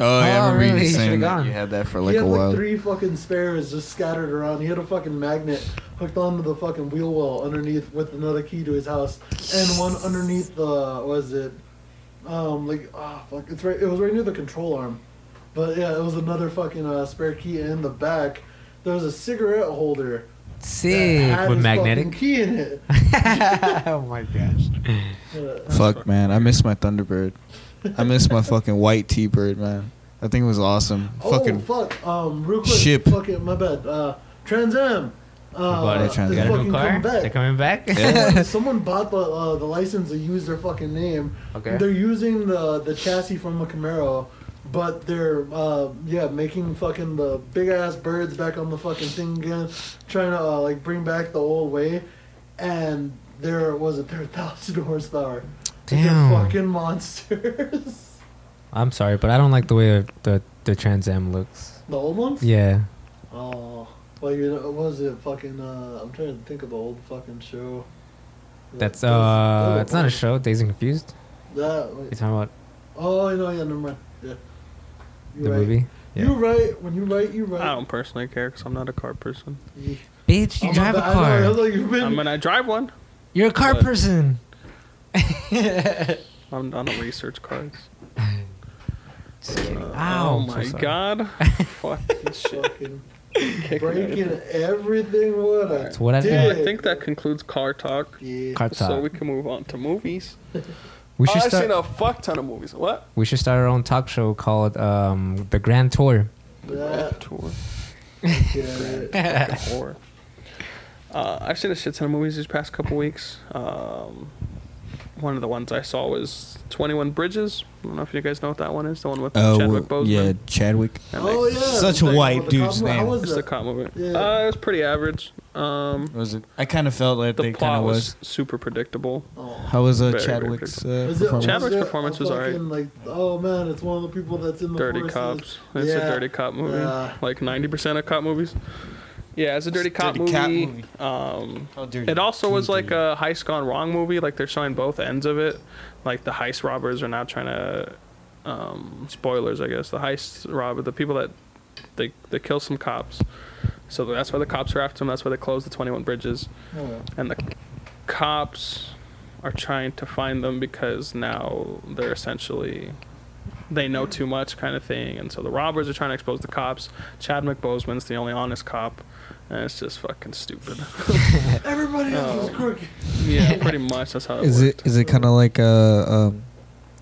Speaker 2: Oh, yeah,
Speaker 3: Oh,
Speaker 2: I remember
Speaker 3: really?
Speaker 2: you
Speaker 3: You
Speaker 2: saying
Speaker 3: should've
Speaker 2: that
Speaker 3: gone.
Speaker 2: you had that for
Speaker 4: he
Speaker 2: like a
Speaker 4: had
Speaker 2: while.
Speaker 4: like three fucking spares just scattered around. He had a fucking magnet hooked onto the fucking wheel well underneath with another key to his house, and one underneath the what was it, um, like ah fuck, it's right. It was right near the control arm, but yeah, it was another fucking uh, spare key and in the back. There was a cigarette holder that
Speaker 3: Sick.
Speaker 4: had
Speaker 3: With
Speaker 4: his
Speaker 3: magnetic.
Speaker 4: fucking key in it. Uh,
Speaker 3: oh my gosh.
Speaker 4: Yeah.
Speaker 2: Fuck, man, I miss my Thunderbird. I miss my fucking white T Bird, man. That thing was awesome.
Speaker 4: oh
Speaker 2: fucking
Speaker 4: fuck, um, real quick,
Speaker 2: ship.
Speaker 4: fucking my bad, uh, Trans Am.
Speaker 3: Bought
Speaker 4: Uh,
Speaker 2: it,
Speaker 4: is
Speaker 2: Trans Am.
Speaker 3: You got a
Speaker 4: fucking
Speaker 3: new car?
Speaker 4: coming back.
Speaker 3: They're coming back?
Speaker 4: someone, someone bought the uh, the license to use their fucking name.
Speaker 3: Okay.
Speaker 4: They're using the the chassis from a Camaro, but they're uh, yeah making fucking the big ass birds back on the fucking thing again, trying to uh, like bring back the old way, and there was it their thousand horsepower. Like,
Speaker 3: Damn.
Speaker 4: They're fucking monsters.
Speaker 3: I'm sorry, but I don't like the way the, the, the Trans Am looks.
Speaker 4: the old ones.
Speaker 3: Yeah.
Speaker 4: Oh. Well, you know, what was it fucking? Uh, I'm trying to think of the old fucking show.
Speaker 3: That's
Speaker 4: That- those
Speaker 3: uh,
Speaker 4: old
Speaker 3: it's not a
Speaker 4: ones.
Speaker 3: show. Days and Confused.
Speaker 4: That, wait,
Speaker 3: You talking about
Speaker 4: Oh, I know. Yeah, never mind. Yeah. You
Speaker 3: the
Speaker 4: right.
Speaker 3: movie?
Speaker 4: You right. When you right, you right.
Speaker 1: I don't personally care because I'm not a car person.
Speaker 4: Yeah.
Speaker 3: Bitch, you
Speaker 4: I'm
Speaker 3: drive a
Speaker 4: ba- Oh, I know, I was
Speaker 3: car.
Speaker 4: like, you've been.
Speaker 1: I mean, I drive one.
Speaker 3: You're a car
Speaker 1: What?
Speaker 3: person.
Speaker 1: I'm on a research cars.
Speaker 3: Just kidding.
Speaker 1: Uh,
Speaker 3: Ow,
Speaker 1: oh
Speaker 3: I'm so
Speaker 1: my
Speaker 3: sorry.
Speaker 1: god. Fuck this shit.
Speaker 4: fucking
Speaker 1: Kicking
Speaker 4: breaking
Speaker 1: it.
Speaker 4: everything what I
Speaker 3: That's what I
Speaker 4: did.
Speaker 1: Well, I
Speaker 3: think.
Speaker 1: think that concludes car talk.
Speaker 4: Yeah.
Speaker 3: Car
Speaker 1: So
Speaker 3: talk.
Speaker 1: we can move on to movies.
Speaker 3: We should
Speaker 1: Oh, I've
Speaker 3: start.
Speaker 1: seen a fuck ton of movies. What?
Speaker 3: We should start our own talk show called um, the Grand Tour.
Speaker 4: That,
Speaker 1: Tour.
Speaker 4: yeah,
Speaker 1: Fucking horror. Uh, I've seen a shit ton of movies these past couple weeks. Um, one of the ones I saw was Twenty One Bridges. I don't know if you guys know what that one is. The one with
Speaker 2: Oh,
Speaker 1: Chadwick Boseman.
Speaker 2: yeah, Chadwick.
Speaker 1: And
Speaker 4: Oh
Speaker 1: they-
Speaker 4: yeah.
Speaker 2: Such a
Speaker 4: Like,
Speaker 2: white
Speaker 4: the
Speaker 2: dude's
Speaker 4: cop-
Speaker 2: name.
Speaker 4: How was
Speaker 1: It's a
Speaker 4: that?
Speaker 1: cop movie.
Speaker 4: Yeah.
Speaker 1: Uh, it was pretty average. Um,
Speaker 2: Was it? I kind of felt like
Speaker 1: the
Speaker 2: they kind
Speaker 1: plot
Speaker 2: of
Speaker 1: was
Speaker 2: was.
Speaker 1: super predictable.
Speaker 4: Oh.
Speaker 2: How was uh,
Speaker 1: Very, very
Speaker 2: Chadwick's uh,
Speaker 4: Was it-
Speaker 2: performance?
Speaker 1: Chadwick's
Speaker 4: was it
Speaker 1: performance
Speaker 4: a
Speaker 1: was alright.
Speaker 4: fucking, Like, oh man, it's one of the people that's in the
Speaker 1: Dirty
Speaker 4: forces.
Speaker 1: cops. It's
Speaker 4: yeah.
Speaker 1: a dirty cop movie.
Speaker 4: Yeah.
Speaker 1: Like ninety percent of cop movies. Yeah, it's a dirty,
Speaker 2: It's a
Speaker 1: cop,
Speaker 2: dirty
Speaker 1: movie.
Speaker 2: cop
Speaker 1: Um,
Speaker 2: How dirty.
Speaker 1: it also was
Speaker 2: Too
Speaker 1: like
Speaker 2: dirty.
Speaker 1: a heist gone wrong movie. Like they're showing both ends of it. Like the heist robbers are now trying to. Um, spoilers, I guess. The heist robber, the people that they they kill some cops. So that's why the cops are after them. That's why they close the twenty one bridges.
Speaker 4: Oh,
Speaker 1: and the cops are trying to find them because now they're essentially they know too much kind of thing. And so the robbers are trying to expose the cops. Chad McBoseman's the only honest cop. And it's just fucking stupid.
Speaker 4: Everybody else is
Speaker 1: Oh.
Speaker 4: crooked.
Speaker 1: yeah, pretty much. That's how it
Speaker 6: Is
Speaker 1: worked.
Speaker 6: it is it kind of like uh um,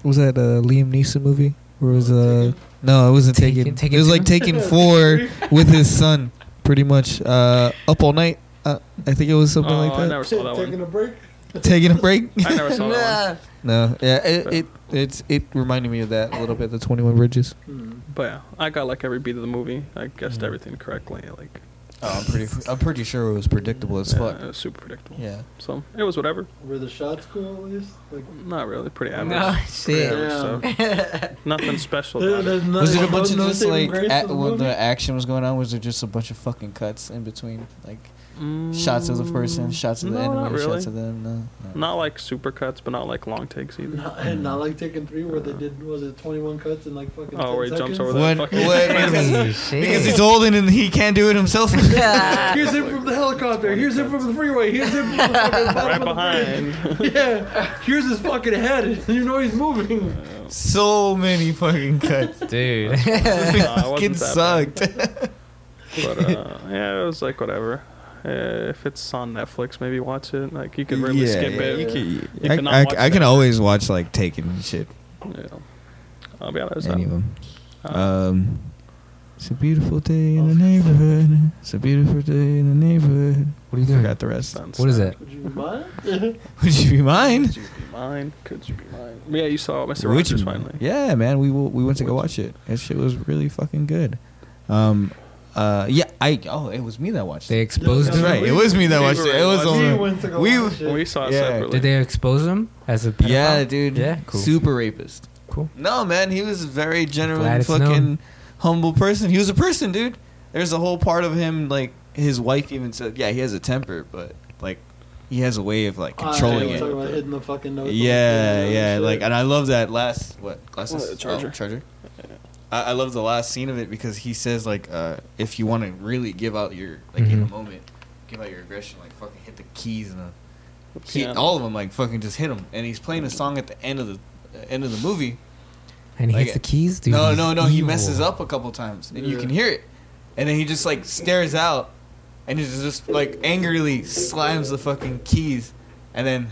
Speaker 6: what was that uh Liam Neeson movie? Where it was uh no, it wasn't
Speaker 3: Taken-
Speaker 6: taken.
Speaker 3: Taken
Speaker 6: it was
Speaker 3: two?
Speaker 6: like Taken Four with his son, pretty much. Uh, up all night. Uh, I think it was something
Speaker 1: oh,
Speaker 6: like
Speaker 1: I
Speaker 6: that.
Speaker 1: never saw that
Speaker 4: Taking
Speaker 1: one.
Speaker 4: a break.
Speaker 6: Taking a break.
Speaker 1: I never saw that one.
Speaker 6: no, yeah, it, it it's it reminded me of that a little bit. The Twenty One Bridges.
Speaker 4: Hmm.
Speaker 1: But yeah, I got like every beat of the movie. I
Speaker 2: Mm.
Speaker 1: guessed everything correctly. Like,
Speaker 2: Oh, I'm pretty. I'm pretty sure it was predictable as
Speaker 1: yeah,
Speaker 2: fuck.
Speaker 1: it was super predictable.
Speaker 2: Yeah.
Speaker 1: So it was whatever.
Speaker 4: Were the shots cool at least? Like,
Speaker 1: Not really. Pretty average.
Speaker 3: No
Speaker 1: Pretty
Speaker 3: shit.
Speaker 1: average
Speaker 4: Yeah.
Speaker 1: stuff. Nothing special
Speaker 4: there-
Speaker 1: about it.
Speaker 4: there's no-
Speaker 2: Was it a
Speaker 4: no-
Speaker 2: bunch of
Speaker 4: no
Speaker 2: just
Speaker 4: saving
Speaker 2: like
Speaker 4: grace
Speaker 2: at,
Speaker 4: to the
Speaker 2: when
Speaker 4: movie?
Speaker 2: the action was going on? Was there just a bunch of fucking cuts in between, like shots of the person,
Speaker 1: Mm,
Speaker 2: shots of the
Speaker 1: no,
Speaker 2: enemy,
Speaker 1: not really.
Speaker 2: shots of them? No, no.
Speaker 1: Not like super cuts, but not like long takes either.
Speaker 4: Not, and not like Taken Three, where they did was it 21 cuts in like fucking.
Speaker 1: Oh,
Speaker 4: 10
Speaker 1: where he jumps
Speaker 4: seconds?
Speaker 1: over the
Speaker 2: When-
Speaker 1: fucking.
Speaker 2: when-
Speaker 3: Holy
Speaker 2: Because
Speaker 3: shit.
Speaker 2: he's old and he can't do it himself.
Speaker 4: Ah, Here's him from the helicopter. Here's him from the freeway. Here's him from the fucking bottom
Speaker 1: right
Speaker 4: of the
Speaker 1: behind.
Speaker 4: bridge. Yeah, here's his fucking head. You know he's moving.
Speaker 2: so many fucking cuts.
Speaker 3: Dude.
Speaker 1: Nah, it
Speaker 2: Fucking
Speaker 1: wasn't that bad.
Speaker 2: sucked.
Speaker 1: But uh, yeah, it was like whatever. Uh, if it's on Netflix, maybe watch it. Like you could really skip it.
Speaker 2: You can,
Speaker 1: You
Speaker 2: I,
Speaker 1: cannot
Speaker 2: I-
Speaker 1: watch
Speaker 2: I can
Speaker 1: that.
Speaker 2: always watch like Taken and shit.
Speaker 1: Yeah. I'll be honest.
Speaker 2: Any of
Speaker 1: Anyway.
Speaker 2: them.
Speaker 1: Uh,
Speaker 2: Um, it's a beautiful day in the neighborhood. It's a beautiful day in the neighborhood.
Speaker 3: What are you doing?
Speaker 2: Forgot the rest.
Speaker 3: What is it?
Speaker 4: Would you mind?
Speaker 2: Would you be mine?
Speaker 1: Could you be mine? Could you be
Speaker 4: Ah,
Speaker 1: mine? Yeah, you saw Mr.
Speaker 2: Would you
Speaker 1: Rogers
Speaker 2: be
Speaker 1: finally.
Speaker 2: mine? Yeah, man. We will, we went to go watch it. That shit was really fucking good. Um, uh, yeah. I oh, it was me that watched
Speaker 3: They
Speaker 2: it.
Speaker 3: exposed
Speaker 2: That's
Speaker 4: Yeah,
Speaker 3: him.
Speaker 4: that's
Speaker 2: right. It was me that
Speaker 1: We
Speaker 2: watched
Speaker 1: were
Speaker 2: it. It was
Speaker 1: watching-
Speaker 4: He
Speaker 2: on.
Speaker 4: went to go
Speaker 2: we-
Speaker 4: watch it.
Speaker 1: We saw it
Speaker 2: Yeah.
Speaker 1: separately.
Speaker 3: Did they expose him as a pedophile?
Speaker 2: Yeah, dude.
Speaker 3: Yeah, cool.
Speaker 2: Super rapist.
Speaker 3: Cool.
Speaker 2: No, man, he was a very
Speaker 3: Glad
Speaker 2: genuine,
Speaker 3: it's
Speaker 2: fucking
Speaker 3: known.
Speaker 2: humble person. He was a person, dude. There's a whole part of him, like his wife even said, yeah, he has a temper, but like he has a way of like
Speaker 4: Ah,
Speaker 2: controlling
Speaker 4: yeah,
Speaker 2: it.
Speaker 4: talking about hitting the fucking notes on the
Speaker 2: yeah,
Speaker 4: piano
Speaker 2: yeah,
Speaker 4: and
Speaker 2: like,
Speaker 4: shit.
Speaker 2: and I love that last what glasses
Speaker 1: Oh, the charger.
Speaker 2: Oh, charger. I, I love the last scene of it because he says like, uh, if you want to really give out your like in a
Speaker 3: Mhm.
Speaker 2: moment, give out your aggression, like fucking hit the keys and. uh, he,
Speaker 1: Yeah.
Speaker 2: all of them like fucking just hit him and he's playing a song at the end of the uh, end of the movie
Speaker 3: And he
Speaker 2: Like
Speaker 3: hits
Speaker 2: it.
Speaker 3: the keys, dude.
Speaker 2: no
Speaker 3: he's
Speaker 2: no no he
Speaker 3: evil.
Speaker 2: messes up a couple times and you
Speaker 4: Yeah.
Speaker 2: can hear it and then he just like stares out and he's just like angrily slams the fucking keys and then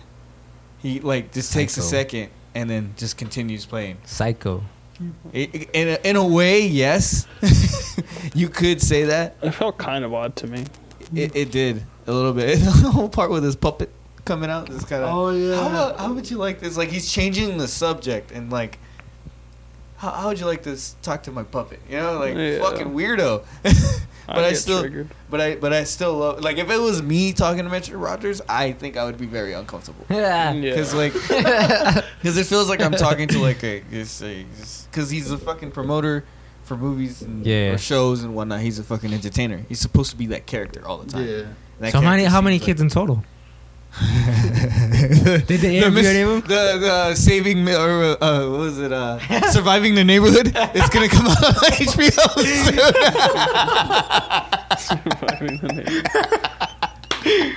Speaker 2: he like just takes a
Speaker 3: Psycho.
Speaker 2: second and then just continues playing
Speaker 3: Psycho.
Speaker 2: I- I- in a, in a way yes you could say that
Speaker 1: It felt kind of odd to me.
Speaker 2: it, it did a little bit the whole part with his puppet coming out just kind of
Speaker 4: Oh yeah.
Speaker 2: How, about, how would you like this? Like he's changing the subject and like, how, how would you like this? Talk to my puppet, you know, like
Speaker 1: Yeah.
Speaker 2: fucking weirdo. but
Speaker 1: I'd
Speaker 2: I
Speaker 1: get
Speaker 2: still,
Speaker 1: triggered.
Speaker 2: but I, but I still love. Like if it was me talking to Mitchell Rogers, I think I would be very uncomfortable.
Speaker 3: Yeah.
Speaker 1: Yeah.
Speaker 2: Cause like, cause it feels like I'm talking to like a, this- a- this- cause he's a fucking promoter for movies and
Speaker 3: Yeah.
Speaker 2: or shows and whatnot. He's a fucking entertainer. He's supposed to be that character all the time.
Speaker 4: Yeah.
Speaker 2: That
Speaker 3: So how many,
Speaker 2: character
Speaker 3: how many
Speaker 2: seems like-
Speaker 3: kids in total?
Speaker 2: Did
Speaker 3: they interview any of 'em?
Speaker 2: The, the saving Mi- or uh, uh, what was it? Uh, surviving the neighborhood. It's gonna come out on HBO soon.
Speaker 1: I mean, the name.
Speaker 2: Uh,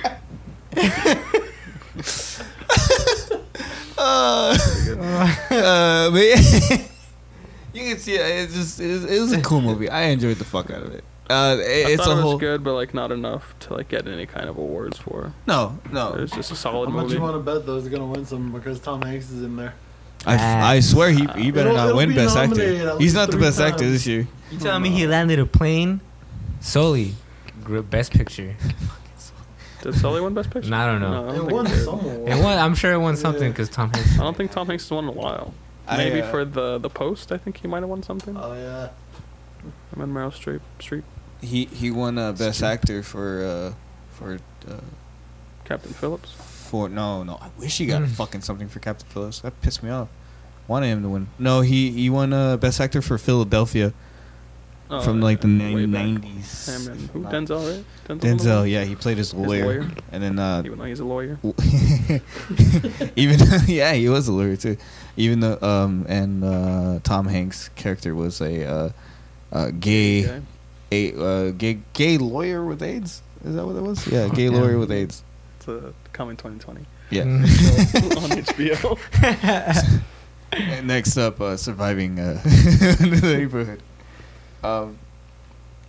Speaker 2: uh, but yeah, you can see it. It's just it was, it was a cool movie. I enjoyed the fuck out of it. Uh, it-
Speaker 1: I
Speaker 2: it's
Speaker 1: thought
Speaker 2: a
Speaker 1: it was
Speaker 2: whole
Speaker 1: good, but like not enough to like get any kind of awards for.
Speaker 2: no
Speaker 1: It
Speaker 2: no.
Speaker 1: was just a
Speaker 4: How
Speaker 1: solid
Speaker 4: much
Speaker 1: movie.
Speaker 4: you want to bet those are gonna win some because Tom Hanks is in there?
Speaker 2: I, I swear he he better
Speaker 4: It'll-
Speaker 2: not
Speaker 4: it'll
Speaker 2: win
Speaker 4: be
Speaker 2: best
Speaker 4: nominated
Speaker 2: actor.
Speaker 4: at
Speaker 2: He's
Speaker 4: least
Speaker 2: not the
Speaker 4: three
Speaker 2: best actor
Speaker 4: times.
Speaker 2: this year.
Speaker 3: You telling me
Speaker 1: Uh,
Speaker 3: he landed a plane? Solely. Gr- Best picture.
Speaker 1: Did Sully win Best Picture?
Speaker 3: No, I don't know.
Speaker 1: No, I,
Speaker 4: It
Speaker 1: don't
Speaker 4: won
Speaker 1: think he did.
Speaker 4: some award.
Speaker 3: It won, I'm sure it won something
Speaker 4: Yeah.
Speaker 3: because Tom Hanks.
Speaker 1: I don't think Tom Hanks has won in a while.
Speaker 2: I,
Speaker 1: Maybe
Speaker 2: uh,
Speaker 1: for the the post, I think he might have won something.
Speaker 4: Oh yeah.
Speaker 1: I'm in Meryl Streep. Streep,
Speaker 2: He he won uh, best actor for uh, for. Uh,
Speaker 1: Captain Phillips.
Speaker 2: for no no I wish he
Speaker 4: Hmm.
Speaker 2: got
Speaker 3: Mm.
Speaker 2: fucking something for Captain Phillips that pissed me off wanted him to win no he he won uh, best actor for Philadelphia
Speaker 1: Oh,
Speaker 2: from like the
Speaker 1: yeah, way
Speaker 2: nin-
Speaker 1: back.
Speaker 2: 90s
Speaker 1: Him and who? Denzel, right? won the
Speaker 2: Denzel
Speaker 1: one?
Speaker 2: yeah he played his lawyer,
Speaker 1: lawyer.
Speaker 2: and then uh
Speaker 1: Even though he's a lawyer.
Speaker 2: even yeah he was a lawyer too even though um and uh Tom Hanks character was a uh, uh gay
Speaker 1: Okay.
Speaker 2: a uh, gay gay lawyer with AIDS is that what it was yeah
Speaker 3: Fuck
Speaker 2: gay
Speaker 3: yeah.
Speaker 2: lawyer with AIDS
Speaker 1: It's uh, coming 2020
Speaker 2: yeah
Speaker 3: Mm.
Speaker 1: on HBO.
Speaker 2: And next up, uh, surviving uh, the neighborhood. Um,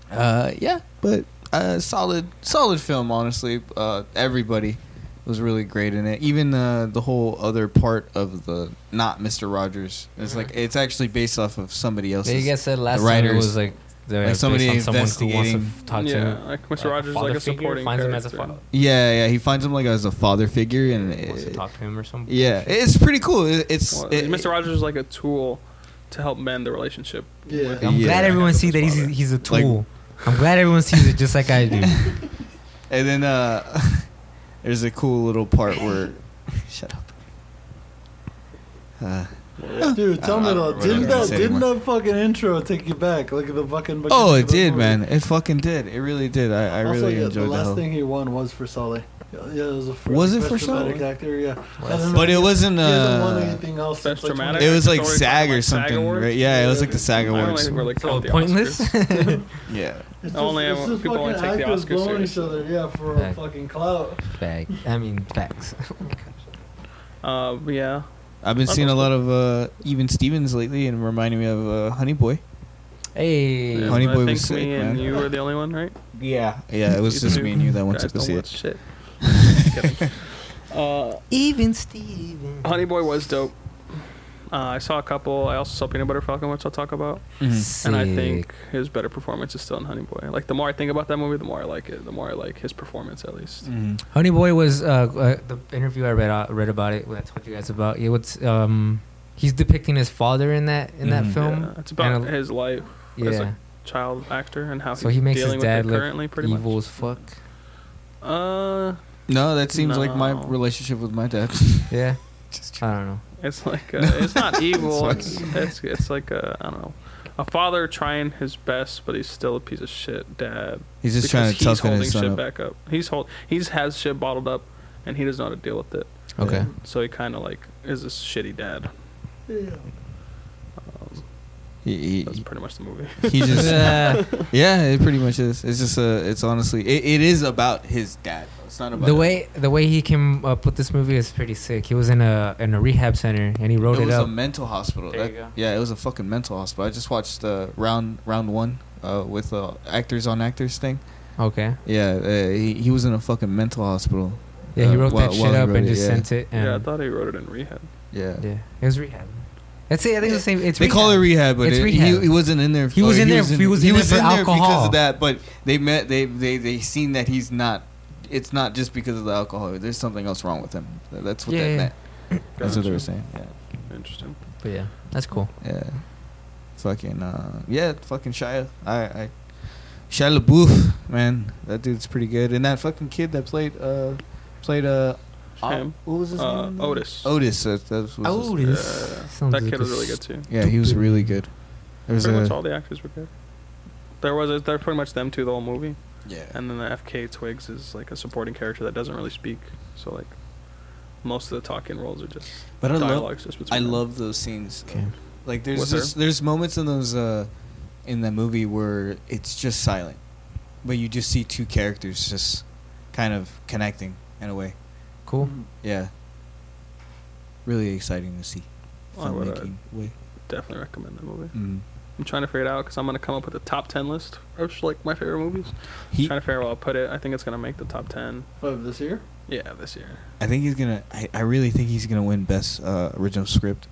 Speaker 2: uh, yeah, but uh, solid, solid film. Honestly, uh, everybody was really great in it. Even uh, the whole other part of the not Mister Rogers. It's
Speaker 4: Mm-hmm.
Speaker 2: like it's actually based off of somebody else's.
Speaker 3: Yeah, you guys said last
Speaker 2: the
Speaker 3: time it
Speaker 2: writers-
Speaker 3: was like, the-
Speaker 2: like
Speaker 3: based
Speaker 2: somebody
Speaker 3: on someone who wants to
Speaker 2: investigating-
Speaker 3: f- talk
Speaker 1: yeah,
Speaker 3: to.
Speaker 1: like Mr.
Speaker 3: a
Speaker 1: Rogers is
Speaker 3: father
Speaker 1: like a
Speaker 3: figure,
Speaker 1: supporting
Speaker 3: finds him as a
Speaker 1: character.
Speaker 3: father.
Speaker 2: yeah, yeah. He finds him like as a father figure, and
Speaker 3: wants to
Speaker 2: it-
Speaker 3: talk to him or something.
Speaker 2: yeah, it's pretty cool. It, it's
Speaker 1: Well,
Speaker 2: it-
Speaker 1: Mr. Rogers is like a tool to help mend the relationship.
Speaker 4: Yeah.
Speaker 3: I'm
Speaker 2: Yeah.
Speaker 3: glad everyone sees that he's
Speaker 1: Father.
Speaker 3: he's a
Speaker 2: Like-
Speaker 3: tool. I'm glad everyone sees it just like I do.
Speaker 2: And then uh, there's a cool little part where. Shut up. Uh,
Speaker 4: Dude, tell me
Speaker 2: I don't remember
Speaker 4: though,
Speaker 2: what
Speaker 4: didn't
Speaker 2: I'm gonna
Speaker 4: that
Speaker 2: say
Speaker 4: didn't
Speaker 2: anymore.
Speaker 4: that fucking intro take you back? Like the fucking.
Speaker 2: oh,
Speaker 4: beginning
Speaker 2: it
Speaker 4: of the
Speaker 2: did,
Speaker 4: movie?
Speaker 2: man. It fucking did. It really did. I, I
Speaker 4: also,
Speaker 2: really
Speaker 4: yeah,
Speaker 2: enjoyed the
Speaker 4: the last
Speaker 2: hell.
Speaker 4: thing he won was for Sully. Yeah, yeah, it was a
Speaker 2: Was it for
Speaker 4: best dramatic
Speaker 2: Sully?
Speaker 4: Actor, yeah.
Speaker 2: But it wasn't.
Speaker 4: He hasn't won
Speaker 2: Uh,
Speaker 4: anything
Speaker 1: Best
Speaker 4: else. since, like,
Speaker 1: dramatic?
Speaker 2: it was like
Speaker 1: Don't worry,
Speaker 2: SAG
Speaker 1: like
Speaker 2: or
Speaker 1: SAG
Speaker 2: something,
Speaker 1: Awards?
Speaker 2: right? Yeah, it was like the SAG
Speaker 1: I don't
Speaker 2: Awards.
Speaker 1: think we're like
Speaker 3: so
Speaker 1: count the
Speaker 3: Oh, pointless.
Speaker 1: Oscars.
Speaker 2: Yeah.
Speaker 4: It's
Speaker 1: Only
Speaker 4: just, it's
Speaker 1: everyone-
Speaker 4: just
Speaker 1: people only
Speaker 4: fucking
Speaker 1: take the
Speaker 4: actors
Speaker 1: Oscars
Speaker 4: blowing each
Speaker 1: seriously.
Speaker 4: other, yeah, for
Speaker 3: Yeah.
Speaker 4: fucking clout.
Speaker 3: Bag. I mean, facts.
Speaker 1: Uh, but yeah,
Speaker 2: I've been
Speaker 1: That
Speaker 2: seeing a
Speaker 1: was
Speaker 2: lot of uh, even Stevens lately, and reminding me of uh, Honey Boy.
Speaker 3: Hey.
Speaker 1: Yeah,
Speaker 2: Honey
Speaker 1: but I
Speaker 2: Boy
Speaker 1: think
Speaker 2: was sick,
Speaker 1: me
Speaker 2: man.
Speaker 1: and you were the only one, right?
Speaker 2: Yeah. Yeah, it was
Speaker 1: You
Speaker 2: just
Speaker 1: two
Speaker 2: me and you that went to
Speaker 1: guys
Speaker 2: go
Speaker 1: don't
Speaker 2: see
Speaker 1: watch Shit.
Speaker 2: it.
Speaker 1: Kidding. uh,
Speaker 3: Even Steven.
Speaker 1: Honey Boy was dope. Uh, I saw a couple. I also saw Peanut Butter Falcon, which I'll talk about. And I think his better performance is still in Honey Boy. Like the more I think about that movie, the more I like it. The more I like his performance, at least.
Speaker 2: Mhm.
Speaker 3: Honey Boy was uh, uh, the interview I read uh, read about it. What I told you guys about it was um, he's depicting his father in that in that
Speaker 2: Mhm.
Speaker 3: film.
Speaker 1: Yeah, it's about
Speaker 3: And, uh,
Speaker 1: his life, it's
Speaker 3: yeah.
Speaker 1: a child actor, and how
Speaker 3: So
Speaker 1: he's
Speaker 3: he makes his
Speaker 1: dealing
Speaker 3: dad
Speaker 1: with it
Speaker 3: look
Speaker 1: currently, pretty
Speaker 3: Evil as fuck.
Speaker 1: much. Uh,
Speaker 2: No, that seems like my
Speaker 1: No.
Speaker 2: relationship with my dad.
Speaker 3: Yeah. I don't know.
Speaker 1: It's like uh, it's not evil.
Speaker 2: Sorry.
Speaker 1: it's, it's it's like uh, I I don't know, a father trying his best, but he's still a piece of shit dad.
Speaker 2: He's just
Speaker 1: because
Speaker 2: trying to
Speaker 1: he's
Speaker 2: toughen
Speaker 1: holding
Speaker 2: his
Speaker 1: shit
Speaker 2: son up.
Speaker 1: back up. He's hold he's has shit bottled up, and he doesn't know how to deal with it.
Speaker 3: Okay.
Speaker 1: So he kind of like is a shitty dad.
Speaker 4: Yeah.
Speaker 2: He-
Speaker 1: That's
Speaker 2: he-
Speaker 1: pretty much the movie.
Speaker 2: he just
Speaker 3: Uh,
Speaker 2: Yeah, it pretty much is. It's just uh, it's honestly, it, it is about his dad. It's not about
Speaker 3: the way the way he came up with this movie is pretty sick. He was in a in a rehab center and he
Speaker 2: It
Speaker 3: wrote it,
Speaker 2: was
Speaker 3: up.
Speaker 2: a mental hospital.
Speaker 3: There you
Speaker 2: That-
Speaker 3: go.
Speaker 2: Yeah, it was a fucking mental hospital. I just watched uh, round round one uh, with uh, actors on actors thing.
Speaker 3: okay.
Speaker 2: Yeah, uh, he he was in a fucking mental hospital.
Speaker 3: Yeah, he
Speaker 2: Uh,
Speaker 3: wrote
Speaker 2: while-
Speaker 3: that
Speaker 2: while
Speaker 3: shit
Speaker 2: he
Speaker 3: up
Speaker 2: wrote
Speaker 3: and
Speaker 2: it,
Speaker 3: just
Speaker 2: yeah.
Speaker 3: sent it. And
Speaker 1: yeah, I thought he wrote it in rehab.
Speaker 2: Yeah,
Speaker 3: yeah. It was rehab. That's it. I think it's the same. It's
Speaker 2: they call it rehab,
Speaker 3: rehab.
Speaker 2: but
Speaker 3: It's
Speaker 2: it-
Speaker 3: rehab.
Speaker 2: He, he wasn't in there.
Speaker 3: He
Speaker 2: or
Speaker 3: was in there- he was in there for
Speaker 2: because
Speaker 3: alcohol.
Speaker 2: of that. But they met. They they they seen that he's not. It's not just because of the alcohol. There's something else wrong with him. That's what
Speaker 3: Yeah,
Speaker 2: they
Speaker 3: yeah.
Speaker 2: meant. That's what they were
Speaker 1: Gotcha.
Speaker 2: saying. Yeah.
Speaker 1: Interesting.
Speaker 3: But yeah, that's cool.
Speaker 2: Yeah. Fucking uh yeah, fucking Shia. I I Shia LaBeouf, man. That dude's pretty good. And that fucking kid that played uh played uh
Speaker 1: Him.
Speaker 2: what was his
Speaker 1: Uh,
Speaker 2: name?
Speaker 1: Otis.
Speaker 2: Otis. That, that was his-
Speaker 1: Uh, that kid was really good too.
Speaker 2: yeah, he was
Speaker 3: Stupid.
Speaker 2: really good. There was uh,
Speaker 1: Pretty much
Speaker 2: a-
Speaker 1: all the actors were good. There was a, they're pretty much them two the whole movie.
Speaker 2: yeah.
Speaker 1: And then the FK Twigs is like a supporting character that doesn't really speak. So like most of the talking roles are just
Speaker 2: But I love
Speaker 1: dialogues just between
Speaker 2: I
Speaker 1: them.
Speaker 2: love those scenes.
Speaker 3: Okay.
Speaker 2: Like there's
Speaker 1: With
Speaker 2: just, there's moments in those uh in the movie where it's just silent. But you just see two characters just kind of connecting in a way.
Speaker 3: Cool.
Speaker 2: Yeah. Really exciting to see.
Speaker 1: I would, uh,
Speaker 2: Filmmaking way.
Speaker 1: definitely recommend that movie.
Speaker 2: Mm.
Speaker 1: I'm trying to figure it out because I'm gonna come up with a top ten list of sh- like my favorite movies.
Speaker 2: He,
Speaker 1: trying to figure out where I'll put it. I think it's gonna make the top ten.
Speaker 4: Of this year?
Speaker 1: Yeah, this year
Speaker 2: I think he's gonna. I, I really think he's gonna win best uh, original script.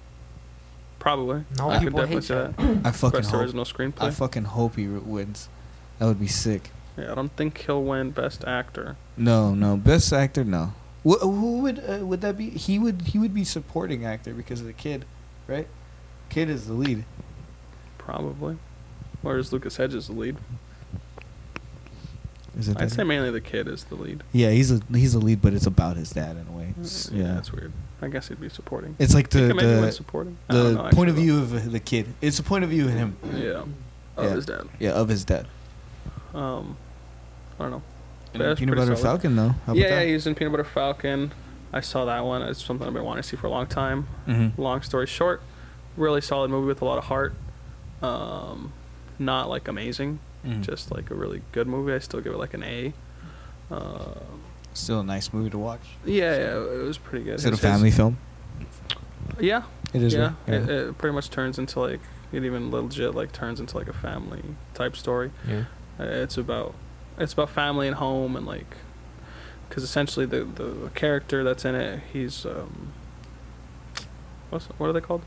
Speaker 1: probably.
Speaker 3: No,
Speaker 1: I could
Speaker 3: people
Speaker 1: definitely
Speaker 3: hate
Speaker 1: say
Speaker 3: that.
Speaker 1: that.
Speaker 2: I fucking
Speaker 1: Hmm. Best
Speaker 2: hope.
Speaker 1: original screenplay.
Speaker 2: I fucking hope he r- wins. That would be sick.
Speaker 1: yeah, I don't think he'll win best actor.
Speaker 2: No, no, best actor, no. Wh- who would uh, would that be? He would he would be supporting actor because of the kid, right? Kid is the lead.
Speaker 1: Probably. Or is Lucas Hedges the lead?
Speaker 2: Is it?
Speaker 1: I'd say mainly the kid is the lead.
Speaker 2: yeah, he's a he's the lead, but it's about his dad in a way. It's-
Speaker 1: Mm. yeah,
Speaker 2: yeah,
Speaker 1: that's weird. I guess he'd be supporting.
Speaker 2: it's like the
Speaker 1: He could maybe win
Speaker 2: the,
Speaker 1: supporting. I don't
Speaker 2: the
Speaker 1: know,
Speaker 2: point of
Speaker 1: actually,
Speaker 2: view of the kid. It's a point of view in him.
Speaker 1: though. Yeah. Oh,
Speaker 2: Yeah.
Speaker 1: his dad.
Speaker 2: Yeah, of his dad.
Speaker 1: Um, I don't know.
Speaker 2: And
Speaker 1: That's
Speaker 2: Peanut
Speaker 1: pretty
Speaker 2: Butter
Speaker 1: solid.
Speaker 2: Falcon, though. How
Speaker 1: yeah,
Speaker 2: about
Speaker 1: yeah,
Speaker 2: that?
Speaker 1: he's in Peanut Butter Falcon. I saw that one. It's something I've been wanting to see for a long time.
Speaker 2: Mhm.
Speaker 1: Long story short, really solid movie with a lot of heart. Um, not like amazing,
Speaker 2: Mhm.
Speaker 1: just like a really good movie. I still give it like an A. Uh,
Speaker 2: Still a nice movie to watch.
Speaker 1: yeah, yeah, it was pretty good.
Speaker 2: Is it a
Speaker 1: His-
Speaker 2: family film?
Speaker 1: Yeah,
Speaker 6: It is.
Speaker 1: yeah,
Speaker 6: real.
Speaker 1: It, it pretty much turns into like it even legit like turns into like a family type story.
Speaker 3: Yeah.
Speaker 1: Uh, It's about it's about family and home and like because essentially the the character that's in it he's um what's what are they called?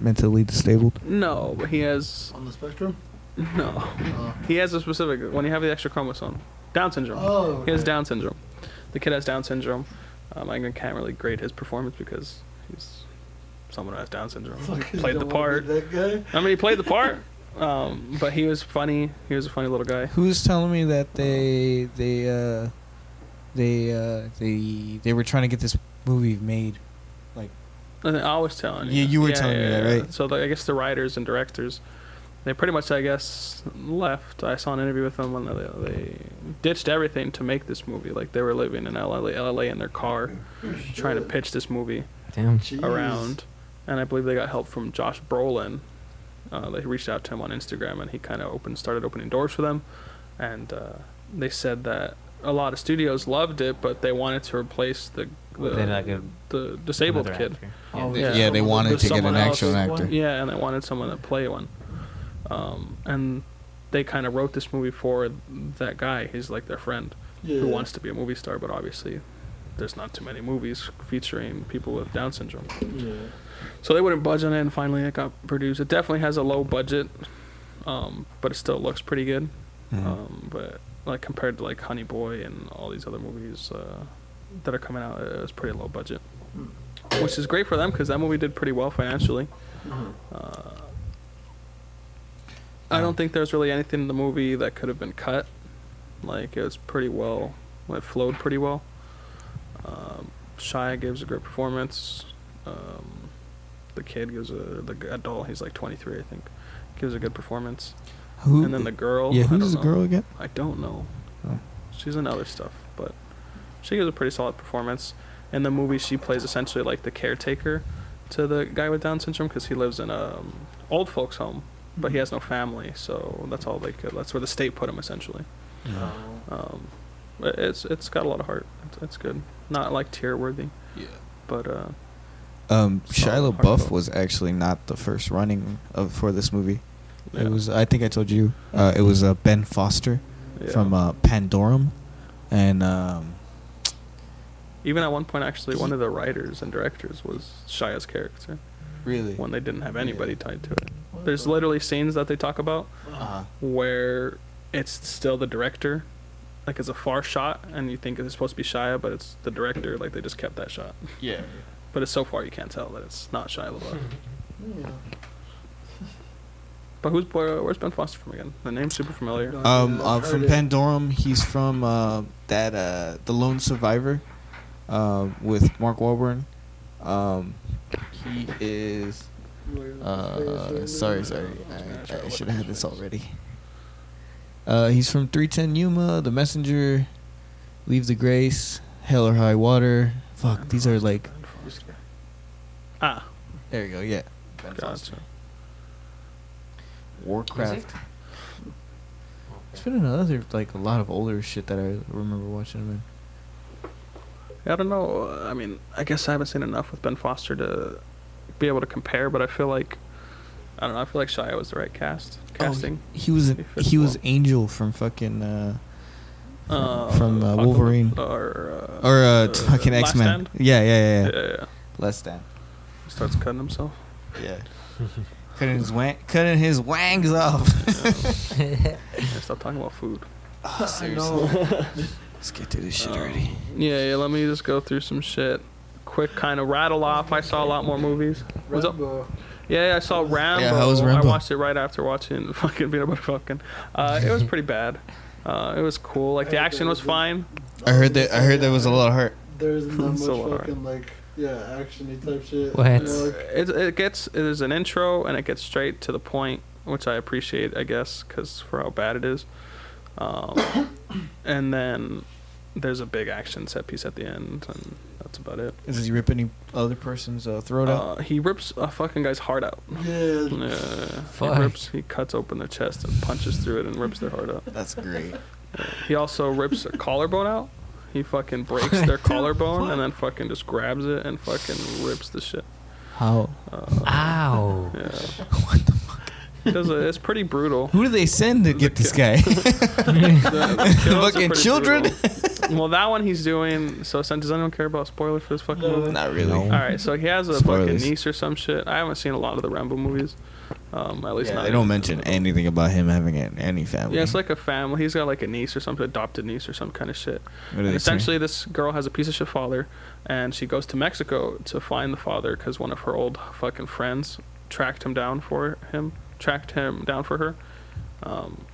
Speaker 6: Mentally disabled.
Speaker 1: No, but he has
Speaker 4: On the spectrum?
Speaker 1: no.
Speaker 4: Oh.
Speaker 1: He has a specific when you have the extra chromosome, Down syndrome.
Speaker 4: Oh,
Speaker 1: He has
Speaker 4: okay.
Speaker 1: Down syndrome. The kid has Down syndrome. Um, I can't really grade his performance because he's someone who has Down syndrome.
Speaker 4: It's like,
Speaker 1: Mm-hmm. played
Speaker 4: you
Speaker 1: the
Speaker 4: don't wanna
Speaker 1: part.
Speaker 4: be That guy.
Speaker 1: I mean, he played the part, um, but he was funny. He was a funny little guy.
Speaker 2: Who's telling me that they they uh they uh they they were trying to get this movie made?
Speaker 1: I think I was telling you.
Speaker 2: Yeah, you were telling me that, right?
Speaker 1: So the, I guess the writers and directors, they pretty much, I guess, left. I saw an interview with them when they, they ditched everything to make this movie. Like they were living in LA, LA in their car, trying to pitch this movie
Speaker 3: Damn.
Speaker 4: Jeez.
Speaker 1: around. And I believe they got help from Josh Brolin. Uh, they reached out to him on Instagram, and he kind of opened, started opening doors for them. And uh, they said that a lot of studios loved it, but they wanted to replace the the,
Speaker 3: Then, like, a-
Speaker 1: the disabled
Speaker 3: Another
Speaker 1: kid.
Speaker 3: actor.
Speaker 4: Oh,
Speaker 1: Yeah.
Speaker 2: Yeah,
Speaker 4: there's
Speaker 2: they
Speaker 4: someone-
Speaker 2: wanted
Speaker 1: there's
Speaker 2: to get an
Speaker 1: someone
Speaker 2: actual
Speaker 4: else.
Speaker 2: actor.
Speaker 1: Yeah, and they wanted someone to play one. Um, and they kind of wrote this movie for that guy. He's like their friend
Speaker 4: Yeah.
Speaker 1: who wants to be a movie star, but obviously there's not too many movies featuring people with Down syndrome.
Speaker 4: Yeah.
Speaker 1: So they wouldn't budge on it, and finally it got produced. It definitely has a low budget, um, but it still looks pretty good.
Speaker 2: Mm-hmm.
Speaker 1: Um, but like compared to like Honey Boy and all these other movies uh, that are coming out, it was pretty low budget, which is great for them because that movie did pretty well financially.
Speaker 4: Mhm.
Speaker 1: Uh, I don't think there's really anything in the movie that could have been cut. Like it was pretty well, it flowed pretty well. Um, Shia gives a great performance. Um, the kid gives a the g- adult. He's like 23, I think. Gives a good performance.
Speaker 6: Who?
Speaker 1: and then the girl.
Speaker 6: yeah,
Speaker 1: I
Speaker 6: who's
Speaker 1: don't
Speaker 6: the
Speaker 1: know.
Speaker 6: girl again?
Speaker 1: I don't know.
Speaker 6: Oh.
Speaker 1: She's in other stuff, but she gives a pretty solid performance. In the movie, she plays essentially like the caretaker to the guy with Down syndrome because he lives in a um, old folks' home, but he
Speaker 2: Mm-hmm.
Speaker 1: has no family, so that's all they could. That's where the state put him essentially.
Speaker 4: Oh.
Speaker 1: Um, it- it's it's got a lot of heart. It's, it's good. Not like tear worthy.
Speaker 2: Yeah.
Speaker 1: But uh,
Speaker 2: Um,
Speaker 1: Solid
Speaker 2: Shia LaBeouf
Speaker 1: hardcore.
Speaker 2: was actually not the first running of for this movie.
Speaker 1: Yeah.
Speaker 2: It was I think I told you uh, it was uh, Ben Foster
Speaker 1: yeah.
Speaker 2: from uh, Pandorum, and um,
Speaker 1: even at one point, actually, one of the writers and directors was Shia's character
Speaker 2: really
Speaker 1: when they didn't have
Speaker 2: Yeah.
Speaker 1: anybody tied to it.
Speaker 4: What
Speaker 1: There's
Speaker 4: the-
Speaker 1: literally scenes that they talk about
Speaker 4: Uh-huh.
Speaker 2: uh,
Speaker 1: where it's still the director. Like it's a far shot, and you think it's supposed to be Shia, but it's the director. Like they just kept that shot,
Speaker 2: yeah.
Speaker 1: but it's so far you can't tell that it's not Shia LaBeouf.
Speaker 4: Yeah.
Speaker 1: But who's where, where's Ben Foster from again? The name's super familiar.
Speaker 4: No.
Speaker 2: Um,
Speaker 4: I've
Speaker 2: uh, from
Speaker 4: heard it.
Speaker 2: Pandorum, he's from uh, that uh, the Lone Survivor, uh, with Mark Wahlberg. Um, he is. Uh, sorry, sorry. I, I should have had this already. Uh, he's from 310 Yuma, The Messenger, Leave the Grace, Hell or High Water. Fuck, these are like.
Speaker 1: Ah,
Speaker 2: There you go, yeah.
Speaker 1: gotcha.
Speaker 2: Warcraft. It's been another, like, a lot of older shit that I remember watching him in.
Speaker 1: I don't know. uh, I mean, I guess I haven't seen enough with Ben Foster to be able to compare, but I feel like I don't know. I feel like Shia was the right cast casting.
Speaker 2: Oh, he was
Speaker 1: He
Speaker 2: an,
Speaker 1: fits
Speaker 2: he was
Speaker 1: well.
Speaker 2: Angel from fucking uh, from,
Speaker 1: Uh,
Speaker 2: from, uh,
Speaker 1: Apocalypse-
Speaker 2: Wolverine
Speaker 1: or uh,
Speaker 2: or uh, fucking
Speaker 1: Last
Speaker 2: X Men.
Speaker 1: Stand?
Speaker 2: Yeah, yeah, yeah,
Speaker 1: Yeah,
Speaker 2: yeah.
Speaker 1: yeah, yeah.
Speaker 2: Less than.
Speaker 1: He starts cutting himself.
Speaker 2: Yeah. cutting his wang, cutting his wangs off.
Speaker 1: Yeah, stop talking about food.
Speaker 2: Oh,
Speaker 4: I
Speaker 2: seriously.
Speaker 4: know.
Speaker 2: Let's get to this shit
Speaker 1: Um,
Speaker 2: already.
Speaker 1: Yeah, yeah. Let me just go through some shit. Quick, kind of rattle off. I saw a lot more movies. What's up?
Speaker 4: Rambo.
Speaker 1: Yeah, yeah, I saw Rambo.
Speaker 2: how was Rambo?
Speaker 1: I watched it right after watching fucking Peanut Butter Falcon. Uh, it was pretty bad. Uh, it was cool. Like the action was fine.
Speaker 2: I heard that. I heard there was a lot of heart.
Speaker 4: There isn't that much
Speaker 1: It's a lot.
Speaker 4: fucking like yeah actiony type shit.
Speaker 3: What?
Speaker 4: You know, like,
Speaker 1: It, it gets there's an intro and it gets straight to the point, which I appreciate, I guess, because for how bad it is. Um, and then there's a big action set piece at the end, and that's about it.
Speaker 2: Does he rip any other person's uh, throat out?
Speaker 1: Uh, he rips a fucking guy's heart out.
Speaker 4: yeah.
Speaker 1: Yeah, he
Speaker 3: Fuck.
Speaker 1: rips. He cuts open their chest and punches through it and rips their heart out.
Speaker 2: That's great.
Speaker 1: He also rips a collarbone out. He fucking breaks their collarbone and then fucking just grabs it and fucking rips the shit.
Speaker 6: How?
Speaker 1: Uh,
Speaker 3: Ow.
Speaker 1: yeah. It was a- it's pretty brutal.
Speaker 2: Who do they send to get this guy?
Speaker 1: The kills are
Speaker 2: Fucking
Speaker 1: pretty
Speaker 2: children?
Speaker 1: brutal. well, that one he's doing. So, sen- does anyone care about spoiler for this fucking
Speaker 4: No.
Speaker 1: movie?
Speaker 2: Not really.
Speaker 1: All right, so he has a
Speaker 2: Spoilers.
Speaker 1: fucking niece or some shit. I haven't seen a lot of the Rambo movies. Um, at least
Speaker 2: Yeah,
Speaker 1: not.
Speaker 2: they don't mention anything about him having an- any family.
Speaker 1: Yeah, it's like a family. He's got like a niece or something, adopted niece or some kind of shit.
Speaker 2: What do
Speaker 1: And
Speaker 2: they say?
Speaker 1: essentially, this girl has a piece of shit father, and she goes to Mexico to find the father because one of her old fucking friends tracked him down for him, tracked him down for her. Um,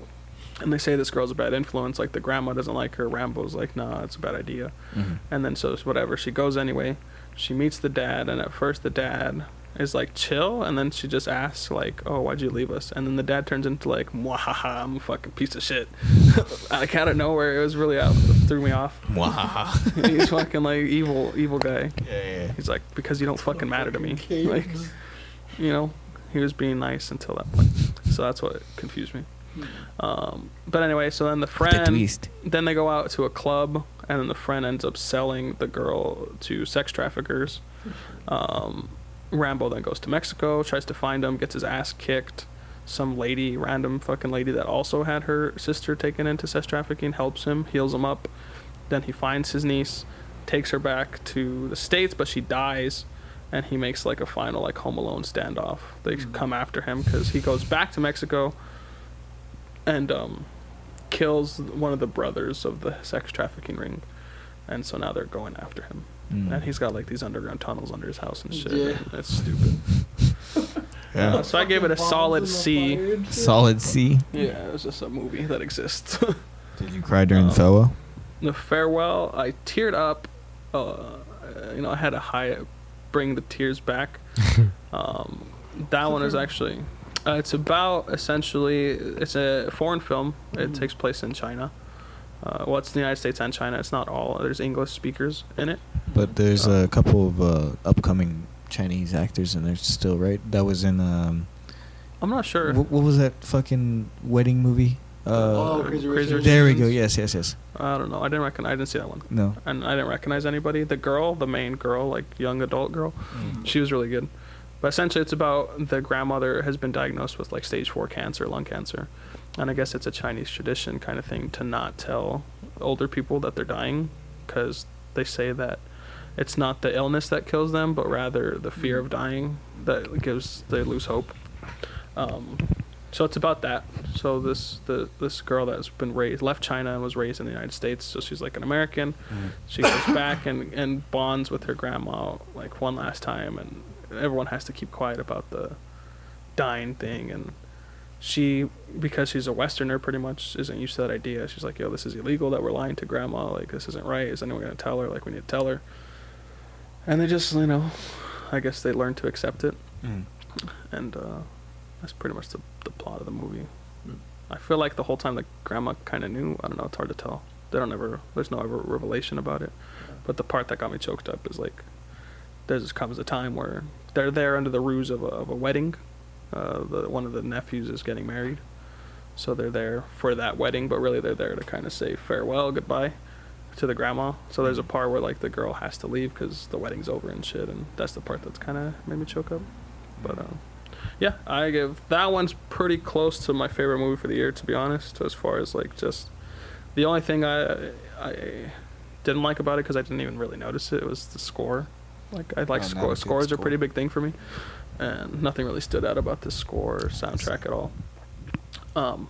Speaker 1: and they say this girl's a bad influence. Like the grandma doesn't like her. Rambo's like, nah, it's a bad idea.
Speaker 2: Mhm.
Speaker 1: And then so it's whatever. She goes anyway. She meets the dad, and at first the dad is like chill, and then she just asks like, "Oh, why'd you leave us?" And then the dad turns into like, "Mwahaha, I'm a fucking piece of shit." like out of nowhere, it was really out threw me off.
Speaker 2: Wow.
Speaker 1: He's fucking like evil, evil guy.
Speaker 2: Yeah,
Speaker 1: He's like, because you don't fucking matter to me.
Speaker 4: Caves.
Speaker 1: Like, you know, he was being nice until that point. So that's what confused me. Um, but anyway, so then the
Speaker 2: yeah.
Speaker 1: friend then they go out to a club and then the friend ends up selling the girl to sex traffickers um, rambo then goes to mexico tries to find him gets his ass kicked some lady random fucking lady that also had her sister taken into sex trafficking helps him heals him up then he finds his niece takes her back to the states but she dies and he makes like a final like home alone standoff they come after him because he goes back to mexico and um, kills one of the brothers of the sex trafficking ring, and so now they're going after him.
Speaker 2: Mm.
Speaker 1: And he's got like these underground tunnels under his house and shit.
Speaker 4: Yeah.
Speaker 1: and It's stupid.
Speaker 2: Yeah.
Speaker 1: Uh, so I gave it a
Speaker 4: Bombs in
Speaker 1: solid
Speaker 4: the
Speaker 1: C.
Speaker 4: fire and shit.
Speaker 2: Solid C.
Speaker 1: Yeah, it was just a movie that exists.
Speaker 2: Did you cry during
Speaker 1: Um,
Speaker 2: the farewell?
Speaker 1: the farewell, I teared up. Uh, you know, I had a high bring the tears back. um, that one is actually. Uh, it's about essentially it's a foreign film. It takes place in China. Uh, well, it's the United States and China. It's not all. There's English speakers in it.
Speaker 2: But there's
Speaker 3: Oh.
Speaker 2: a couple of uh, upcoming Chinese actors in there still, right? That was in um,
Speaker 1: I'm not sure.
Speaker 2: what, what was that fucking wedding movie?
Speaker 4: Oh,
Speaker 2: Uh,
Speaker 4: Crazy
Speaker 1: Crazy
Speaker 4: Rich
Speaker 2: there we
Speaker 4: Asians.
Speaker 2: go. Yes, yes, yes.
Speaker 1: I don't know. I didn't recognize. I didn't see that one,
Speaker 2: No.
Speaker 1: and I didn't recognize anybody. The girl, the main girl, like young adult girl,
Speaker 4: Mm-hmm.
Speaker 1: she was really good. But essentially, it's about the grandmother has been diagnosed with like stage four cancer, lung cancer, and I guess it's a Chinese tradition kind of thing to not tell older people that they're dying, because they say that it's not the illness that kills them, but rather the fear of dying that gives they lose hope. Um, so it's about that. So this the this girl that's been raised left China and was raised in the United States, so she's like an American. She goes back and and bonds with her grandma like one last time, and everyone has to keep quiet about the dying thing. And she, because she's a Westerner, pretty much isn't used to that idea. She's like, "Yo, this is illegal that we're lying to grandma. Like this isn't right. Is anyone gonna tell her? Like we need to tell her." And they just, you know, I guess they learn to accept it and uh, that's pretty much the, the plot of the movie. I feel like the whole time the grandma kind of knew. I don't know. It's hard to tell. They don't ever. There's no ever revelation about it. But the part that got me choked up is like, there just comes a time where they're there under the ruse of a, of a wedding. Uh, the one of the nephews is getting married, so they're there for that wedding. But really, they're there to kind of say farewell, goodbye to the grandma. So there's a
Speaker 2: Mm-hmm.
Speaker 1: part where like the girl has to leave because the wedding's over and shit, and that's the part that's kind of made me choke up. But um, yeah, I give that one's pretty close to my favorite movie for the year, to be honest. As far as like just the only thing I I didn't like about it because I didn't even really notice it was the score. Like I like
Speaker 2: Oh, not a
Speaker 1: score.
Speaker 2: good
Speaker 1: Scores are
Speaker 2: score.
Speaker 1: pretty big thing for me, and nothing really stood out about the score or soundtrack at all. Um,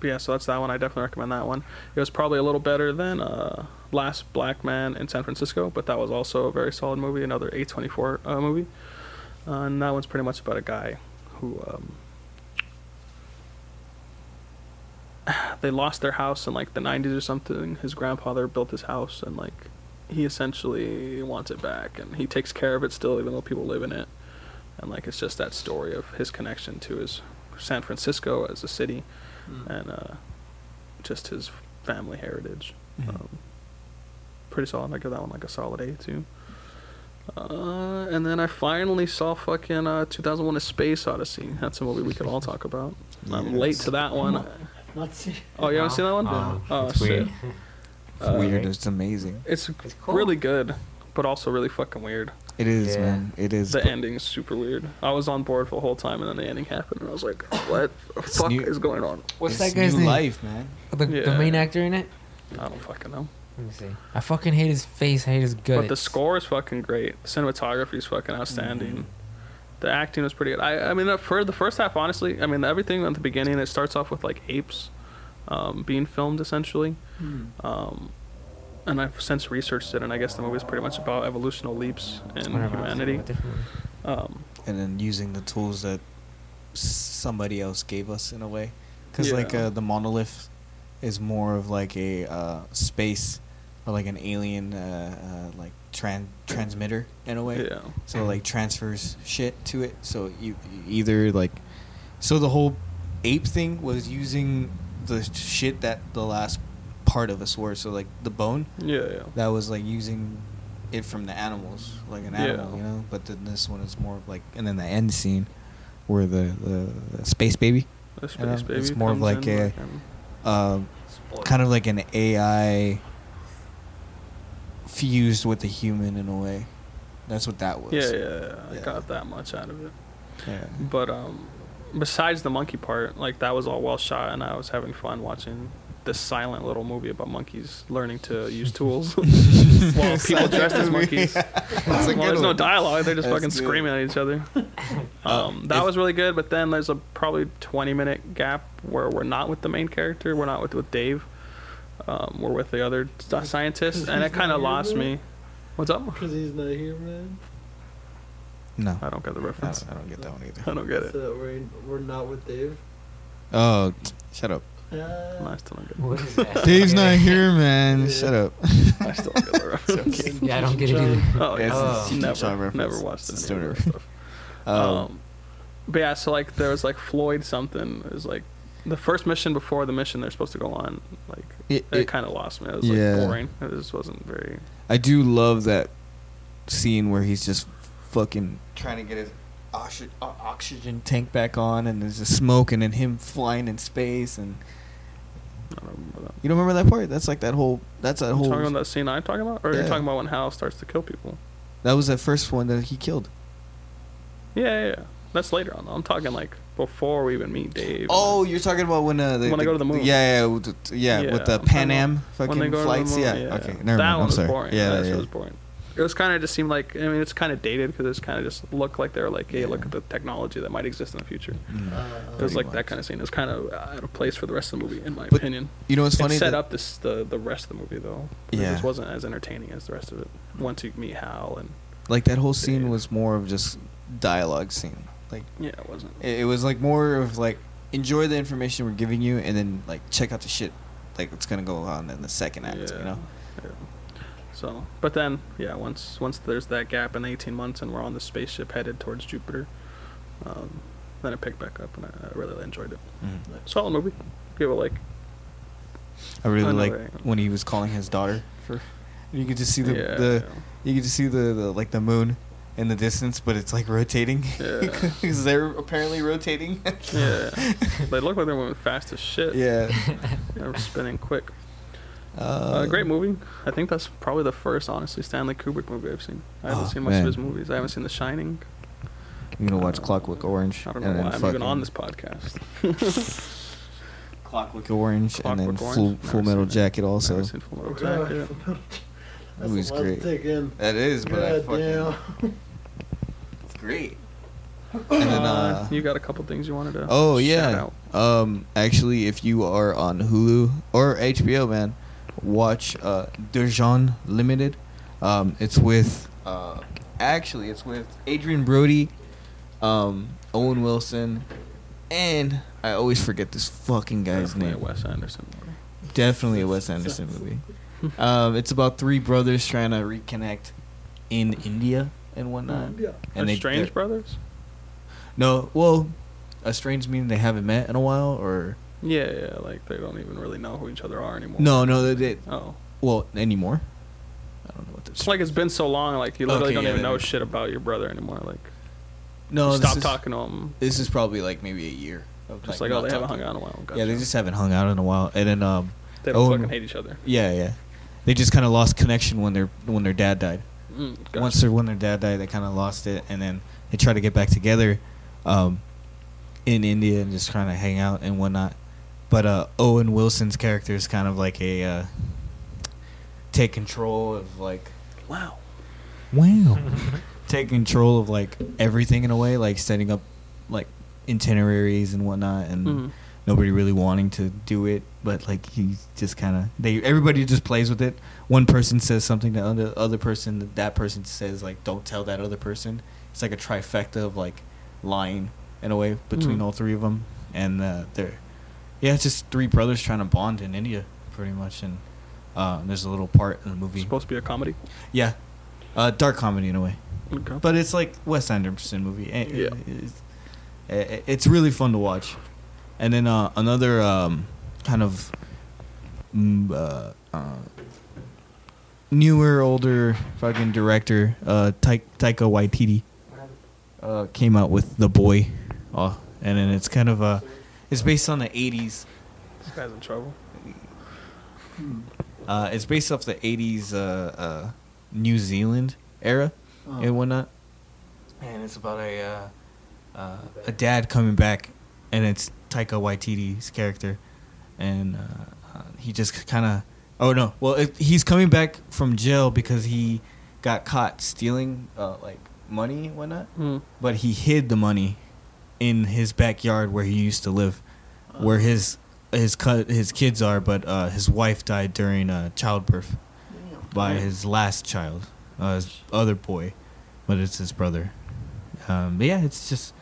Speaker 1: but yeah, so that's that one. I definitely recommend that one. It was probably a little better than uh, Last Black Man in San Francisco, but that was also a very solid movie, another A24 uh, movie. Uh, and that one's pretty much about a guy who um, they lost their house in like the 90s or something. His grandfather built his house and like he essentially wants it back and he takes care of it still even though people live in it. And like it's just that story of his connection to his San Francisco as a city and uh, just his family heritage. Um, pretty solid. I give that one like a solid A too. Uh, and then I finally saw fucking uh, 2001: A Space Odyssey. That's a movie we could all talk about. I'm late to that one.
Speaker 4: Not see.
Speaker 1: Oh, you haven't seen that one?
Speaker 3: No.
Speaker 1: Oh,
Speaker 3: It's
Speaker 1: shit. Uh,
Speaker 3: weird.
Speaker 2: Uh, It's weird. It's amazing.
Speaker 1: It's,
Speaker 3: It's cool.
Speaker 1: really good, but also really fucking weird.
Speaker 2: It is,
Speaker 3: Yeah.
Speaker 2: man. It is.
Speaker 1: The ending's super weird. I was on board for the whole time, and then the ending happened, and I was like, "What the
Speaker 2: It's
Speaker 1: fuck
Speaker 2: new-
Speaker 1: is going on?"
Speaker 3: What's
Speaker 2: It's
Speaker 3: that guy's
Speaker 2: new
Speaker 3: name?
Speaker 2: Life, man.
Speaker 3: The, the
Speaker 1: Yeah.
Speaker 3: main actor in it.
Speaker 1: I don't fucking know.
Speaker 3: Let me see. I fucking hate his face. I hate his guts.
Speaker 1: But the score is fucking great. Cinematography is fucking outstanding.
Speaker 2: Mm-hmm.
Speaker 1: The acting was pretty good. I, I mean, uh, for the first half, honestly, I mean, everything at the beginning, it starts off with like apes um, being filmed essentially. Um, and I've since researched it, and I guess the movie's pretty much about evolutional leaps in
Speaker 3: Whatever, I'll see
Speaker 1: humanity.
Speaker 3: a different one.
Speaker 1: Um,
Speaker 2: And then using the tools that somebody else gave us in a way, because like
Speaker 1: Yeah.
Speaker 2: uh, the monolith is more of like a uh, space or like an alien uh, uh, like tran- transmitter in a way.
Speaker 1: yeah.
Speaker 2: so it, like transfers shit to it so you you either like so the whole ape thing was using the shit that the last part of us were so like the bone
Speaker 1: Yeah, yeah.
Speaker 2: that was like using it from the animals like an
Speaker 1: Yeah.
Speaker 2: animal you know but then this one is more of like and then the end scene where the the, the space baby
Speaker 1: The space
Speaker 2: know,
Speaker 1: baby.
Speaker 2: it's more of
Speaker 1: comes
Speaker 2: like
Speaker 1: in,
Speaker 2: a-
Speaker 1: fucking-
Speaker 2: um kind of like an ai fused with a human in a way that's what that was
Speaker 1: yeah, yeah, yeah. I
Speaker 2: Yeah. Mm-hmm.
Speaker 1: got that much out of it.
Speaker 2: yeah.
Speaker 1: But um, besides the monkey part, like that was all well shot, and I was having fun watching this silent little movie about monkeys learning to use tools. While people dressed as monkeys.
Speaker 2: That's a
Speaker 1: well,
Speaker 2: good
Speaker 1: there's no
Speaker 2: one.
Speaker 1: dialogue; they're just
Speaker 2: That's
Speaker 1: fucking
Speaker 2: good.
Speaker 1: screaming at each other. Um, that
Speaker 2: Uh, if-
Speaker 1: was really good, but then there's a probably 20 minute gap where we're not with the main character. We're not with with Dave. Um, we're with the other s- scientist, and it kind of lost me. What's up?
Speaker 4: Because he's not here, man.
Speaker 2: No,
Speaker 1: I don't get the
Speaker 2: I
Speaker 1: reference.
Speaker 2: don't, I don't get that one either.
Speaker 1: I don't get it.
Speaker 4: So we're, we're not with Dave.
Speaker 2: Oh, shut up.
Speaker 4: Uh,
Speaker 1: I still don't get it.
Speaker 3: What is that?
Speaker 2: Dave's not here, man.
Speaker 4: Yeah.
Speaker 2: Shut up.
Speaker 1: I still don't get the reference.
Speaker 3: Yeah, I don't get it either.
Speaker 1: Oh, yeah.
Speaker 2: It's
Speaker 3: a
Speaker 2: Cheech and
Speaker 1: never,
Speaker 2: Chong reference.
Speaker 1: never watched
Speaker 2: It's
Speaker 1: this
Speaker 2: still
Speaker 1: stuff.
Speaker 2: never-
Speaker 1: Um,
Speaker 2: Um,
Speaker 1: but yeah, so like there was like Floyd something is like the first mission before the mission they're supposed to go on. Like
Speaker 2: it,
Speaker 1: it,
Speaker 2: it,
Speaker 1: kind of lost me. It was
Speaker 2: yeah.
Speaker 1: like boring. It just wasn't very.
Speaker 2: I do love that scene where he's just fucking trying to get his oxy- o- oxygen tank back on, and there's just smoke, and then him flying in space. And
Speaker 1: I don't remember that.
Speaker 2: you don't remember that part? That's like that whole. That's that
Speaker 1: You
Speaker 2: whole.
Speaker 1: talking about that scene I'm talking about, or
Speaker 2: Yeah.
Speaker 1: you're talking about when Hal starts to kill people?
Speaker 2: that was that first one that he killed.
Speaker 1: Yeah, yeah, yeah. That's later on. though. I'm talking like before we even meet Dave.
Speaker 2: Oh, you're talking about when uh, the,
Speaker 1: When they go to the moon.
Speaker 2: Yeah, yeah, with the- yeah, with the
Speaker 1: I'm talking
Speaker 2: Pan
Speaker 1: about
Speaker 2: Am
Speaker 1: when
Speaker 2: fucking
Speaker 1: they go to the
Speaker 2: flights.
Speaker 1: moon,
Speaker 2: yeah. okay, never mind.
Speaker 1: that
Speaker 2: I'm
Speaker 1: one was
Speaker 2: sorry.
Speaker 1: boring.
Speaker 2: Yeah,
Speaker 1: Yeah,
Speaker 2: yeah,
Speaker 1: that shit
Speaker 2: yeah.
Speaker 1: was boring. It was kind of just seemed like I mean it's kind of dated because it's kind of just looked like they were like, hey, look
Speaker 2: Yeah.
Speaker 1: at the technology that might exist in the future.
Speaker 2: Mm.
Speaker 1: It
Speaker 4: uh,
Speaker 1: was
Speaker 2: Pretty
Speaker 1: like
Speaker 2: much.
Speaker 1: that kind of scene. It was kind of out of place for the rest of the movie, in my
Speaker 2: But
Speaker 1: opinion.
Speaker 2: You know what's
Speaker 1: It's
Speaker 2: funny?
Speaker 1: it set
Speaker 2: That-
Speaker 1: up this the the rest of the movie though. because It
Speaker 2: Yeah.
Speaker 1: just wasn't as entertaining as the rest of it. Once you meet Hal and
Speaker 2: Like that whole scene
Speaker 1: Yeah.
Speaker 2: was more of just dialogue scene. Like
Speaker 1: yeah, it wasn't.
Speaker 2: it, it was like more of like enjoy the information we're giving you, and then like check out the shit like what's gonna go on in the second act. You know.
Speaker 1: Yeah. So, but then, yeah, once once there's that gap in 18 months and we're on the spaceship headed towards Jupiter, um, then it picked back up and I, I really enjoyed it.
Speaker 2: Mm.
Speaker 1: Solid movie. Give it like
Speaker 2: I really
Speaker 1: I know,
Speaker 2: like
Speaker 1: right?
Speaker 2: when he was calling his daughter for. You could just see the,
Speaker 1: yeah,
Speaker 2: the you could just see the, the like the moon in the distance, but it's like rotating
Speaker 1: Yeah.
Speaker 2: because they're apparently rotating.
Speaker 1: yeah. Yeah. they look like they went fast as shit.
Speaker 2: yeah.
Speaker 1: they were Oh. spinning quick. Uh, great movie. I think that's probably the first, honestly, Stanley Kubrick movie I've seen. I haven't
Speaker 2: Oh,
Speaker 1: seen much
Speaker 2: man.
Speaker 1: of his movies. I haven't seen The Shining.
Speaker 2: I'm gonna watch
Speaker 1: Uh,
Speaker 2: Clockwork Orange.
Speaker 1: I don't
Speaker 2: and
Speaker 1: know
Speaker 2: then
Speaker 1: why I'm even
Speaker 2: fucking
Speaker 1: on this podcast.
Speaker 2: Clockwork Orange and then
Speaker 1: Clockwork
Speaker 2: Full,
Speaker 1: Orange.
Speaker 2: full
Speaker 1: Never
Speaker 2: Metal
Speaker 1: seen it.
Speaker 2: Jacket also.
Speaker 1: Never seen Full Metal
Speaker 4: God,
Speaker 1: Jacket.
Speaker 4: That's
Speaker 2: Movie's
Speaker 4: a lot
Speaker 2: great.
Speaker 4: to take in.
Speaker 2: That is, but I
Speaker 4: God
Speaker 2: fucking
Speaker 4: damn.
Speaker 2: it's great. And then uh,
Speaker 1: You got a couple things you wanted to.
Speaker 2: oh
Speaker 1: shout
Speaker 2: yeah,
Speaker 1: out.
Speaker 2: um, actually, if you are on Hulu or HBO, man, watch uh, Dejan Limited. Um, it's with uh, actually, it's with Adrian Brody, um, Owen Wilson, and I always forget this fucking guy's
Speaker 1: Definitely a
Speaker 2: name.
Speaker 1: Wes Anderson. movie. Uh,
Speaker 2: Definitely a Wes Anderson movie. Um, it's about three brothers trying to reconnect in India and whatnot.
Speaker 4: Yeah.
Speaker 2: And they-
Speaker 1: Strange
Speaker 2: they're-
Speaker 1: Brothers.
Speaker 2: No, well, estranged meaning they haven't met in a while, or
Speaker 1: Yeah, yeah, like they don't even really know who each other are anymore.
Speaker 2: no, no, they, they
Speaker 1: Oh,
Speaker 2: well anymore. I don't know what this.
Speaker 1: it's like it's been so long. Like you literally
Speaker 2: Okay,
Speaker 1: don't
Speaker 2: yeah,
Speaker 1: even
Speaker 2: they-
Speaker 1: know shit about your brother anymore. Like
Speaker 2: no,
Speaker 1: you
Speaker 2: this
Speaker 1: stop
Speaker 2: is-
Speaker 1: talking to him.
Speaker 2: This is probably like maybe a year. Of
Speaker 1: Just like, oh,
Speaker 2: not
Speaker 1: they haven't
Speaker 2: talking.
Speaker 1: hung out in a while.
Speaker 2: Yeah, they
Speaker 1: Gotcha.
Speaker 2: just haven't hung out in a while, and then um,
Speaker 1: they don't
Speaker 2: Owen-
Speaker 1: fucking hate each other.
Speaker 2: yeah, yeah, they just kind of lost connection when their when their dad died.
Speaker 1: Mm,
Speaker 2: once their when their dad died, they kind of lost it, and then they tried to get back together, um, in India and just kind of hang out and whatnot. But uh, Owen Wilson's character is kind of like a uh, take control of like
Speaker 1: wow.
Speaker 2: wow, take control of like everything in a way, like setting up like itineraries and whatnot, and
Speaker 1: Mhm.
Speaker 2: nobody really wanting to do it, but like he just kind of they everybody just plays with it. One person says something, the other other person, that person says like, "Don't tell that other person." It's like a trifecta of like lying in a way between
Speaker 1: Mhm.
Speaker 2: all three of them, and uh, they're yeah, it's just three brothers trying to bond in India, pretty much. And uh, there's a little part in the movie,
Speaker 1: supposed to be a comedy.
Speaker 2: yeah, uh, dark comedy in a way,
Speaker 1: Okay.
Speaker 2: but it's like Wes Anderson movie. Eh,
Speaker 1: Yeah.
Speaker 2: it's, eh, it's really fun to watch. And then uh, another um, kind of mm, uh, uh, newer, older fucking director, uh, Ta- Taika Waititi, uh, came out with The Boy, uh, and then it's kind of uh, it's based on the '80s.
Speaker 1: this guy's in trouble.
Speaker 2: Uh, it's based off the '80s uh, uh, New Zealand era.
Speaker 4: Oh.
Speaker 2: and whatnot. And it's about a uh, uh, a dad coming back, and it's Taika Waititi's character, and uh, uh, he just kind of oh no, well it, he's coming back from jail because he got caught stealing uh, like money and whatnot,
Speaker 1: Mm.
Speaker 2: but he hid the money in his backyard where he used to live, where his his cu- his kids are, but uh, his wife died during uh, childbirth by his last child, uh, his other boy, but it's his brother. Um, but yeah, it's just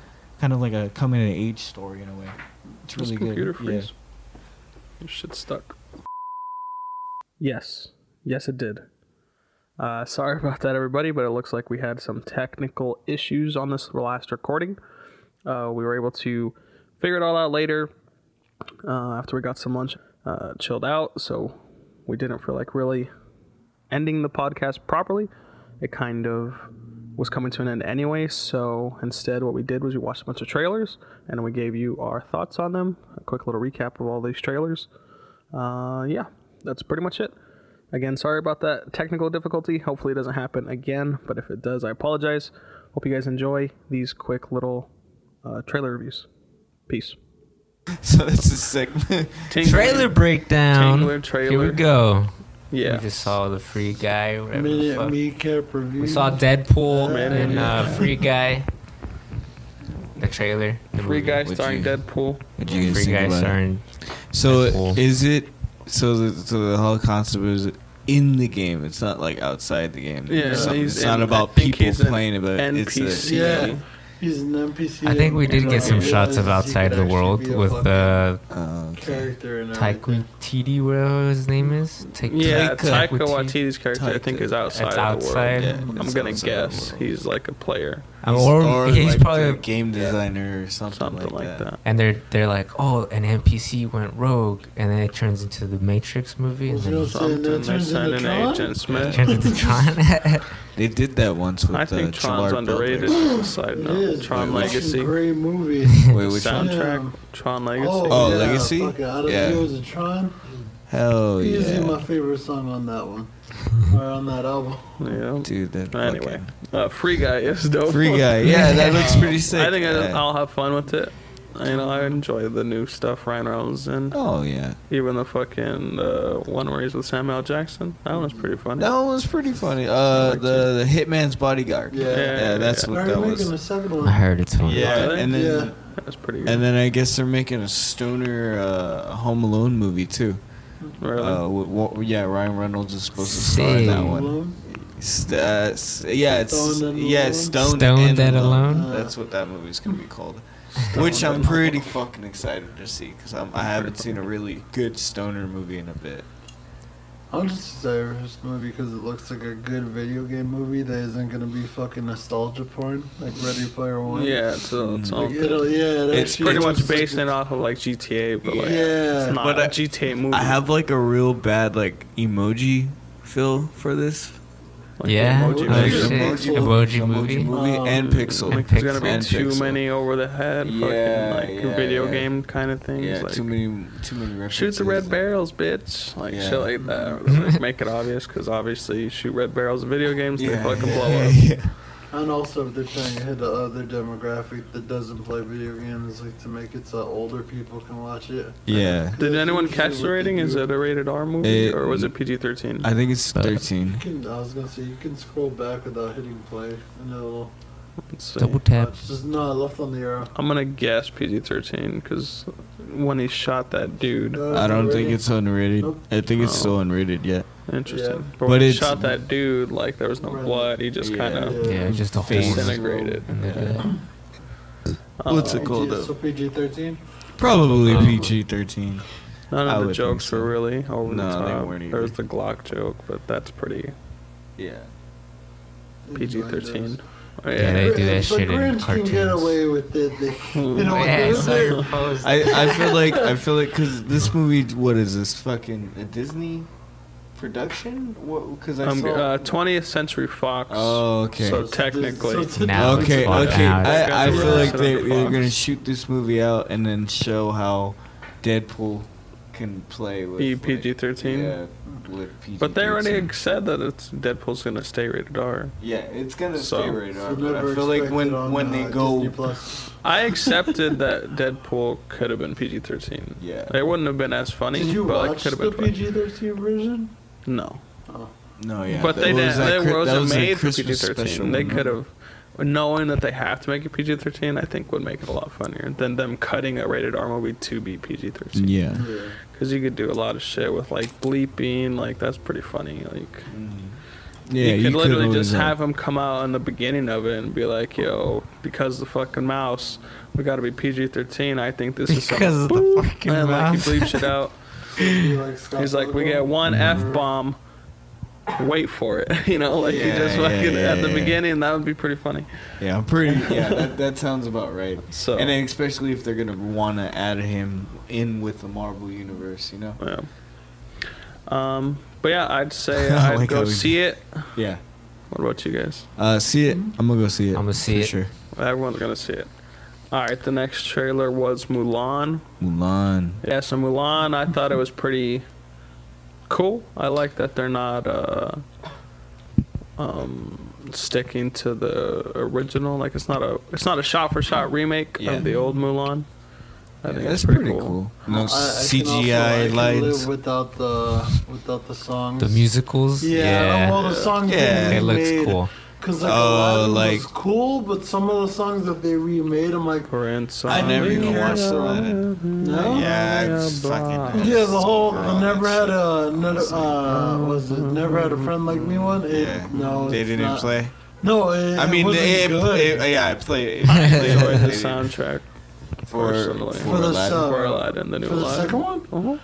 Speaker 2: kind of like a coming of age story in a way. It's
Speaker 1: This
Speaker 2: really good.
Speaker 1: computer
Speaker 2: yeah.
Speaker 1: freeze. Your shit's stuck. Yes. Yes, it did. Uh, sorry about that, everybody, but it looks like we had some technical issues on this last recording. Uh, we were able to figure it all out later uh, after we got some lunch, uh, chilled out, so we didn't feel like really ending the podcast properly. It kind of was coming to an end anyway, so instead, what we did was we watched a bunch of trailers and we gave you our thoughts on them. A quick little recap of all these trailers. Uh, yeah, that's pretty much it. Again, sorry about that technical difficulty. Hopefully, it doesn't happen again, but if it does, I apologize. Hope you guys enjoy these quick little uh, trailer reviews. Peace.
Speaker 2: So that's a segment.
Speaker 3: Trailer breakdown.
Speaker 1: Tingler
Speaker 3: Here
Speaker 1: trailer.
Speaker 3: we go.
Speaker 1: Yeah.
Speaker 3: We just saw the free guy. Whatever the
Speaker 4: Minute
Speaker 3: fuck.
Speaker 4: me cap review.
Speaker 3: We saw Deadpool
Speaker 1: Man,
Speaker 3: and
Speaker 1: yeah.
Speaker 3: uh, Free Guy. The trailer. The
Speaker 1: Free
Speaker 3: movie.
Speaker 1: guy
Speaker 2: Would
Speaker 1: starring
Speaker 2: you-
Speaker 1: Deadpool.
Speaker 2: What you guys
Speaker 3: Free Guy
Speaker 2: think about it?
Speaker 3: starring.
Speaker 2: So
Speaker 3: Deadpool.
Speaker 2: is it? So the, so the whole concept is in the game. It's not like outside the game.
Speaker 1: Yeah,
Speaker 2: it's, not-
Speaker 1: he's
Speaker 2: it's
Speaker 1: in-
Speaker 2: not
Speaker 1: I
Speaker 2: about
Speaker 1: think
Speaker 2: people
Speaker 1: he's an
Speaker 2: playing it, but Uh, it's
Speaker 1: NPC.
Speaker 2: a,
Speaker 4: Yeah. He's an NPC.
Speaker 3: I think we did
Speaker 4: and
Speaker 3: get some
Speaker 4: he
Speaker 3: shots of
Speaker 4: realizes he could
Speaker 3: outside the
Speaker 4: actually
Speaker 3: world
Speaker 4: be a
Speaker 3: with
Speaker 4: fucking
Speaker 3: uh,
Speaker 2: uh, okay.
Speaker 4: character and
Speaker 3: Taika
Speaker 4: everything.
Speaker 3: Waititi, whatever his name is. Taika.
Speaker 1: Yeah, Taika
Speaker 3: Waititi.
Speaker 1: Waititi's character, I think, is
Speaker 2: Taika.
Speaker 1: outside of
Speaker 3: It's
Speaker 1: the world.
Speaker 3: outside.
Speaker 2: Yeah,
Speaker 1: I'm
Speaker 2: it's
Speaker 1: gonna
Speaker 2: outside
Speaker 1: guess
Speaker 2: the world.
Speaker 1: he's like a player,
Speaker 3: Um, or, he's
Speaker 2: like
Speaker 3: probably
Speaker 2: the game designer or something,
Speaker 1: something like, that.
Speaker 3: and they're they're like, oh, an NPC went rogue, and then it turns into the Matrix movie, and
Speaker 4: Was it
Speaker 3: then
Speaker 4: also-
Speaker 3: it
Speaker 1: Something.
Speaker 4: And then it
Speaker 1: They
Speaker 4: turns
Speaker 1: send
Speaker 4: into
Speaker 1: in
Speaker 4: Tron?
Speaker 1: Agent Smith.
Speaker 3: turns into Tron.
Speaker 2: They did that once with
Speaker 1: I
Speaker 2: the
Speaker 1: think Tron's
Speaker 2: Gerard
Speaker 1: underrated.
Speaker 2: Butler.
Speaker 1: Side
Speaker 4: It
Speaker 1: note:
Speaker 4: is.
Speaker 1: Tron
Speaker 4: fucking
Speaker 1: Legacy.
Speaker 4: Great movie.
Speaker 2: Wait, which one?
Speaker 1: soundtrack.
Speaker 4: Yeah.
Speaker 1: Tron Legacy.
Speaker 2: Oh, Legacy?
Speaker 4: Fuck it. Out of
Speaker 2: Yeah.
Speaker 4: yeah. Heroes of Tron.
Speaker 2: Hell
Speaker 4: Easily
Speaker 2: yeah,
Speaker 4: my favorite song on that one. or on that album.
Speaker 1: yeah.
Speaker 2: dude. That
Speaker 1: Anyway, uh, Free Guy is dope.
Speaker 2: fucking- Oh. free guy. Yeah, that looks pretty sick.
Speaker 1: I think I,
Speaker 2: yeah.
Speaker 1: I'll have fun with it. You know, I enjoy the new stuff Ryan Reynolds and
Speaker 2: Oh yeah,
Speaker 1: even the fucking uh, one where he's with Samuel L. Jackson. That one was pretty funny.
Speaker 2: that one was pretty funny. Uh,
Speaker 1: liked
Speaker 2: the, the Hitman's Bodyguard.
Speaker 4: Yeah.
Speaker 2: yeah, that's
Speaker 1: Yeah.
Speaker 2: what
Speaker 4: They're
Speaker 2: that
Speaker 4: making a
Speaker 2: was.
Speaker 4: second one.
Speaker 3: I heard it's one.
Speaker 1: Are
Speaker 2: Yeah,
Speaker 1: they?
Speaker 2: and then
Speaker 4: Yeah.
Speaker 1: That was pretty good.
Speaker 2: and then I guess they're making a stoner uh, Home Alone movie too.
Speaker 1: Really?
Speaker 2: Uh, with, wa- yeah, Ryan Reynolds is supposed to star in that
Speaker 3: Sick.
Speaker 2: one.
Speaker 4: Alone?
Speaker 2: St- uh, s- yeah, it's
Speaker 4: Stoned and
Speaker 2: yeah,
Speaker 4: Alone?
Speaker 2: Stone
Speaker 3: Stoned and Alone?
Speaker 2: Uh, That's what that movie's gonna be called. Which I'm pretty fucking excited to see because I haven't seen a really good stoner movie in a bit.
Speaker 4: I'm just excited for this movie because it looks like a good video game movie that isn't gonna be fucking nostalgia porn like Ready Player One.
Speaker 1: yeah, it's, uh, it's all
Speaker 4: Like, it'll, yeah, it
Speaker 2: It's
Speaker 4: actually
Speaker 1: pretty
Speaker 4: looks
Speaker 1: much
Speaker 4: like
Speaker 1: based it off of like GTA, but like
Speaker 4: Yeah.
Speaker 1: it's not
Speaker 2: But
Speaker 1: a
Speaker 2: I-
Speaker 1: GTA movie.
Speaker 2: I have like a real bad like emoji feel for this
Speaker 1: Like
Speaker 3: yeah.
Speaker 1: the emoji
Speaker 3: oh,
Speaker 1: movie.
Speaker 3: shit.
Speaker 4: Emoji-
Speaker 3: Emoji, movie.
Speaker 2: movie and
Speaker 4: Um,
Speaker 2: Pixel.
Speaker 1: Like, Oh, there's gonna be
Speaker 2: And
Speaker 1: too
Speaker 2: Pixel.
Speaker 1: many over the head,
Speaker 2: Yeah,
Speaker 1: fucking like
Speaker 2: yeah,
Speaker 1: video
Speaker 2: yeah.
Speaker 1: game kind of things.
Speaker 2: Yeah,
Speaker 1: like,
Speaker 2: too many, too many
Speaker 1: shoot
Speaker 2: references.
Speaker 1: the red barrels, bitch. Like
Speaker 2: Yeah.
Speaker 1: shit like that. Or just, like, make it obvious because obviously you shoot red barrels in video games,
Speaker 2: Yeah,
Speaker 1: they fucking
Speaker 2: yeah,
Speaker 1: blow up.
Speaker 2: yeah.
Speaker 4: And also, they're trying to hit the other demographic that doesn't play video games, like to make it so older people can watch it.
Speaker 2: Yeah.
Speaker 1: Did
Speaker 4: That's
Speaker 1: anyone
Speaker 4: usually
Speaker 1: catch
Speaker 4: what
Speaker 1: the
Speaker 4: they
Speaker 1: rating?
Speaker 4: do.
Speaker 1: Is it a rated R movie
Speaker 2: It-
Speaker 1: or was it PG thirteen?
Speaker 2: I think it's
Speaker 4: You
Speaker 2: 13.
Speaker 4: can, I was gonna say you can scroll back without hitting play, and it'll.
Speaker 3: Double tap.
Speaker 4: It's just no, I left on the arrow.
Speaker 1: I'm gonna guess PG thirteen because when he shot that dude,
Speaker 4: No,
Speaker 2: I don't think
Speaker 4: rating.
Speaker 2: it's unrated.
Speaker 4: Nope.
Speaker 2: I think it's
Speaker 1: Oh.
Speaker 2: still unrated yet.
Speaker 1: interesting.
Speaker 4: Yeah.
Speaker 1: But when
Speaker 2: But
Speaker 1: he
Speaker 2: it's-
Speaker 1: shot that dude, like there was no
Speaker 4: Right.
Speaker 1: blood. He just
Speaker 2: Yeah.
Speaker 1: kind of
Speaker 3: Yeah, it's just a whole.
Speaker 2: Face.
Speaker 4: Uh,
Speaker 1: disintegrated. Uh,
Speaker 3: Yeah.
Speaker 2: What's it
Speaker 4: PG,
Speaker 2: called though?
Speaker 4: So PG thirteen.
Speaker 2: Probably
Speaker 1: Oh.
Speaker 3: Um,
Speaker 2: PG 13.
Speaker 1: None
Speaker 2: I
Speaker 1: of the
Speaker 2: would think
Speaker 1: jokes
Speaker 2: so.
Speaker 1: were really over
Speaker 2: No,
Speaker 1: the
Speaker 2: they
Speaker 1: top.
Speaker 2: weren't either.
Speaker 1: There was the Glock joke, but that's pretty
Speaker 2: Yeah.
Speaker 1: PG thirteen.
Speaker 3: Yeah, they do that
Speaker 4: The
Speaker 3: shit in
Speaker 4: Grinch can get
Speaker 3: cartoons.
Speaker 4: away with it. They, you know,
Speaker 3: Yeah, I
Speaker 4: they-
Speaker 3: saw your post.
Speaker 2: I, I feel like I feel like because this movie, what is this fucking a Disney production? What? Because I
Speaker 1: Um,
Speaker 2: saw.
Speaker 1: uh, 20th Century Fox.
Speaker 2: oh, okay.
Speaker 1: So
Speaker 4: it's-
Speaker 1: technically-
Speaker 4: it's-
Speaker 3: Now it's
Speaker 2: okay,
Speaker 3: fucked
Speaker 2: okay.
Speaker 3: now.
Speaker 1: It's
Speaker 2: I, I
Speaker 1: got
Speaker 2: feel
Speaker 1: the
Speaker 2: like
Speaker 1: Fox.
Speaker 2: they, they're gonna shoot this movie out and then show how Deadpool can play with
Speaker 1: Be
Speaker 2: like,
Speaker 1: PG-13?
Speaker 2: Yeah, with PG.
Speaker 1: but they already said that it's Deadpool's gonna stay rated R.
Speaker 2: Yeah, it's gonna
Speaker 1: So-
Speaker 2: stay rated
Speaker 4: So
Speaker 2: R. But
Speaker 4: never
Speaker 2: I feel like
Speaker 4: expect it
Speaker 2: when
Speaker 4: on,
Speaker 2: when
Speaker 4: uh,
Speaker 2: they
Speaker 4: Disney
Speaker 2: go,
Speaker 4: Plus.
Speaker 1: I accepted that Deadpool could have been PG thirteen.
Speaker 2: Yeah.
Speaker 1: It wouldn't have been as funny,
Speaker 4: Did you
Speaker 1: but like
Speaker 4: watch
Speaker 1: could have
Speaker 4: the
Speaker 1: been funny.
Speaker 4: PG thirteen version?
Speaker 1: No.
Speaker 2: Oh, no, yeah.
Speaker 1: but they
Speaker 2: what
Speaker 1: did
Speaker 2: was that
Speaker 1: they
Speaker 2: Chri- that
Speaker 1: wasn't
Speaker 2: was a
Speaker 1: made for PG
Speaker 2: Christmas special,
Speaker 1: thirteen. They
Speaker 2: wasn't it?
Speaker 1: could have knowing that they have to make it PG thirteen, I think would make it a lot funnier than them cutting a rated R movie to be PG thirteen.
Speaker 2: Yeah.
Speaker 4: Yeah.
Speaker 1: Because you could do a lot of shit with like bleeping, like that's pretty funny. Like
Speaker 2: Mm-hmm. Yeah,
Speaker 1: you could literally just
Speaker 2: always, uh,
Speaker 1: have him come out in the beginning of it and be like, "Yo, because the fucking mouse, we got to be PG-13. I think this is
Speaker 3: Because of the
Speaker 1: Boop.
Speaker 3: fucking
Speaker 1: and, like,
Speaker 3: mouse.
Speaker 1: he bleeps it out.
Speaker 4: Be like Scott
Speaker 1: He's like, "We
Speaker 4: Pilgrim.
Speaker 1: get one
Speaker 2: Uh-huh.
Speaker 1: f bomb. Wait for it." You know, like
Speaker 2: Yeah,
Speaker 1: he just
Speaker 2: yeah,
Speaker 1: fucking
Speaker 2: yeah,
Speaker 1: at the
Speaker 2: yeah.
Speaker 1: beginning. That would be pretty funny.
Speaker 2: Yeah, I'm pretty. Yeah, that, that sounds about right.
Speaker 1: So-
Speaker 2: and then especially if they're gonna want to add him in with the Marvel universe, you know?
Speaker 1: Yeah. Um, but yeah, I'd say I'd
Speaker 2: Like how
Speaker 1: go
Speaker 2: we-
Speaker 1: see it.
Speaker 2: Yeah.
Speaker 1: What about you guys?
Speaker 2: Uh, see it. I'm gonna go see it.
Speaker 3: I'ma
Speaker 2: for
Speaker 3: see it.
Speaker 2: Sure.
Speaker 1: Everyone's gonna see it. All right, the next trailer was Mulan.
Speaker 2: Mulan.
Speaker 1: Yeah, so Mulan, I thought it was pretty cool. I like that they're not uh, um, sticking to the original. Like it's not a it's not a shot for shot remake
Speaker 2: Yeah.
Speaker 1: of the old Mulan. I
Speaker 2: Yeah,
Speaker 1: think it's
Speaker 2: that's
Speaker 1: pretty, cool.
Speaker 2: No
Speaker 4: I- I can also- I
Speaker 2: CGI
Speaker 4: can
Speaker 2: lights.
Speaker 4: live without the without the songs.
Speaker 3: the musicals.
Speaker 4: Yeah, well, the songs
Speaker 2: Yeah.
Speaker 4: they
Speaker 3: it looks
Speaker 4: remade,
Speaker 3: cool.
Speaker 4: Cause like
Speaker 2: Oh,
Speaker 4: a lot of like
Speaker 2: like-
Speaker 4: was cool, but some of the songs that they remade, I'm like,
Speaker 1: For instance,
Speaker 2: I never
Speaker 4: we
Speaker 2: even
Speaker 4: can-
Speaker 2: watched that.
Speaker 4: no.
Speaker 2: Yeah, it's fucking.
Speaker 4: Yeah, the whole
Speaker 2: Bro,
Speaker 4: the never
Speaker 2: that's-
Speaker 4: had a never, uh, was it never had a friend like me one. It,
Speaker 2: Yeah.
Speaker 4: no,
Speaker 2: they
Speaker 4: it's
Speaker 2: didn't
Speaker 4: not.
Speaker 2: play.
Speaker 4: No, it,
Speaker 2: I mean,
Speaker 4: it wasn't
Speaker 2: they, it,
Speaker 4: good.
Speaker 2: it- yeah, I played. I played
Speaker 1: enjoyed the
Speaker 2: it
Speaker 1: soundtrack
Speaker 2: for
Speaker 1: personally.
Speaker 2: for
Speaker 1: For
Speaker 4: the
Speaker 2: Aladdin.
Speaker 4: song.
Speaker 1: for Aladdin, the new
Speaker 4: Oh. for the
Speaker 1: Aladdin.
Speaker 4: second one,
Speaker 1: Uh-huh.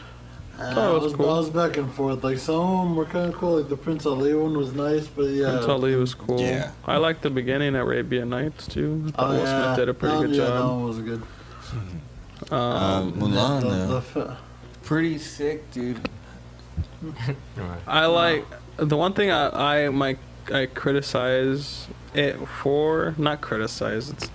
Speaker 1: thought
Speaker 4: Uh,
Speaker 1: it was
Speaker 4: I was,
Speaker 1: cool.
Speaker 4: I was back and forth. Like some of them were kind of cool. Like the Prince Ali one was nice, but yeah,
Speaker 1: Prince Ali was cool.
Speaker 2: Yeah.
Speaker 1: I liked the beginning Arabian Nights too. I thought
Speaker 4: Oh,
Speaker 1: Will
Speaker 4: yeah.
Speaker 1: Smith did a pretty
Speaker 4: That
Speaker 1: good
Speaker 4: one- yeah, That
Speaker 1: job.
Speaker 4: one was good.
Speaker 2: Um, Mulan
Speaker 4: The-
Speaker 2: though.
Speaker 4: the fa-
Speaker 2: Pretty sick, dude.
Speaker 1: I like the one thing I, I my I criticize it for not criticize it's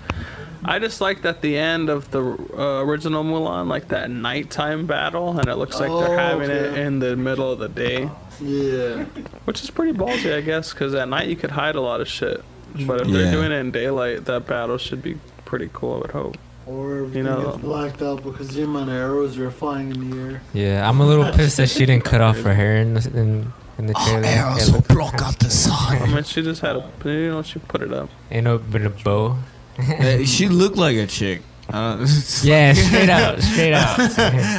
Speaker 1: I just liked at the end of the uh, original Mulan like that nighttime battle and it looks like
Speaker 4: Oh,
Speaker 1: they're having it
Speaker 4: okay.
Speaker 1: in the middle of the day
Speaker 4: yeah.
Speaker 1: which is pretty ballsy I guess because at night you could hide a lot of shit but if
Speaker 2: Yeah.
Speaker 1: they're doing it in daylight that battle should be pretty cool I would hope
Speaker 4: Or everything
Speaker 1: You know-
Speaker 4: gets blacked out because the amount of arrows are flying in the air.
Speaker 3: Yeah, I'm a little pissed that she didn't cut off for her in the, in, in
Speaker 2: Oh,
Speaker 3: the trailer. It looked-
Speaker 5: block out the
Speaker 1: I
Speaker 5: sun.
Speaker 1: mean she just had a you know she put it up
Speaker 3: Ain't no been a bow.
Speaker 2: Uh, she looked like a chick. I don't,
Speaker 3: Yeah, straight out, straight out.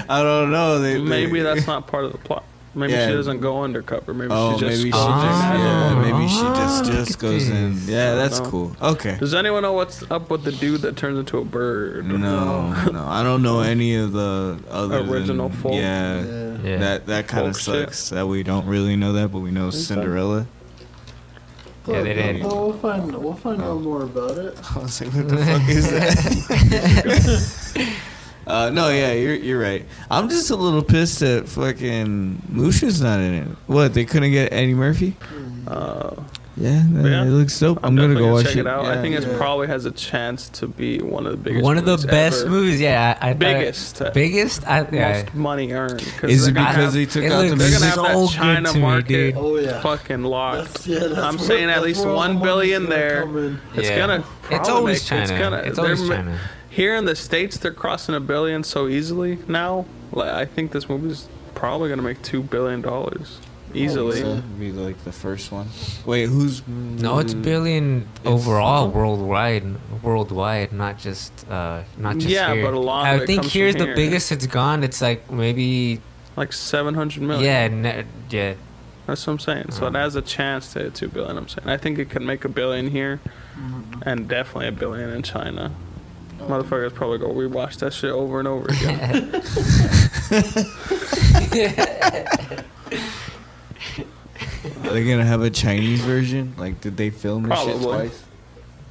Speaker 2: I don't know. They, they-
Speaker 1: maybe that's not part of the plot maybe
Speaker 2: Yeah.
Speaker 1: she doesn't go undercover maybe
Speaker 2: Oh,
Speaker 1: she just
Speaker 2: maybe she
Speaker 1: goes in
Speaker 2: just
Speaker 1: as a
Speaker 2: yeah,
Speaker 1: woman.
Speaker 2: maybe she just
Speaker 3: Oh, look
Speaker 2: just
Speaker 3: at
Speaker 2: goes in.
Speaker 3: this.
Speaker 2: Yeah, that's
Speaker 1: No.
Speaker 2: cool. Okay.
Speaker 1: Does anyone know what's up with the dude that turns into a bird?
Speaker 2: No, no, I don't know any of the other than-
Speaker 1: Original folk.
Speaker 2: Yeah,
Speaker 4: Yeah.
Speaker 3: Yeah.
Speaker 2: that that kind of
Speaker 1: Folk shit.
Speaker 2: sucks that we don't really know that, but we know Cinderella.
Speaker 3: Yeah, they didn't.
Speaker 4: Well, we'll find we'll find out more about it.
Speaker 2: I was like, what the fuck is that? uh, no, yeah, you're you're right. I'm just a little pissed that fucking Musha's not in it. What they couldn't get Eddie Murphy?
Speaker 1: Uh,
Speaker 6: Yeah,
Speaker 1: But yeah,
Speaker 6: it looks dope. I'm, gonna
Speaker 1: definitely
Speaker 6: go watch
Speaker 1: check
Speaker 6: it.
Speaker 1: it out. I
Speaker 2: Yeah,
Speaker 1: think it's
Speaker 4: yeah.
Speaker 1: probably has a chance to be one of the biggest.
Speaker 3: One of the
Speaker 1: movies
Speaker 3: best
Speaker 1: ever.
Speaker 3: movies. Yeah, I, I thought-
Speaker 1: Biggest. uh,
Speaker 3: biggest. I, yeah.
Speaker 1: Most money earned. 'cause
Speaker 2: Is it
Speaker 1: they're gonna
Speaker 2: because
Speaker 1: have-
Speaker 2: they took
Speaker 3: it
Speaker 2: out the
Speaker 3: looks-
Speaker 1: They're gonna
Speaker 2: music?
Speaker 1: have
Speaker 3: so
Speaker 1: that
Speaker 3: good
Speaker 1: China
Speaker 3: to me,
Speaker 1: market
Speaker 3: dude.
Speaker 4: Oh, yeah.
Speaker 1: fucking locked.
Speaker 4: That's- yeah, that's
Speaker 1: I'm
Speaker 4: where-
Speaker 1: saying at
Speaker 4: that's
Speaker 1: least
Speaker 4: where all the
Speaker 1: one
Speaker 4: money's
Speaker 1: billion
Speaker 4: gonna
Speaker 1: there.
Speaker 4: come in.
Speaker 1: It's
Speaker 3: Yeah.
Speaker 1: gonna.
Speaker 3: It's
Speaker 1: probably
Speaker 3: always
Speaker 1: make-
Speaker 3: China.
Speaker 1: It's,
Speaker 3: It's,
Speaker 1: gonna,
Speaker 3: always
Speaker 1: they're ma-
Speaker 3: China.
Speaker 1: Here in the states, they're crossing a billion so easily now. Like, I think this movie's probably gonna make two billion dollars
Speaker 4: Oh,
Speaker 1: easily.
Speaker 2: So it'd be like the first one. Wait, who's?
Speaker 3: No, it's
Speaker 1: Mm.
Speaker 3: billion
Speaker 2: It's-
Speaker 3: overall worldwide, worldwide, not just uh, not just
Speaker 1: Yeah,
Speaker 3: here.
Speaker 1: but a lot
Speaker 3: I
Speaker 1: of it
Speaker 3: think
Speaker 1: comes
Speaker 3: here's
Speaker 1: from
Speaker 3: the
Speaker 1: here.
Speaker 3: biggest it's gone. It's like maybe
Speaker 1: like 700 million.
Speaker 3: yeah, ne- yeah,
Speaker 1: That's what I'm saying. So it
Speaker 3: Oh.
Speaker 1: has a chance to hit 2 billion, I'm saying. I think it could make a billion here and definitely a billion in China. Motherfuckers probably go rewatch that shit over and over again.
Speaker 2: Are they gonna have a Chinese version? Like, did they film this shit
Speaker 1: Probably.
Speaker 2: twice?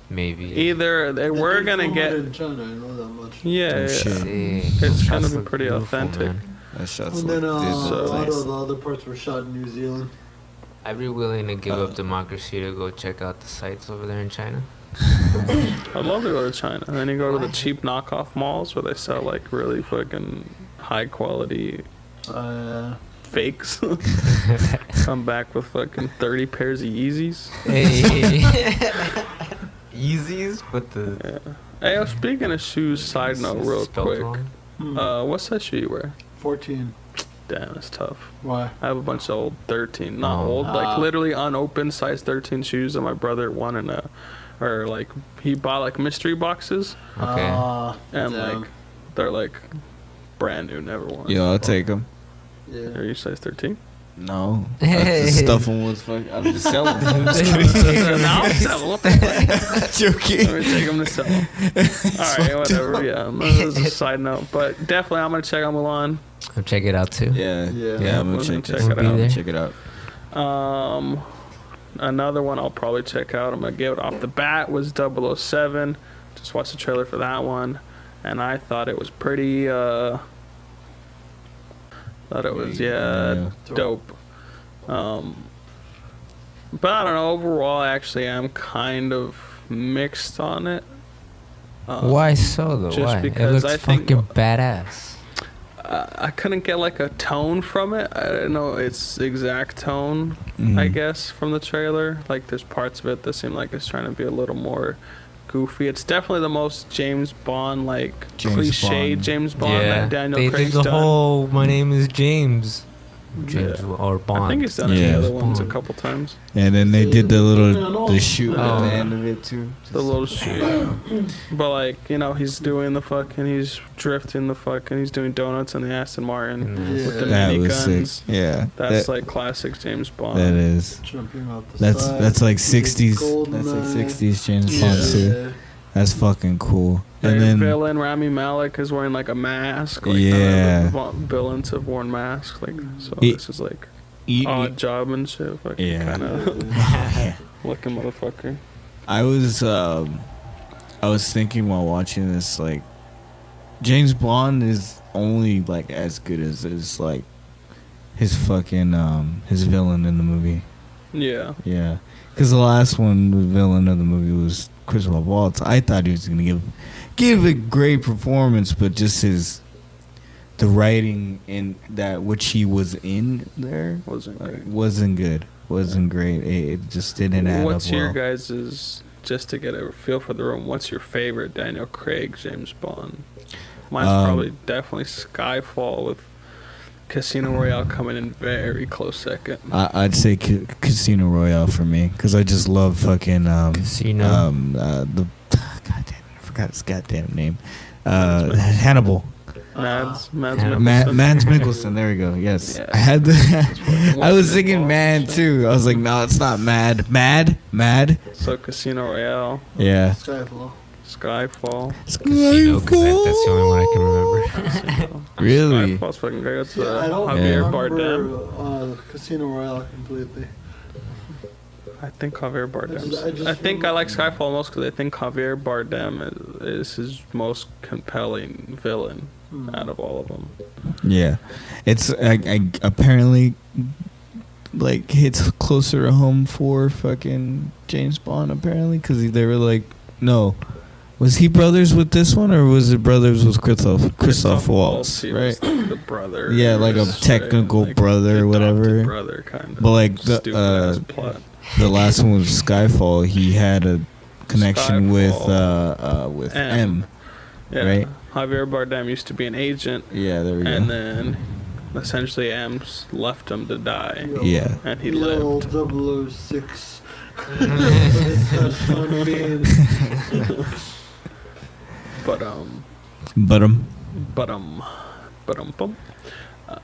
Speaker 3: maybe.
Speaker 1: Either they
Speaker 4: They
Speaker 1: were
Speaker 4: do
Speaker 1: going to
Speaker 4: film it
Speaker 1: get.
Speaker 4: in China, I know that much.
Speaker 1: Yeah,
Speaker 2: Oh,
Speaker 1: yeah.
Speaker 2: shit.
Speaker 3: Sick.
Speaker 1: It's
Speaker 3: Those
Speaker 1: gonna
Speaker 3: shots
Speaker 1: be
Speaker 3: look
Speaker 1: pretty
Speaker 3: beautiful,
Speaker 1: authentic.
Speaker 3: man.
Speaker 2: That shot's
Speaker 4: And then uh,
Speaker 2: dude,
Speaker 4: a
Speaker 2: so
Speaker 4: lot
Speaker 2: nice.
Speaker 4: of the other parts were shot in New Zealand.
Speaker 3: I'd be willing to give up democracy to go check out the sites over there in China.
Speaker 1: I'd love to go to China. And then you go to the cheap knockoff malls where they sell like really fucking high quality
Speaker 4: Uh,
Speaker 1: fakes. Come back with fucking 30 pairs of Yeezys.
Speaker 3: Easiest, but the
Speaker 1: Yeah. Hey, uh, speaking of shoes, side
Speaker 3: is-
Speaker 1: note,
Speaker 3: is it
Speaker 1: real
Speaker 3: spelled
Speaker 1: quick.
Speaker 3: wrong?
Speaker 4: hmm,
Speaker 1: Uh, what size shoe you wear?
Speaker 4: 14.
Speaker 1: Damn, it's tough.
Speaker 4: Why?
Speaker 1: I have a bunch of old 13, not
Speaker 3: Oh.
Speaker 1: old, like
Speaker 4: Ah.
Speaker 1: literally unopened size 13 shoes that my brother won in a, or like he bought like mystery boxes
Speaker 3: Okay.
Speaker 4: Uh,
Speaker 1: and
Speaker 4: damn.
Speaker 1: like they're like brand new, never worn.
Speaker 2: Yo, I'll take them.
Speaker 1: Are
Speaker 4: Yeah.
Speaker 1: you size 13?
Speaker 2: No, I'll just stuff them with fuck. I'll just sell them. Just kidding.
Speaker 1: no, seven. What the fuck? Let
Speaker 2: Joking.
Speaker 1: me take them to sell. All right, whatever. Yeah, this is a side note, but definitely I'm gonna check out Milan.
Speaker 3: I'll check it out too.
Speaker 2: Yeah, yeah,
Speaker 4: Yeah.
Speaker 2: I'm
Speaker 1: We'll
Speaker 2: gonna check,
Speaker 1: check
Speaker 2: this
Speaker 1: it
Speaker 2: out.
Speaker 3: out.
Speaker 2: Check it out.
Speaker 1: Um, another one I'll probably check out. I'm gonna give it off the bat was 007. Just watched the trailer for that one, and I thought it was pretty. uh Thought it was yeah,
Speaker 2: Yeah.
Speaker 1: dope. Um, but I don't know. Overall, actually, I'm kind of mixed on it. Um,
Speaker 3: Why so though?
Speaker 1: just
Speaker 3: Why?
Speaker 1: because
Speaker 3: it looks
Speaker 1: I think-
Speaker 3: fucking badass.
Speaker 1: I, I couldn't get like a tone from it. I don't know its exact tone. I
Speaker 2: Mm.
Speaker 1: guess, from the trailer. Like, there's parts of it that seem like it's trying to be a little more goofy. It's definitely the most James Bond, like,
Speaker 2: James
Speaker 1: cliche
Speaker 2: Bond.
Speaker 1: James Bond that Daniel
Speaker 3: they
Speaker 1: Craig's
Speaker 3: did the
Speaker 1: done.
Speaker 3: whole. My name is James. James or Bond.
Speaker 1: I think he's done it in
Speaker 2: Yeah. Mm-hmm.
Speaker 1: the other ones a
Speaker 3: Bond.
Speaker 1: couple times.
Speaker 2: And then they did the little
Speaker 4: No,
Speaker 2: the
Speaker 4: no.
Speaker 2: shoot at
Speaker 3: Oh.
Speaker 2: the end of it too.
Speaker 1: The little shit. But, like, you know, he's doing the fucking, he's drifting the fucking, he's doing donuts in the Aston Martin.
Speaker 3: And then-
Speaker 4: Yeah.
Speaker 1: With the
Speaker 2: that was
Speaker 1: miniguns.
Speaker 2: sick. Yeah,
Speaker 1: That's
Speaker 2: Mm-hmm. that,
Speaker 1: like classic James Bond.
Speaker 2: that is.
Speaker 4: Jumping out the
Speaker 2: That's
Speaker 4: side.
Speaker 2: that's like
Speaker 4: He did
Speaker 2: sixties. That's like
Speaker 4: Goldeneye.
Speaker 2: sixties James
Speaker 1: Yeah.
Speaker 2: Bond too. That's fucking cool.
Speaker 1: Their
Speaker 2: And then
Speaker 1: villain Rami Malik is wearing like a mask. Like, none of
Speaker 2: Yeah.
Speaker 1: the va- villains have worn masks. Like, so
Speaker 2: It-
Speaker 1: this is like
Speaker 2: E-
Speaker 1: odd job and shit. Fucking
Speaker 2: Yeah.
Speaker 1: kind
Speaker 4: Yeah.
Speaker 1: of
Speaker 2: e-
Speaker 1: looking motherfucker.
Speaker 2: I was um, I was thinking while watching this like, James Bond is only like as good as his like, his fucking um his villain in the movie.
Speaker 1: Yeah.
Speaker 2: Yeah, because the last one, the villain of the movie was Christopher Waltz. I thought he was gonna give give a great performance, but just his the writing in that which he was in there
Speaker 1: Wasn't
Speaker 2: like,
Speaker 1: great.
Speaker 2: wasn't good. Wasn't great. It, it just didn't add
Speaker 1: What's
Speaker 2: up
Speaker 1: your
Speaker 2: well.
Speaker 1: guys' just to get a feel for the room? What's your favorite Daniel Craig James Bond? Mine's
Speaker 2: Um,
Speaker 1: probably definitely Skyfall with Casino Royale coming in very close second.
Speaker 2: I, I'd say ca- Casino Royale for me because I just love fucking um,
Speaker 3: Casino.
Speaker 2: Um, uh, the goddamn, I forgot his goddamn name. Uh, Hannibal.
Speaker 1: Mads, Mads,
Speaker 3: Yeah.
Speaker 1: Mikkelsen.
Speaker 2: Ma- Mans Mickelson. There we go. Yes,
Speaker 1: Yeah.
Speaker 2: I had the. I was
Speaker 1: Walking
Speaker 2: thinking
Speaker 1: balls
Speaker 2: Mad
Speaker 1: and shit.
Speaker 2: too. I was like, no, it's not Mad. Mad. Mad.
Speaker 1: So Casino Royale,
Speaker 2: Yeah.
Speaker 4: Skyfall.
Speaker 1: Skyfall.
Speaker 3: Casino, 'cause that- that's the only one I can remember.
Speaker 1: Casino.
Speaker 2: Really?
Speaker 1: Skyfall's fucking great. It's,
Speaker 4: Yeah, I
Speaker 1: uh,
Speaker 4: don't
Speaker 1: Javier Bardem.
Speaker 4: remember uh, Casino Royale completely.
Speaker 1: I think Javier
Speaker 4: I just- I
Speaker 1: Bardem.
Speaker 4: just
Speaker 1: I, think I like Skyfall most because I think Javier Bardem is, is his most compelling villain
Speaker 4: Hmm.
Speaker 1: Uh, out of all of them.
Speaker 2: Yeah. It's I, I, apparently
Speaker 6: like hits closer home for fucking James Bond apparently because they were like, no, was he brothers with this one or was it brothers with Christoph Christoph Waltz,
Speaker 1: he
Speaker 6: right?
Speaker 1: was, like, the brother.
Speaker 6: Yeah, like a
Speaker 1: Right,
Speaker 6: technical brother or
Speaker 1: adopted
Speaker 6: whatever.
Speaker 1: Brother, kind of.
Speaker 6: But, like, the, uh,
Speaker 1: plot.
Speaker 6: The last one was Skyfall. He had a connection with uh, uh with
Speaker 1: M.
Speaker 6: M.
Speaker 1: Yeah.
Speaker 6: right.
Speaker 1: Javier Bardem used to be an agent,
Speaker 6: Yeah, there we
Speaker 1: and
Speaker 6: go.
Speaker 1: then essentially M's left him to die,
Speaker 6: Yeah.
Speaker 1: and he
Speaker 4: Yo,
Speaker 1: lived.
Speaker 4: 006. Sean Bean.
Speaker 1: But um,
Speaker 6: But um,
Speaker 1: but um, but um, bum. Uh,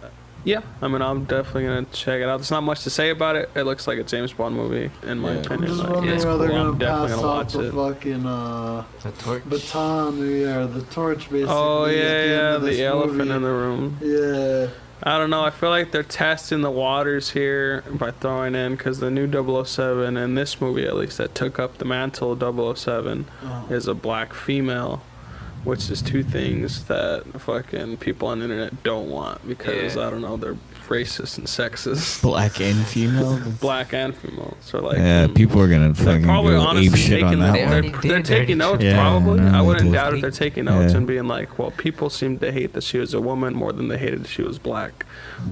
Speaker 1: yeah, I mean, I'm definitely gonna check it out. There's not much to say about it. It looks like a James Bond movie, in my
Speaker 2: Yeah.
Speaker 4: I'm
Speaker 1: opinion.
Speaker 4: just
Speaker 1: Like,
Speaker 4: wondering
Speaker 1: it's
Speaker 4: how
Speaker 1: cool.
Speaker 4: they're
Speaker 1: I'm
Speaker 4: gonna
Speaker 1: definitely
Speaker 4: pass
Speaker 1: gonna
Speaker 4: off
Speaker 1: watch
Speaker 4: the
Speaker 1: it.
Speaker 4: fucking uh,
Speaker 3: The torch.
Speaker 4: baton, yeah, the torch, basically.
Speaker 1: Oh
Speaker 4: at
Speaker 1: yeah,
Speaker 4: end
Speaker 1: yeah,
Speaker 4: of
Speaker 1: the
Speaker 4: this
Speaker 1: elephant
Speaker 4: movie.
Speaker 1: in the room.
Speaker 4: Yeah.
Speaker 1: I don't know. I feel like they're testing the waters here by throwing in because the new 007 in this movie, at least, that took up the mantle of 007
Speaker 4: Oh.
Speaker 1: is a black female, which is two things that fucking people on the internet don't want because
Speaker 3: Yeah.
Speaker 1: I don't know they're racist and sexist.
Speaker 2: Black and female.
Speaker 1: Black and female. So like
Speaker 2: yeah,
Speaker 1: mm,
Speaker 2: people are gonna
Speaker 1: They're
Speaker 2: fucking
Speaker 1: probably
Speaker 2: go ape
Speaker 1: honestly
Speaker 2: shit on
Speaker 1: taking
Speaker 2: that
Speaker 3: Hmm. They
Speaker 1: they're,
Speaker 2: one.
Speaker 3: already
Speaker 1: they're
Speaker 3: did, already
Speaker 1: taking notes
Speaker 2: did. Yeah,
Speaker 1: probably.
Speaker 2: no,
Speaker 1: I
Speaker 2: they
Speaker 1: wouldn't
Speaker 2: did.
Speaker 1: doubt if they're taking notes
Speaker 2: Yeah.
Speaker 1: and being like, well, people seem to hate that she was a woman more than they hated she was black,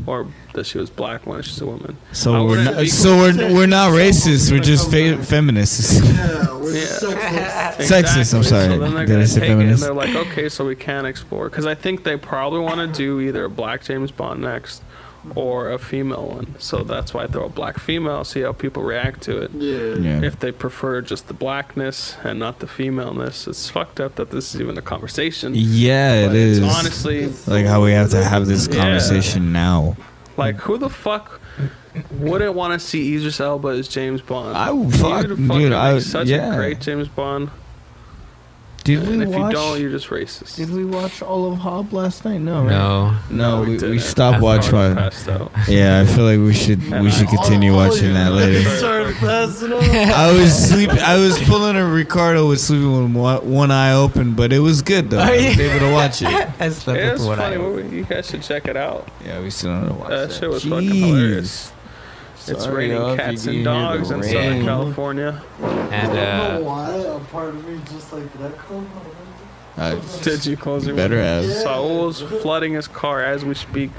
Speaker 1: or that she was black when she's a woman. I
Speaker 6: so we're
Speaker 1: wouldn't
Speaker 6: not,
Speaker 1: be-
Speaker 6: so we're we're not racist. We're just fe- feminists.
Speaker 4: Yeah, we're
Speaker 1: Yeah.
Speaker 4: sexist.
Speaker 6: Sexist, I'm sorry.
Speaker 1: So then they're
Speaker 6: Did I
Speaker 1: gonna
Speaker 6: say
Speaker 1: take it and
Speaker 6: feminist?
Speaker 1: they're like, okay, so we can explore because I think they probably want to do either a black James Bond next or a female one. So that's why I throw a black female, see how people react to it.
Speaker 4: Yeah.
Speaker 2: Yeah.
Speaker 1: If they prefer just the blackness and not the femaleness, it's fucked up that this is even a conversation.
Speaker 2: Yeah, it
Speaker 1: But it's
Speaker 2: is.
Speaker 1: Honestly,
Speaker 2: like how we have to have this
Speaker 1: Yeah.
Speaker 2: conversation now.
Speaker 1: like who the fuck wouldn't want to see Idris Elba as James Bond?
Speaker 2: I
Speaker 1: You
Speaker 2: would Oh, fuck,
Speaker 1: would fucking
Speaker 2: dude. I
Speaker 1: make
Speaker 2: would-
Speaker 1: such a
Speaker 2: yeah.
Speaker 1: great James Bond.
Speaker 6: Did
Speaker 1: and
Speaker 6: we
Speaker 1: if
Speaker 6: watch?
Speaker 1: you don't, you're just racist.
Speaker 6: did we watch all of Hob last night?
Speaker 1: Oh,
Speaker 6: No, right?
Speaker 3: No.
Speaker 2: No, we, we
Speaker 1: didn't.
Speaker 2: stopped
Speaker 3: I've
Speaker 2: watch
Speaker 1: Already
Speaker 2: by.
Speaker 1: passed out.
Speaker 2: Yeah, I feel like we should we should continue
Speaker 4: All- all
Speaker 2: watching
Speaker 4: you
Speaker 2: that later.
Speaker 4: nerds are passing out.
Speaker 2: I was sleep. I was pulling a Ricardo was sleeping with one, one eye open, but it was good though.
Speaker 3: Oh,
Speaker 2: I was
Speaker 3: yeah.
Speaker 2: able to watch it.
Speaker 3: I slept
Speaker 1: Yeah,
Speaker 3: with
Speaker 1: it's a
Speaker 3: one
Speaker 1: funny
Speaker 3: eye open.
Speaker 1: movie. You guys should check it out.
Speaker 2: Yeah, we still don't watch
Speaker 1: That
Speaker 2: that.
Speaker 1: shit was fucking hilarious. it's
Speaker 2: Sorry, y'all,
Speaker 1: raining
Speaker 2: if
Speaker 1: cats
Speaker 2: you
Speaker 1: and
Speaker 2: can hear the
Speaker 1: dogs in
Speaker 2: rain.
Speaker 1: Southern California.
Speaker 4: I
Speaker 3: And
Speaker 4: don't know
Speaker 3: uh,
Speaker 4: why a part of me just like did I come?
Speaker 2: I
Speaker 1: Did you close your
Speaker 2: Uh, better
Speaker 1: window?
Speaker 2: as.
Speaker 1: Saul's flooding his car as we speak.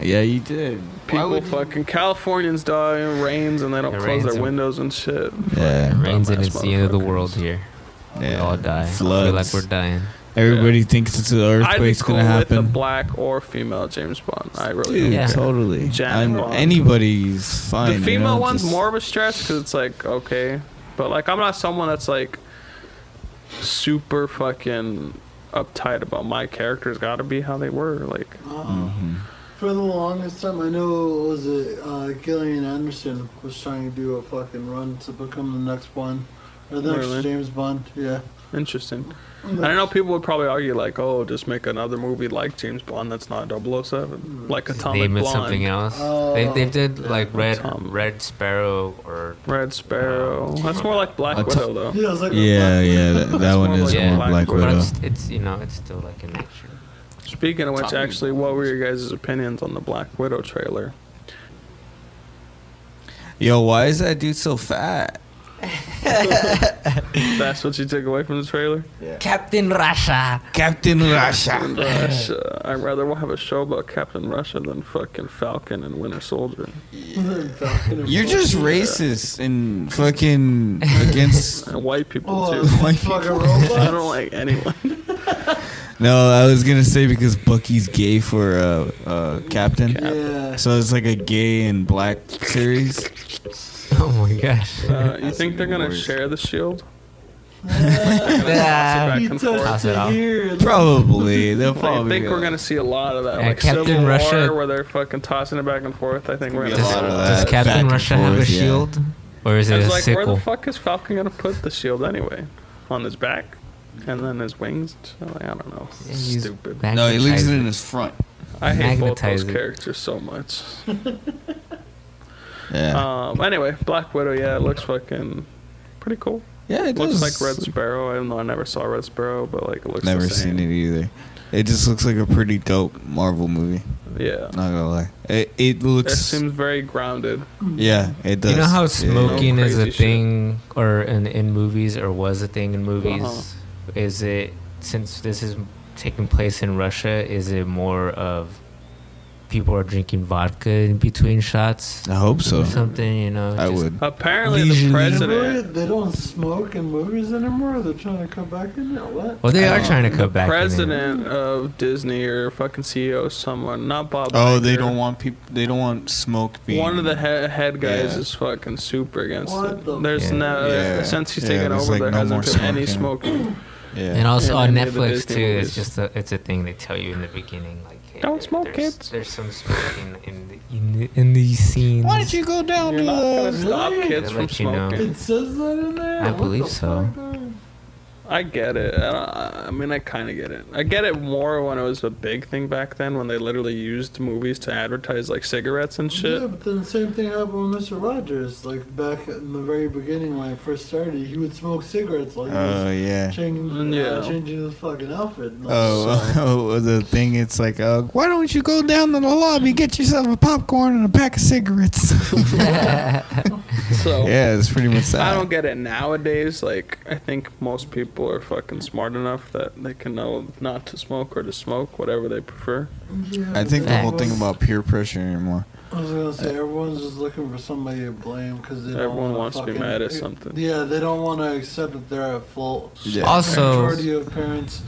Speaker 2: Yeah, you did.
Speaker 1: People fucking Californians die in rains and they don't
Speaker 3: It
Speaker 1: close
Speaker 3: rains
Speaker 1: their
Speaker 3: and-
Speaker 1: windows and shit.
Speaker 2: Yeah,
Speaker 3: rains and
Speaker 1: Dumbass
Speaker 3: it's the end of the world here. We all
Speaker 2: yeah.
Speaker 3: die. I feel
Speaker 2: Floods.
Speaker 3: like we're dying.
Speaker 2: Everybody thinks it's an
Speaker 1: I'd be
Speaker 2: earthquake's
Speaker 1: cool
Speaker 2: gonna
Speaker 1: with a
Speaker 2: happen.
Speaker 1: black or female James Bond. I really
Speaker 2: Dude,
Speaker 3: Yeah.
Speaker 2: totally.
Speaker 1: Jack
Speaker 2: I'm,
Speaker 1: Bond.
Speaker 2: anybody's fine.
Speaker 1: the
Speaker 2: you
Speaker 1: female
Speaker 2: know,
Speaker 1: one's
Speaker 2: just-
Speaker 1: more of a stress because it's like okay, but like I'm not someone that's like super fucking uptight about my characters. Got to be how they were. Like
Speaker 4: Uh,
Speaker 2: Mhm.
Speaker 4: for the longest time, I know was it uh, Gillian Anderson was trying to do a fucking run to become the next one, or the next
Speaker 1: Really?
Speaker 4: James Bond. Yeah.
Speaker 1: interesting. And I know people would probably argue like, oh, just make another movie like James Bond that's not 007, like Atomic
Speaker 3: Name it
Speaker 1: Blonde,
Speaker 3: something else. they
Speaker 4: Oh.
Speaker 3: they did like Red
Speaker 1: Tom.
Speaker 3: Red Sparrow or
Speaker 1: Red Sparrow. That's more like Black
Speaker 2: Ato-
Speaker 1: Widow though.
Speaker 4: Yeah, I was like,
Speaker 2: Yeah, yeah, that, that
Speaker 1: That's
Speaker 2: one
Speaker 1: more
Speaker 2: is
Speaker 3: like
Speaker 2: more
Speaker 3: Black
Speaker 2: Black
Speaker 3: but
Speaker 2: Widow.
Speaker 3: it's, it's you know it's still like a mixture.
Speaker 1: Speaking of which,
Speaker 2: Atomic
Speaker 1: actually, what were your guys' opinions on the Black Widow trailer?
Speaker 2: Yo, why is that dude so fat?
Speaker 1: That's what you took away from the trailer.
Speaker 3: Captain Russia.
Speaker 2: Captain Russia.
Speaker 1: Russia. Uh, I'd rather we'll have a show about Captain Russia than fucking Falcon and Winter Soldier.
Speaker 4: Falcon and
Speaker 2: You're
Speaker 4: Falcon.
Speaker 2: just racist and fucking against.
Speaker 1: And white people
Speaker 4: Oh,
Speaker 1: too.
Speaker 2: Why-
Speaker 4: fucking
Speaker 1: I
Speaker 4: robot.
Speaker 1: don't like anyone.
Speaker 2: No, I was gonna say because Bucky's gay for uh, uh, Captain.
Speaker 4: Yeah.
Speaker 2: So it's like a gay and black series.
Speaker 3: Oh my gosh.
Speaker 1: Uh, you
Speaker 2: That's
Speaker 1: think they're
Speaker 2: even
Speaker 1: gonna
Speaker 2: worse.
Speaker 1: share the shield?
Speaker 3: Yeah.
Speaker 1: Back
Speaker 4: He
Speaker 1: and
Speaker 4: touched
Speaker 1: forth.
Speaker 3: Pass it out.
Speaker 4: it here.
Speaker 2: Probably. They'll
Speaker 1: I
Speaker 2: probably.
Speaker 1: think we're gonna see a lot of that,
Speaker 3: Yeah,
Speaker 1: like
Speaker 3: Captain
Speaker 1: Civil
Speaker 3: Russia-
Speaker 1: War, where they're fucking tossing it back and forth. I think we're gonna
Speaker 2: Gonna be a
Speaker 3: Does,
Speaker 1: see
Speaker 2: lot of
Speaker 3: does
Speaker 2: that back
Speaker 3: Captain
Speaker 2: and
Speaker 3: Russia have a
Speaker 2: forth, yeah.
Speaker 3: shield, or is
Speaker 1: I
Speaker 3: it a
Speaker 1: was like, where
Speaker 3: sickle?
Speaker 1: the fuck is Falcon gonna put the shield anyway? On his back, and then his wings. So, like, I don't know.
Speaker 3: Yeah, he's
Speaker 1: Stupid.
Speaker 3: magnetized.
Speaker 2: No, he leaves it in his front.
Speaker 1: I hate both those
Speaker 3: magnetizing.
Speaker 1: characters so much.
Speaker 2: Yeah.
Speaker 1: Um. Anyway, Black Widow. Yeah, it looks fucking pretty cool.
Speaker 2: yeah, it
Speaker 1: looks
Speaker 2: does.
Speaker 1: like Red Sparrow. I don't know. I never saw Red Sparrow, but like it looks.
Speaker 2: Never
Speaker 1: the same.
Speaker 2: seen it either. It just looks like a pretty dope Marvel movie.
Speaker 1: Yeah.
Speaker 2: Not gonna lie, it, it
Speaker 1: It
Speaker 2: looks.
Speaker 1: seems very grounded.
Speaker 2: yeah, it does.
Speaker 3: You know how
Speaker 2: Yeah.
Speaker 3: smoking
Speaker 1: No
Speaker 3: is a
Speaker 1: Oh, crazy shit.
Speaker 3: thing, or in, in movies, or was a thing in movies? Is it since this is taking place in Russia? Is it more of people are drinking vodka in between shots
Speaker 2: I hope so.
Speaker 3: or something? You know,
Speaker 2: Uh-huh. I
Speaker 3: just-
Speaker 2: would.
Speaker 1: Apparently,
Speaker 2: Leisurely.
Speaker 1: the
Speaker 4: Remember,
Speaker 1: president,
Speaker 4: they don't smoke in movies anymore. They're trying to come back in there. What?
Speaker 3: Well, they are
Speaker 2: Uh,
Speaker 3: trying to cut back. in it.
Speaker 1: president of Disney or fucking CEO, of someone, not Bob.
Speaker 2: Oh, they
Speaker 1: Iger.
Speaker 2: don't want people. They don't want smoke being.
Speaker 1: One of the he- head guys
Speaker 2: Yeah.
Speaker 1: is fucking super against
Speaker 4: What
Speaker 1: it.
Speaker 4: the
Speaker 1: There's
Speaker 3: Yeah.
Speaker 1: no
Speaker 2: Yeah.
Speaker 1: since he's
Speaker 2: Yeah,
Speaker 1: taken
Speaker 2: there's,
Speaker 1: over.
Speaker 2: like,
Speaker 1: there
Speaker 2: no more
Speaker 1: hasn't been any
Speaker 2: smoking.
Speaker 1: smoking.
Speaker 2: Yeah.
Speaker 3: And also
Speaker 1: And
Speaker 3: on
Speaker 1: they made the
Speaker 3: Netflix
Speaker 1: Disney
Speaker 3: too, it's
Speaker 1: movies.
Speaker 3: just a, it's a thing they tell you in the beginning, like hey,
Speaker 1: Don't
Speaker 3: there-
Speaker 1: smoke,
Speaker 3: there's,
Speaker 1: kids.
Speaker 3: There's some smoking in the, in the, in these scenes.
Speaker 5: Why don't you go down
Speaker 1: You're
Speaker 5: to
Speaker 1: not gonna
Speaker 5: the?
Speaker 1: stop
Speaker 4: Really?
Speaker 1: kids
Speaker 3: They
Speaker 1: from
Speaker 3: let you know.
Speaker 1: smoking.
Speaker 4: It says that in there.
Speaker 3: I
Speaker 4: What the
Speaker 3: believe so.
Speaker 4: fuck, dude?
Speaker 1: I get it. I, don't, I mean, I kind of get it. I get it more when it was a big thing back then, when they literally used movies to advertise like cigarettes and shit.
Speaker 4: Yeah, but then the same thing happened with Mr. Rogers. Like back in the very beginning when I first started, he would smoke cigarettes like he
Speaker 2: Oh
Speaker 4: was
Speaker 2: yeah.
Speaker 4: changing,
Speaker 1: Mm, Yeah.
Speaker 4: uh, changing his fucking outfit. And all
Speaker 2: Oh, the thing. It's like, uh,
Speaker 5: Why don't you go down to the lobby, get yourself a popcorn and a pack of cigarettes?
Speaker 1: So
Speaker 2: yeah, it's pretty much that.
Speaker 1: I don't get it nowadays. Like, I think most people are fucking smart enough that they can know not to smoke or to smoke, whatever they prefer.
Speaker 4: Yeah,
Speaker 2: I think the whole
Speaker 4: everyone's-
Speaker 2: thing about peer pressure anymore.
Speaker 4: I was gonna say everyone's just looking for somebody to blame because they don't
Speaker 1: Everyone
Speaker 4: wanna
Speaker 1: wants to be
Speaker 4: fucking-
Speaker 1: mad at something.
Speaker 4: Yeah, they don't want to accept that they're at fault.
Speaker 2: Yeah.
Speaker 3: Also-
Speaker 4: majority of parents.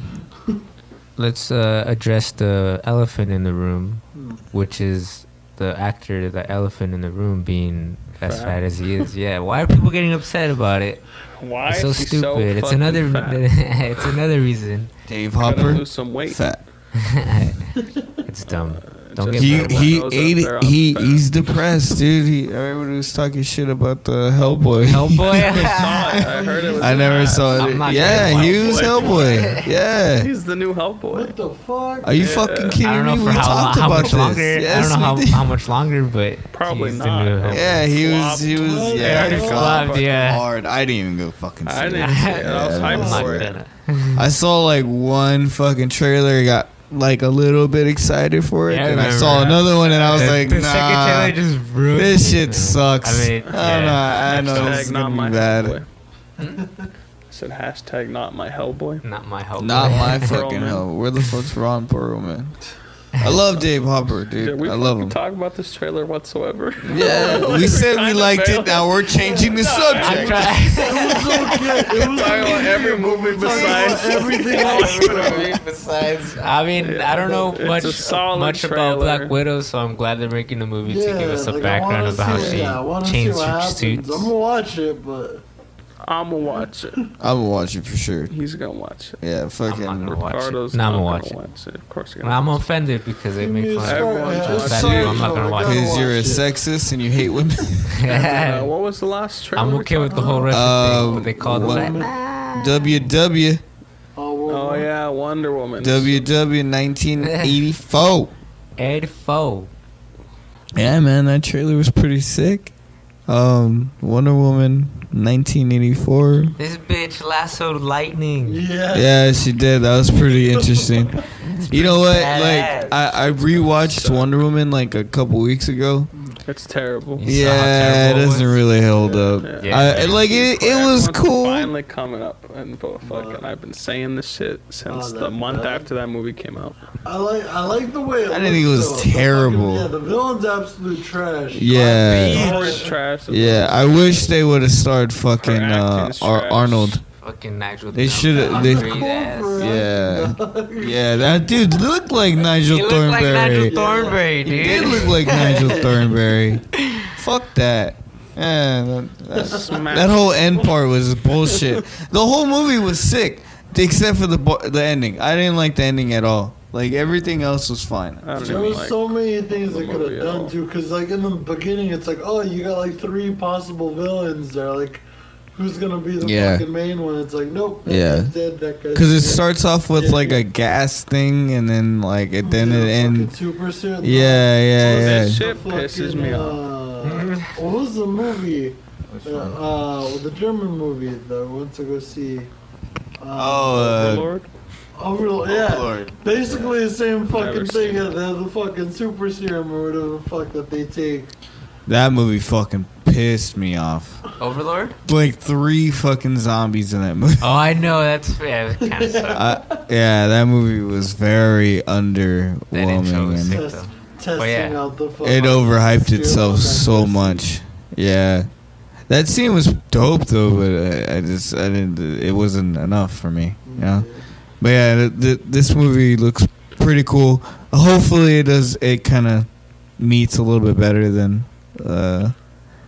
Speaker 3: Let's uh, address the elephant in the room,
Speaker 4: Hmm.
Speaker 3: which is the actor, the elephant in the room being as
Speaker 1: Fat.
Speaker 3: fat as he is. Yeah, why are people getting upset about it?
Speaker 1: Why?
Speaker 3: it's so
Speaker 1: is he
Speaker 3: stupid. it's
Speaker 1: fucking
Speaker 3: another
Speaker 1: fat?
Speaker 3: it's another reason.
Speaker 2: Dave
Speaker 1: Gotta
Speaker 2: Hopper,
Speaker 1: lose some weight. Uh,
Speaker 2: fat.
Speaker 3: It's dumb.
Speaker 1: Just
Speaker 3: Don't get
Speaker 2: He
Speaker 3: me
Speaker 1: everyone
Speaker 2: he
Speaker 1: knows that
Speaker 2: ate
Speaker 1: they're
Speaker 2: it.
Speaker 1: on
Speaker 2: He
Speaker 1: fat.
Speaker 2: he's depressed, dude. He, everybody was talking shit about the Hellboy.
Speaker 3: Hellboy.
Speaker 1: Saw it. I heard it was.
Speaker 2: I never saw
Speaker 3: I'm not
Speaker 2: it. Yeah,
Speaker 3: getting
Speaker 2: he was Hellboy. Yeah.
Speaker 1: He's the new Hellboy.
Speaker 4: What the fuck?
Speaker 2: Are you
Speaker 1: Yeah.
Speaker 2: fucking kidding
Speaker 3: I don't know
Speaker 2: me?
Speaker 3: for
Speaker 2: we
Speaker 3: how, long,
Speaker 2: talked
Speaker 3: how
Speaker 2: about
Speaker 3: much
Speaker 2: this.
Speaker 3: longer.
Speaker 2: Yes,
Speaker 3: I don't
Speaker 2: we
Speaker 3: know
Speaker 2: did.
Speaker 3: how, how much longer, but
Speaker 1: Probably
Speaker 3: he's the
Speaker 1: not.
Speaker 3: new Hellboy.
Speaker 2: Yeah, he was. He
Speaker 1: Flopped.
Speaker 2: was.
Speaker 4: They
Speaker 2: Yeah,
Speaker 4: already
Speaker 2: he
Speaker 4: flopped,
Speaker 2: fucking
Speaker 3: yeah.
Speaker 2: Hard. I didn't even go fucking. See
Speaker 1: I
Speaker 2: it.
Speaker 1: didn't see it. I was
Speaker 2: Yeah,
Speaker 1: hyped
Speaker 3: I'm
Speaker 1: for
Speaker 3: not
Speaker 1: it.
Speaker 3: gonna.
Speaker 2: I saw like one fucking trailer, got like a little bit excited for it,
Speaker 3: Yeah, I
Speaker 2: and I
Speaker 3: remember
Speaker 2: saw
Speaker 3: that.
Speaker 2: another one, and I was
Speaker 3: the,
Speaker 2: like,
Speaker 3: the second
Speaker 2: nah,
Speaker 3: trailer just ruined
Speaker 2: this
Speaker 3: it,
Speaker 2: shit
Speaker 3: man.
Speaker 2: sucks.
Speaker 3: I mean,
Speaker 2: I
Speaker 3: yeah.
Speaker 2: know, I know this is
Speaker 1: Hashtag not
Speaker 2: gonna
Speaker 1: my
Speaker 2: be bad.
Speaker 1: Hellboy. Hmm? I said hashtag not my Hellboy.
Speaker 3: Not my Hellboy.
Speaker 2: Not my fucking
Speaker 1: Perlman.
Speaker 2: hell. Where the fuck's Ron Perlman? I love Dave Hopper,
Speaker 1: Did
Speaker 2: dude.
Speaker 1: we
Speaker 2: I love
Speaker 1: fucking
Speaker 2: him.
Speaker 1: talk about this trailer whatsoever?
Speaker 2: Yeah, we said we
Speaker 1: kinda
Speaker 2: liked it.
Speaker 1: failed.
Speaker 2: Now we're changing the
Speaker 3: I'm
Speaker 2: subject.
Speaker 3: trying.
Speaker 4: It was okay. It
Speaker 1: Talking
Speaker 4: was
Speaker 1: about
Speaker 4: okay.
Speaker 1: every movie besides
Speaker 4: everything else.
Speaker 3: Besides, I mean, I don't know
Speaker 1: It's
Speaker 3: much
Speaker 1: a solid
Speaker 3: much
Speaker 1: trailer.
Speaker 3: about Black Widow, so I'm glad they're making a movie to give us a
Speaker 4: like, I
Speaker 3: background
Speaker 4: wanna
Speaker 3: about how
Speaker 4: see-
Speaker 3: she
Speaker 4: yeah, I wanna see
Speaker 3: changed
Speaker 4: what
Speaker 3: her
Speaker 4: happens.
Speaker 3: suits.
Speaker 4: I'm gonna watch it, but
Speaker 1: I'ma watch it.
Speaker 2: I'm gonna watch it for sure.
Speaker 1: He's gonna watch it.
Speaker 2: Yeah, fucking.
Speaker 3: I'm not gonna watch
Speaker 1: Ricardo's
Speaker 3: it. No, I'm
Speaker 1: not
Speaker 3: gonna watch it.
Speaker 1: gonna watch it. Of course, you're
Speaker 3: Well,
Speaker 1: gonna
Speaker 3: I'm offended because they make
Speaker 4: Everyone's
Speaker 3: fun.
Speaker 1: Everyone
Speaker 4: yeah,
Speaker 1: watches
Speaker 4: it's
Speaker 1: that
Speaker 4: sorry,
Speaker 3: movie. I'm not gonna
Speaker 4: I
Speaker 3: watch
Speaker 4: gotta
Speaker 2: Because you're a
Speaker 4: watch it.
Speaker 2: sexist and you hate women.
Speaker 1: Uh,
Speaker 3: of
Speaker 1: what was the last trailer?
Speaker 3: I'm
Speaker 1: we
Speaker 3: okay
Speaker 1: talked
Speaker 3: with the
Speaker 1: about?
Speaker 3: whole rest of
Speaker 2: Uh,
Speaker 3: things, but they called
Speaker 2: what-
Speaker 3: it.
Speaker 2: WW
Speaker 4: Oh, well,
Speaker 1: Oh
Speaker 4: well.
Speaker 1: yeah, Wonder Woman.
Speaker 2: WW 1984.
Speaker 3: Ed Foe.
Speaker 2: Yeah, man, that trailer was pretty sick. Um, Wonder Woman 1984.
Speaker 3: This bitch lassoed lightning.
Speaker 4: Yeah.
Speaker 2: Yeah, she did. That was pretty interesting. You know what?
Speaker 3: badass.
Speaker 2: Like, I, I rewatched Wonder Woman like a couple weeks ago.
Speaker 1: It's terrible.
Speaker 3: You saw how
Speaker 2: Yeah, it
Speaker 3: terrible it
Speaker 2: doesn't
Speaker 3: was?
Speaker 2: really hold up.
Speaker 1: Yeah.
Speaker 2: I, like, it, it was
Speaker 1: Everyone's
Speaker 2: cool.
Speaker 1: Finally coming up, and but fucking,
Speaker 4: But-
Speaker 1: I've been saying this shit since
Speaker 4: Oh,
Speaker 1: the
Speaker 4: that-
Speaker 1: month
Speaker 4: that-
Speaker 1: after that movie came out.
Speaker 4: I like I like the way. It
Speaker 2: I didn't think it
Speaker 4: looks,
Speaker 2: was
Speaker 4: though. The fucking-
Speaker 2: terrible.
Speaker 4: yeah, the villain's absolute trash.
Speaker 2: Yeah.
Speaker 1: Horror is trash.
Speaker 2: Yeah, I wish they would have starred fucking
Speaker 1: Her acting
Speaker 2: uh,
Speaker 1: is
Speaker 2: Ar-
Speaker 1: trash.
Speaker 2: Arnold.
Speaker 3: Fucking Nigel.
Speaker 2: They
Speaker 3: Thorne.
Speaker 2: shoulda- they-
Speaker 3: Great ass.
Speaker 2: Yeah. Yeah, that dude looked like Nigel
Speaker 3: He looked
Speaker 2: Thornberry.
Speaker 3: like Nigel Thornberry,
Speaker 2: He did
Speaker 3: dude.
Speaker 2: look like Nigel Thornberry. Fuck that. Yeah, that, that,
Speaker 1: Smack.
Speaker 2: that whole end part was bullshit. The whole movie was sick, except for the bo- the ending. I didn't like the ending at all. Like everything else was fine.
Speaker 1: I don't
Speaker 4: There
Speaker 1: even
Speaker 4: was
Speaker 1: like.
Speaker 4: so many things
Speaker 1: the
Speaker 4: they could
Speaker 1: movie
Speaker 4: have
Speaker 1: at all.
Speaker 4: done too, because like in the beginning, it's like, oh, you got like three possible villains there, like. Who's gonna be the
Speaker 2: Yeah.
Speaker 4: fucking main one? It's like nope. That
Speaker 2: Yeah.
Speaker 4: guy's dead. That guy's
Speaker 2: Because it
Speaker 4: dead.
Speaker 2: starts off with like a gas thing, and then like it then it
Speaker 4: Fucking
Speaker 2: ends.
Speaker 4: super suit.
Speaker 2: Yeah, yeah,
Speaker 1: That
Speaker 2: yeah.
Speaker 1: shit pisses me off.
Speaker 4: Uh, what was the movie? Uh, uh, the German movie that I went to go see. Uh,
Speaker 2: Oh, uh,
Speaker 1: Lord,
Speaker 4: uh, Overlord, yeah.
Speaker 2: Overlord.
Speaker 4: Basically the same fucking
Speaker 1: Never
Speaker 4: thing
Speaker 1: seen
Speaker 4: as the, the fucking super serum or whatever the fuck that they take.
Speaker 2: That movie fucking pissed me off.
Speaker 3: Overlord?
Speaker 2: Like three fucking zombies in that movie.
Speaker 3: Oh, I know. That's yeah, kind of sucks.
Speaker 2: I, yeah, that movie was very
Speaker 3: That intro was
Speaker 2: underwhelming.
Speaker 3: sick
Speaker 2: and
Speaker 3: though.
Speaker 4: Test, testing
Speaker 3: yeah.
Speaker 4: out the fucking.
Speaker 2: Oh, It overhyped
Speaker 4: Fear
Speaker 2: itself
Speaker 4: of
Speaker 2: so
Speaker 4: that
Speaker 2: much. Yeah, that scene was dope though, but I, I just I didn't. It wasn't enough for me. You know? But yeah, th- th- this movie looks pretty cool. Hopefully, it does. It kind of meets a little bit better than uh,
Speaker 1: The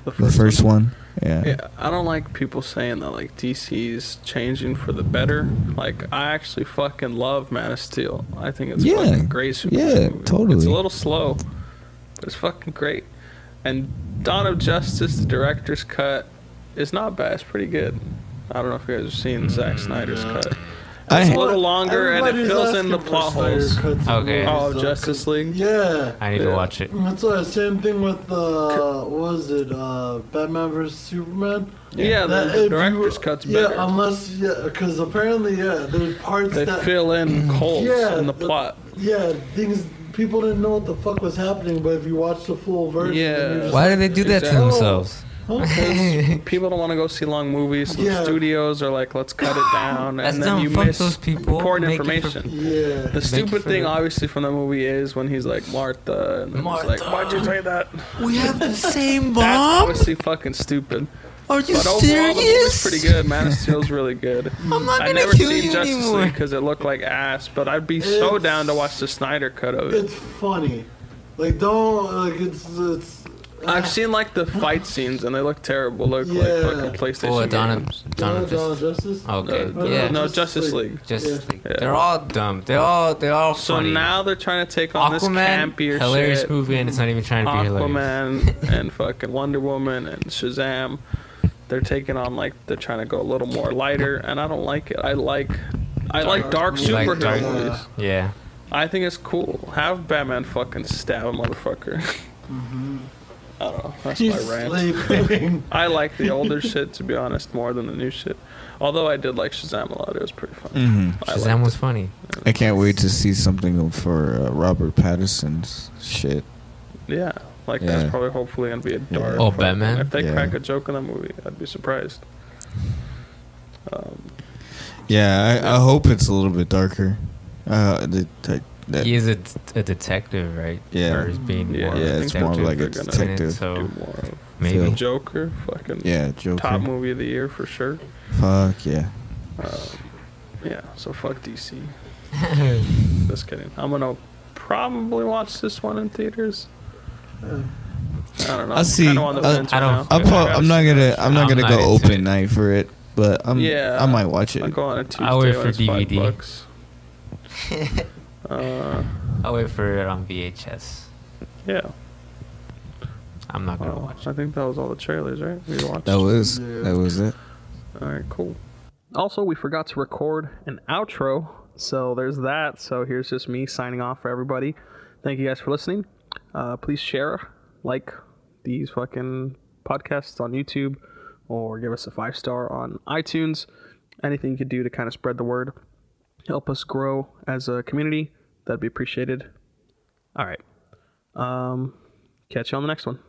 Speaker 2: the
Speaker 1: first,
Speaker 2: first one.
Speaker 1: Yeah, I don't like people saying that like DC's changing for the better. Like I actually fucking love Man of Steel. I think it's
Speaker 2: Yeah.
Speaker 1: fucking great. Superman
Speaker 2: Yeah,
Speaker 1: movie. It's
Speaker 2: totally.
Speaker 1: a little slow, but it's fucking great. And Dawn of Justice, the director's cut, is not bad. It's pretty good. I don't know if you guys have
Speaker 4: Mm,
Speaker 1: seen Zack Snyder's cut. It's
Speaker 2: I-
Speaker 1: a little longer and it
Speaker 4: Everybody's
Speaker 1: fills in
Speaker 4: asking
Speaker 1: the
Speaker 4: for
Speaker 1: plot
Speaker 4: Snyder
Speaker 1: holes.
Speaker 4: cuts of
Speaker 3: Okay.
Speaker 1: Oh,
Speaker 4: movies, though,
Speaker 1: Justice
Speaker 4: 'cause-
Speaker 1: League.
Speaker 4: Yeah.
Speaker 3: I need to
Speaker 1: Yeah.
Speaker 3: watch it.
Speaker 4: That's why same thing with uh, what was it uh, Batman versus Superman?
Speaker 1: Yeah, the,
Speaker 4: That
Speaker 1: the
Speaker 4: if
Speaker 1: director's
Speaker 4: you-
Speaker 1: cut's
Speaker 4: yeah,
Speaker 1: better.
Speaker 4: unless yeah, because apparently yeah, there's parts
Speaker 1: they
Speaker 4: that
Speaker 1: fill
Speaker 2: Mm.
Speaker 1: in holes
Speaker 4: Yeah,
Speaker 1: in the
Speaker 4: the-
Speaker 1: plot.
Speaker 4: yeah things people didn't know what the fuck was happening, but if you watch the full version,
Speaker 1: Yeah.
Speaker 4: you're just
Speaker 3: Why do they do that to
Speaker 1: Exactly.
Speaker 3: themselves?
Speaker 4: like, okay.
Speaker 3: That's
Speaker 1: People don't want to go see long movies, so
Speaker 4: Yeah.
Speaker 1: the studios are like, let's cut it down, and then
Speaker 3: not
Speaker 1: you
Speaker 3: fuck
Speaker 1: miss
Speaker 3: those people.
Speaker 1: important
Speaker 3: Make it for-
Speaker 1: information.
Speaker 4: yeah.
Speaker 1: The stupid
Speaker 3: for
Speaker 1: thing,
Speaker 3: the-
Speaker 1: obviously, from the movie is when he's like, Martha, and then
Speaker 3: Martha.
Speaker 1: he's like, why'd you say that?
Speaker 3: we have the
Speaker 1: That's
Speaker 3: same bomb.
Speaker 1: obviously fucking stupid.
Speaker 3: Are you
Speaker 1: But overall, the movie's pretty good. Man of Steel's really good.
Speaker 3: I'm not
Speaker 1: I
Speaker 3: gonna
Speaker 1: never
Speaker 3: kill
Speaker 1: seen
Speaker 3: you
Speaker 1: Justice
Speaker 3: anymore.
Speaker 1: League because it looked like ass, but I'd be so
Speaker 4: It's-
Speaker 1: down to watch the Snyder cut of it.
Speaker 4: It's funny, like don't like it's it's. ah,
Speaker 1: I've seen like the fight scenes, and they look terrible. Look
Speaker 4: Yeah.
Speaker 1: like fucking PlayStation.
Speaker 3: Oh, Donna,
Speaker 1: games.
Speaker 3: Donna just.
Speaker 4: Justice.
Speaker 3: Okay,
Speaker 1: No,
Speaker 3: yeah,
Speaker 1: no,
Speaker 4: Justice
Speaker 1: Justice
Speaker 4: League.
Speaker 1: League.
Speaker 3: just
Speaker 1: Yeah.
Speaker 3: they're all dumb. They're all they're all
Speaker 1: So
Speaker 3: funny.
Speaker 1: now they're trying to take on
Speaker 3: Aquaman,
Speaker 1: this campier
Speaker 3: hilarious
Speaker 1: shit.
Speaker 3: movie, and it's not even trying to be hilarious.
Speaker 1: Aquaman and fucking Wonder Woman and Shazam. They're taking on like they're trying to go a little more lighter, and I don't like it. I like, I like dark
Speaker 4: You
Speaker 3: Oh, like
Speaker 1: superhero
Speaker 3: dark-
Speaker 1: movies.
Speaker 3: Yeah,
Speaker 1: I think it's cool. Have Batman fucking stab a motherfucker. I don't know. That's
Speaker 4: He's
Speaker 1: my rant.
Speaker 4: sleeping.
Speaker 1: I like the older shit to be honest more than the new shit. Although I did like Shazam a lot. It was pretty fun.
Speaker 3: Mm.
Speaker 2: hmm
Speaker 1: I
Speaker 3: Shazam
Speaker 1: liked
Speaker 3: was funny.
Speaker 2: I can't wait to see something for uh, Robert Pattinson's shit.
Speaker 1: it. Yeah. Like
Speaker 2: Yeah.
Speaker 1: that's probably hopefully gonna be a
Speaker 2: Yeah.
Speaker 1: dark.
Speaker 3: Oh,
Speaker 1: fucking-
Speaker 3: Batman?
Speaker 1: If they
Speaker 2: Yeah.
Speaker 1: crack a joke in that movie, I'd be surprised. Um,
Speaker 2: Yeah, I, I hope it's a little bit darker. Uh, the, the, the,
Speaker 3: He is a, d- a detective, right?
Speaker 2: Yeah.
Speaker 3: or he's being
Speaker 1: Yeah.
Speaker 3: more
Speaker 1: Yeah,
Speaker 3: of
Speaker 1: it's more
Speaker 3: detective
Speaker 1: like a
Speaker 3: in it,
Speaker 2: detective.
Speaker 1: do
Speaker 3: So
Speaker 1: more of.
Speaker 3: maybe
Speaker 2: Phil.
Speaker 1: Joker, fucking
Speaker 2: yeah, Joker.
Speaker 1: top movie of the year for sure. Um,
Speaker 2: Fuck yeah.
Speaker 1: Yeah, so fuck DC. Just kidding. I'm gonna probably watch this one in theaters. I don't know.
Speaker 2: I'll see.
Speaker 1: Kinda on the
Speaker 2: I'll-
Speaker 1: fence
Speaker 3: I
Speaker 1: right
Speaker 3: don't-
Speaker 1: now.
Speaker 2: I'm, pro- I'm not gonna. I'm not
Speaker 3: I'm
Speaker 2: gonna
Speaker 3: not
Speaker 2: go
Speaker 3: into
Speaker 2: open
Speaker 3: it.
Speaker 2: night for it, but I'm.
Speaker 1: Yeah.
Speaker 2: I might watch
Speaker 1: I'll
Speaker 2: it.
Speaker 1: go on a Tuesday.
Speaker 3: I'll wait
Speaker 1: when
Speaker 3: for
Speaker 1: it's five
Speaker 3: DVD.
Speaker 1: bucks. uh,
Speaker 3: I'll wait for it on VHS.
Speaker 1: yeah.
Speaker 3: I'm not gonna
Speaker 1: Well,
Speaker 3: watch it.
Speaker 1: I think that was all the trailers, right? We watched.
Speaker 2: That was.
Speaker 4: Yeah.
Speaker 2: That was it.
Speaker 1: All right, cool. Also, we forgot to record an outro, so there's that. So here's just me signing off for everybody. Thank you guys for listening. Uh, please share, like these fucking podcasts on YouTube, or give us a five star on iTunes. Anything you could do to kind of spread the word, help us grow as a community. That'd be appreciated. All right. Um, catch you on the next one.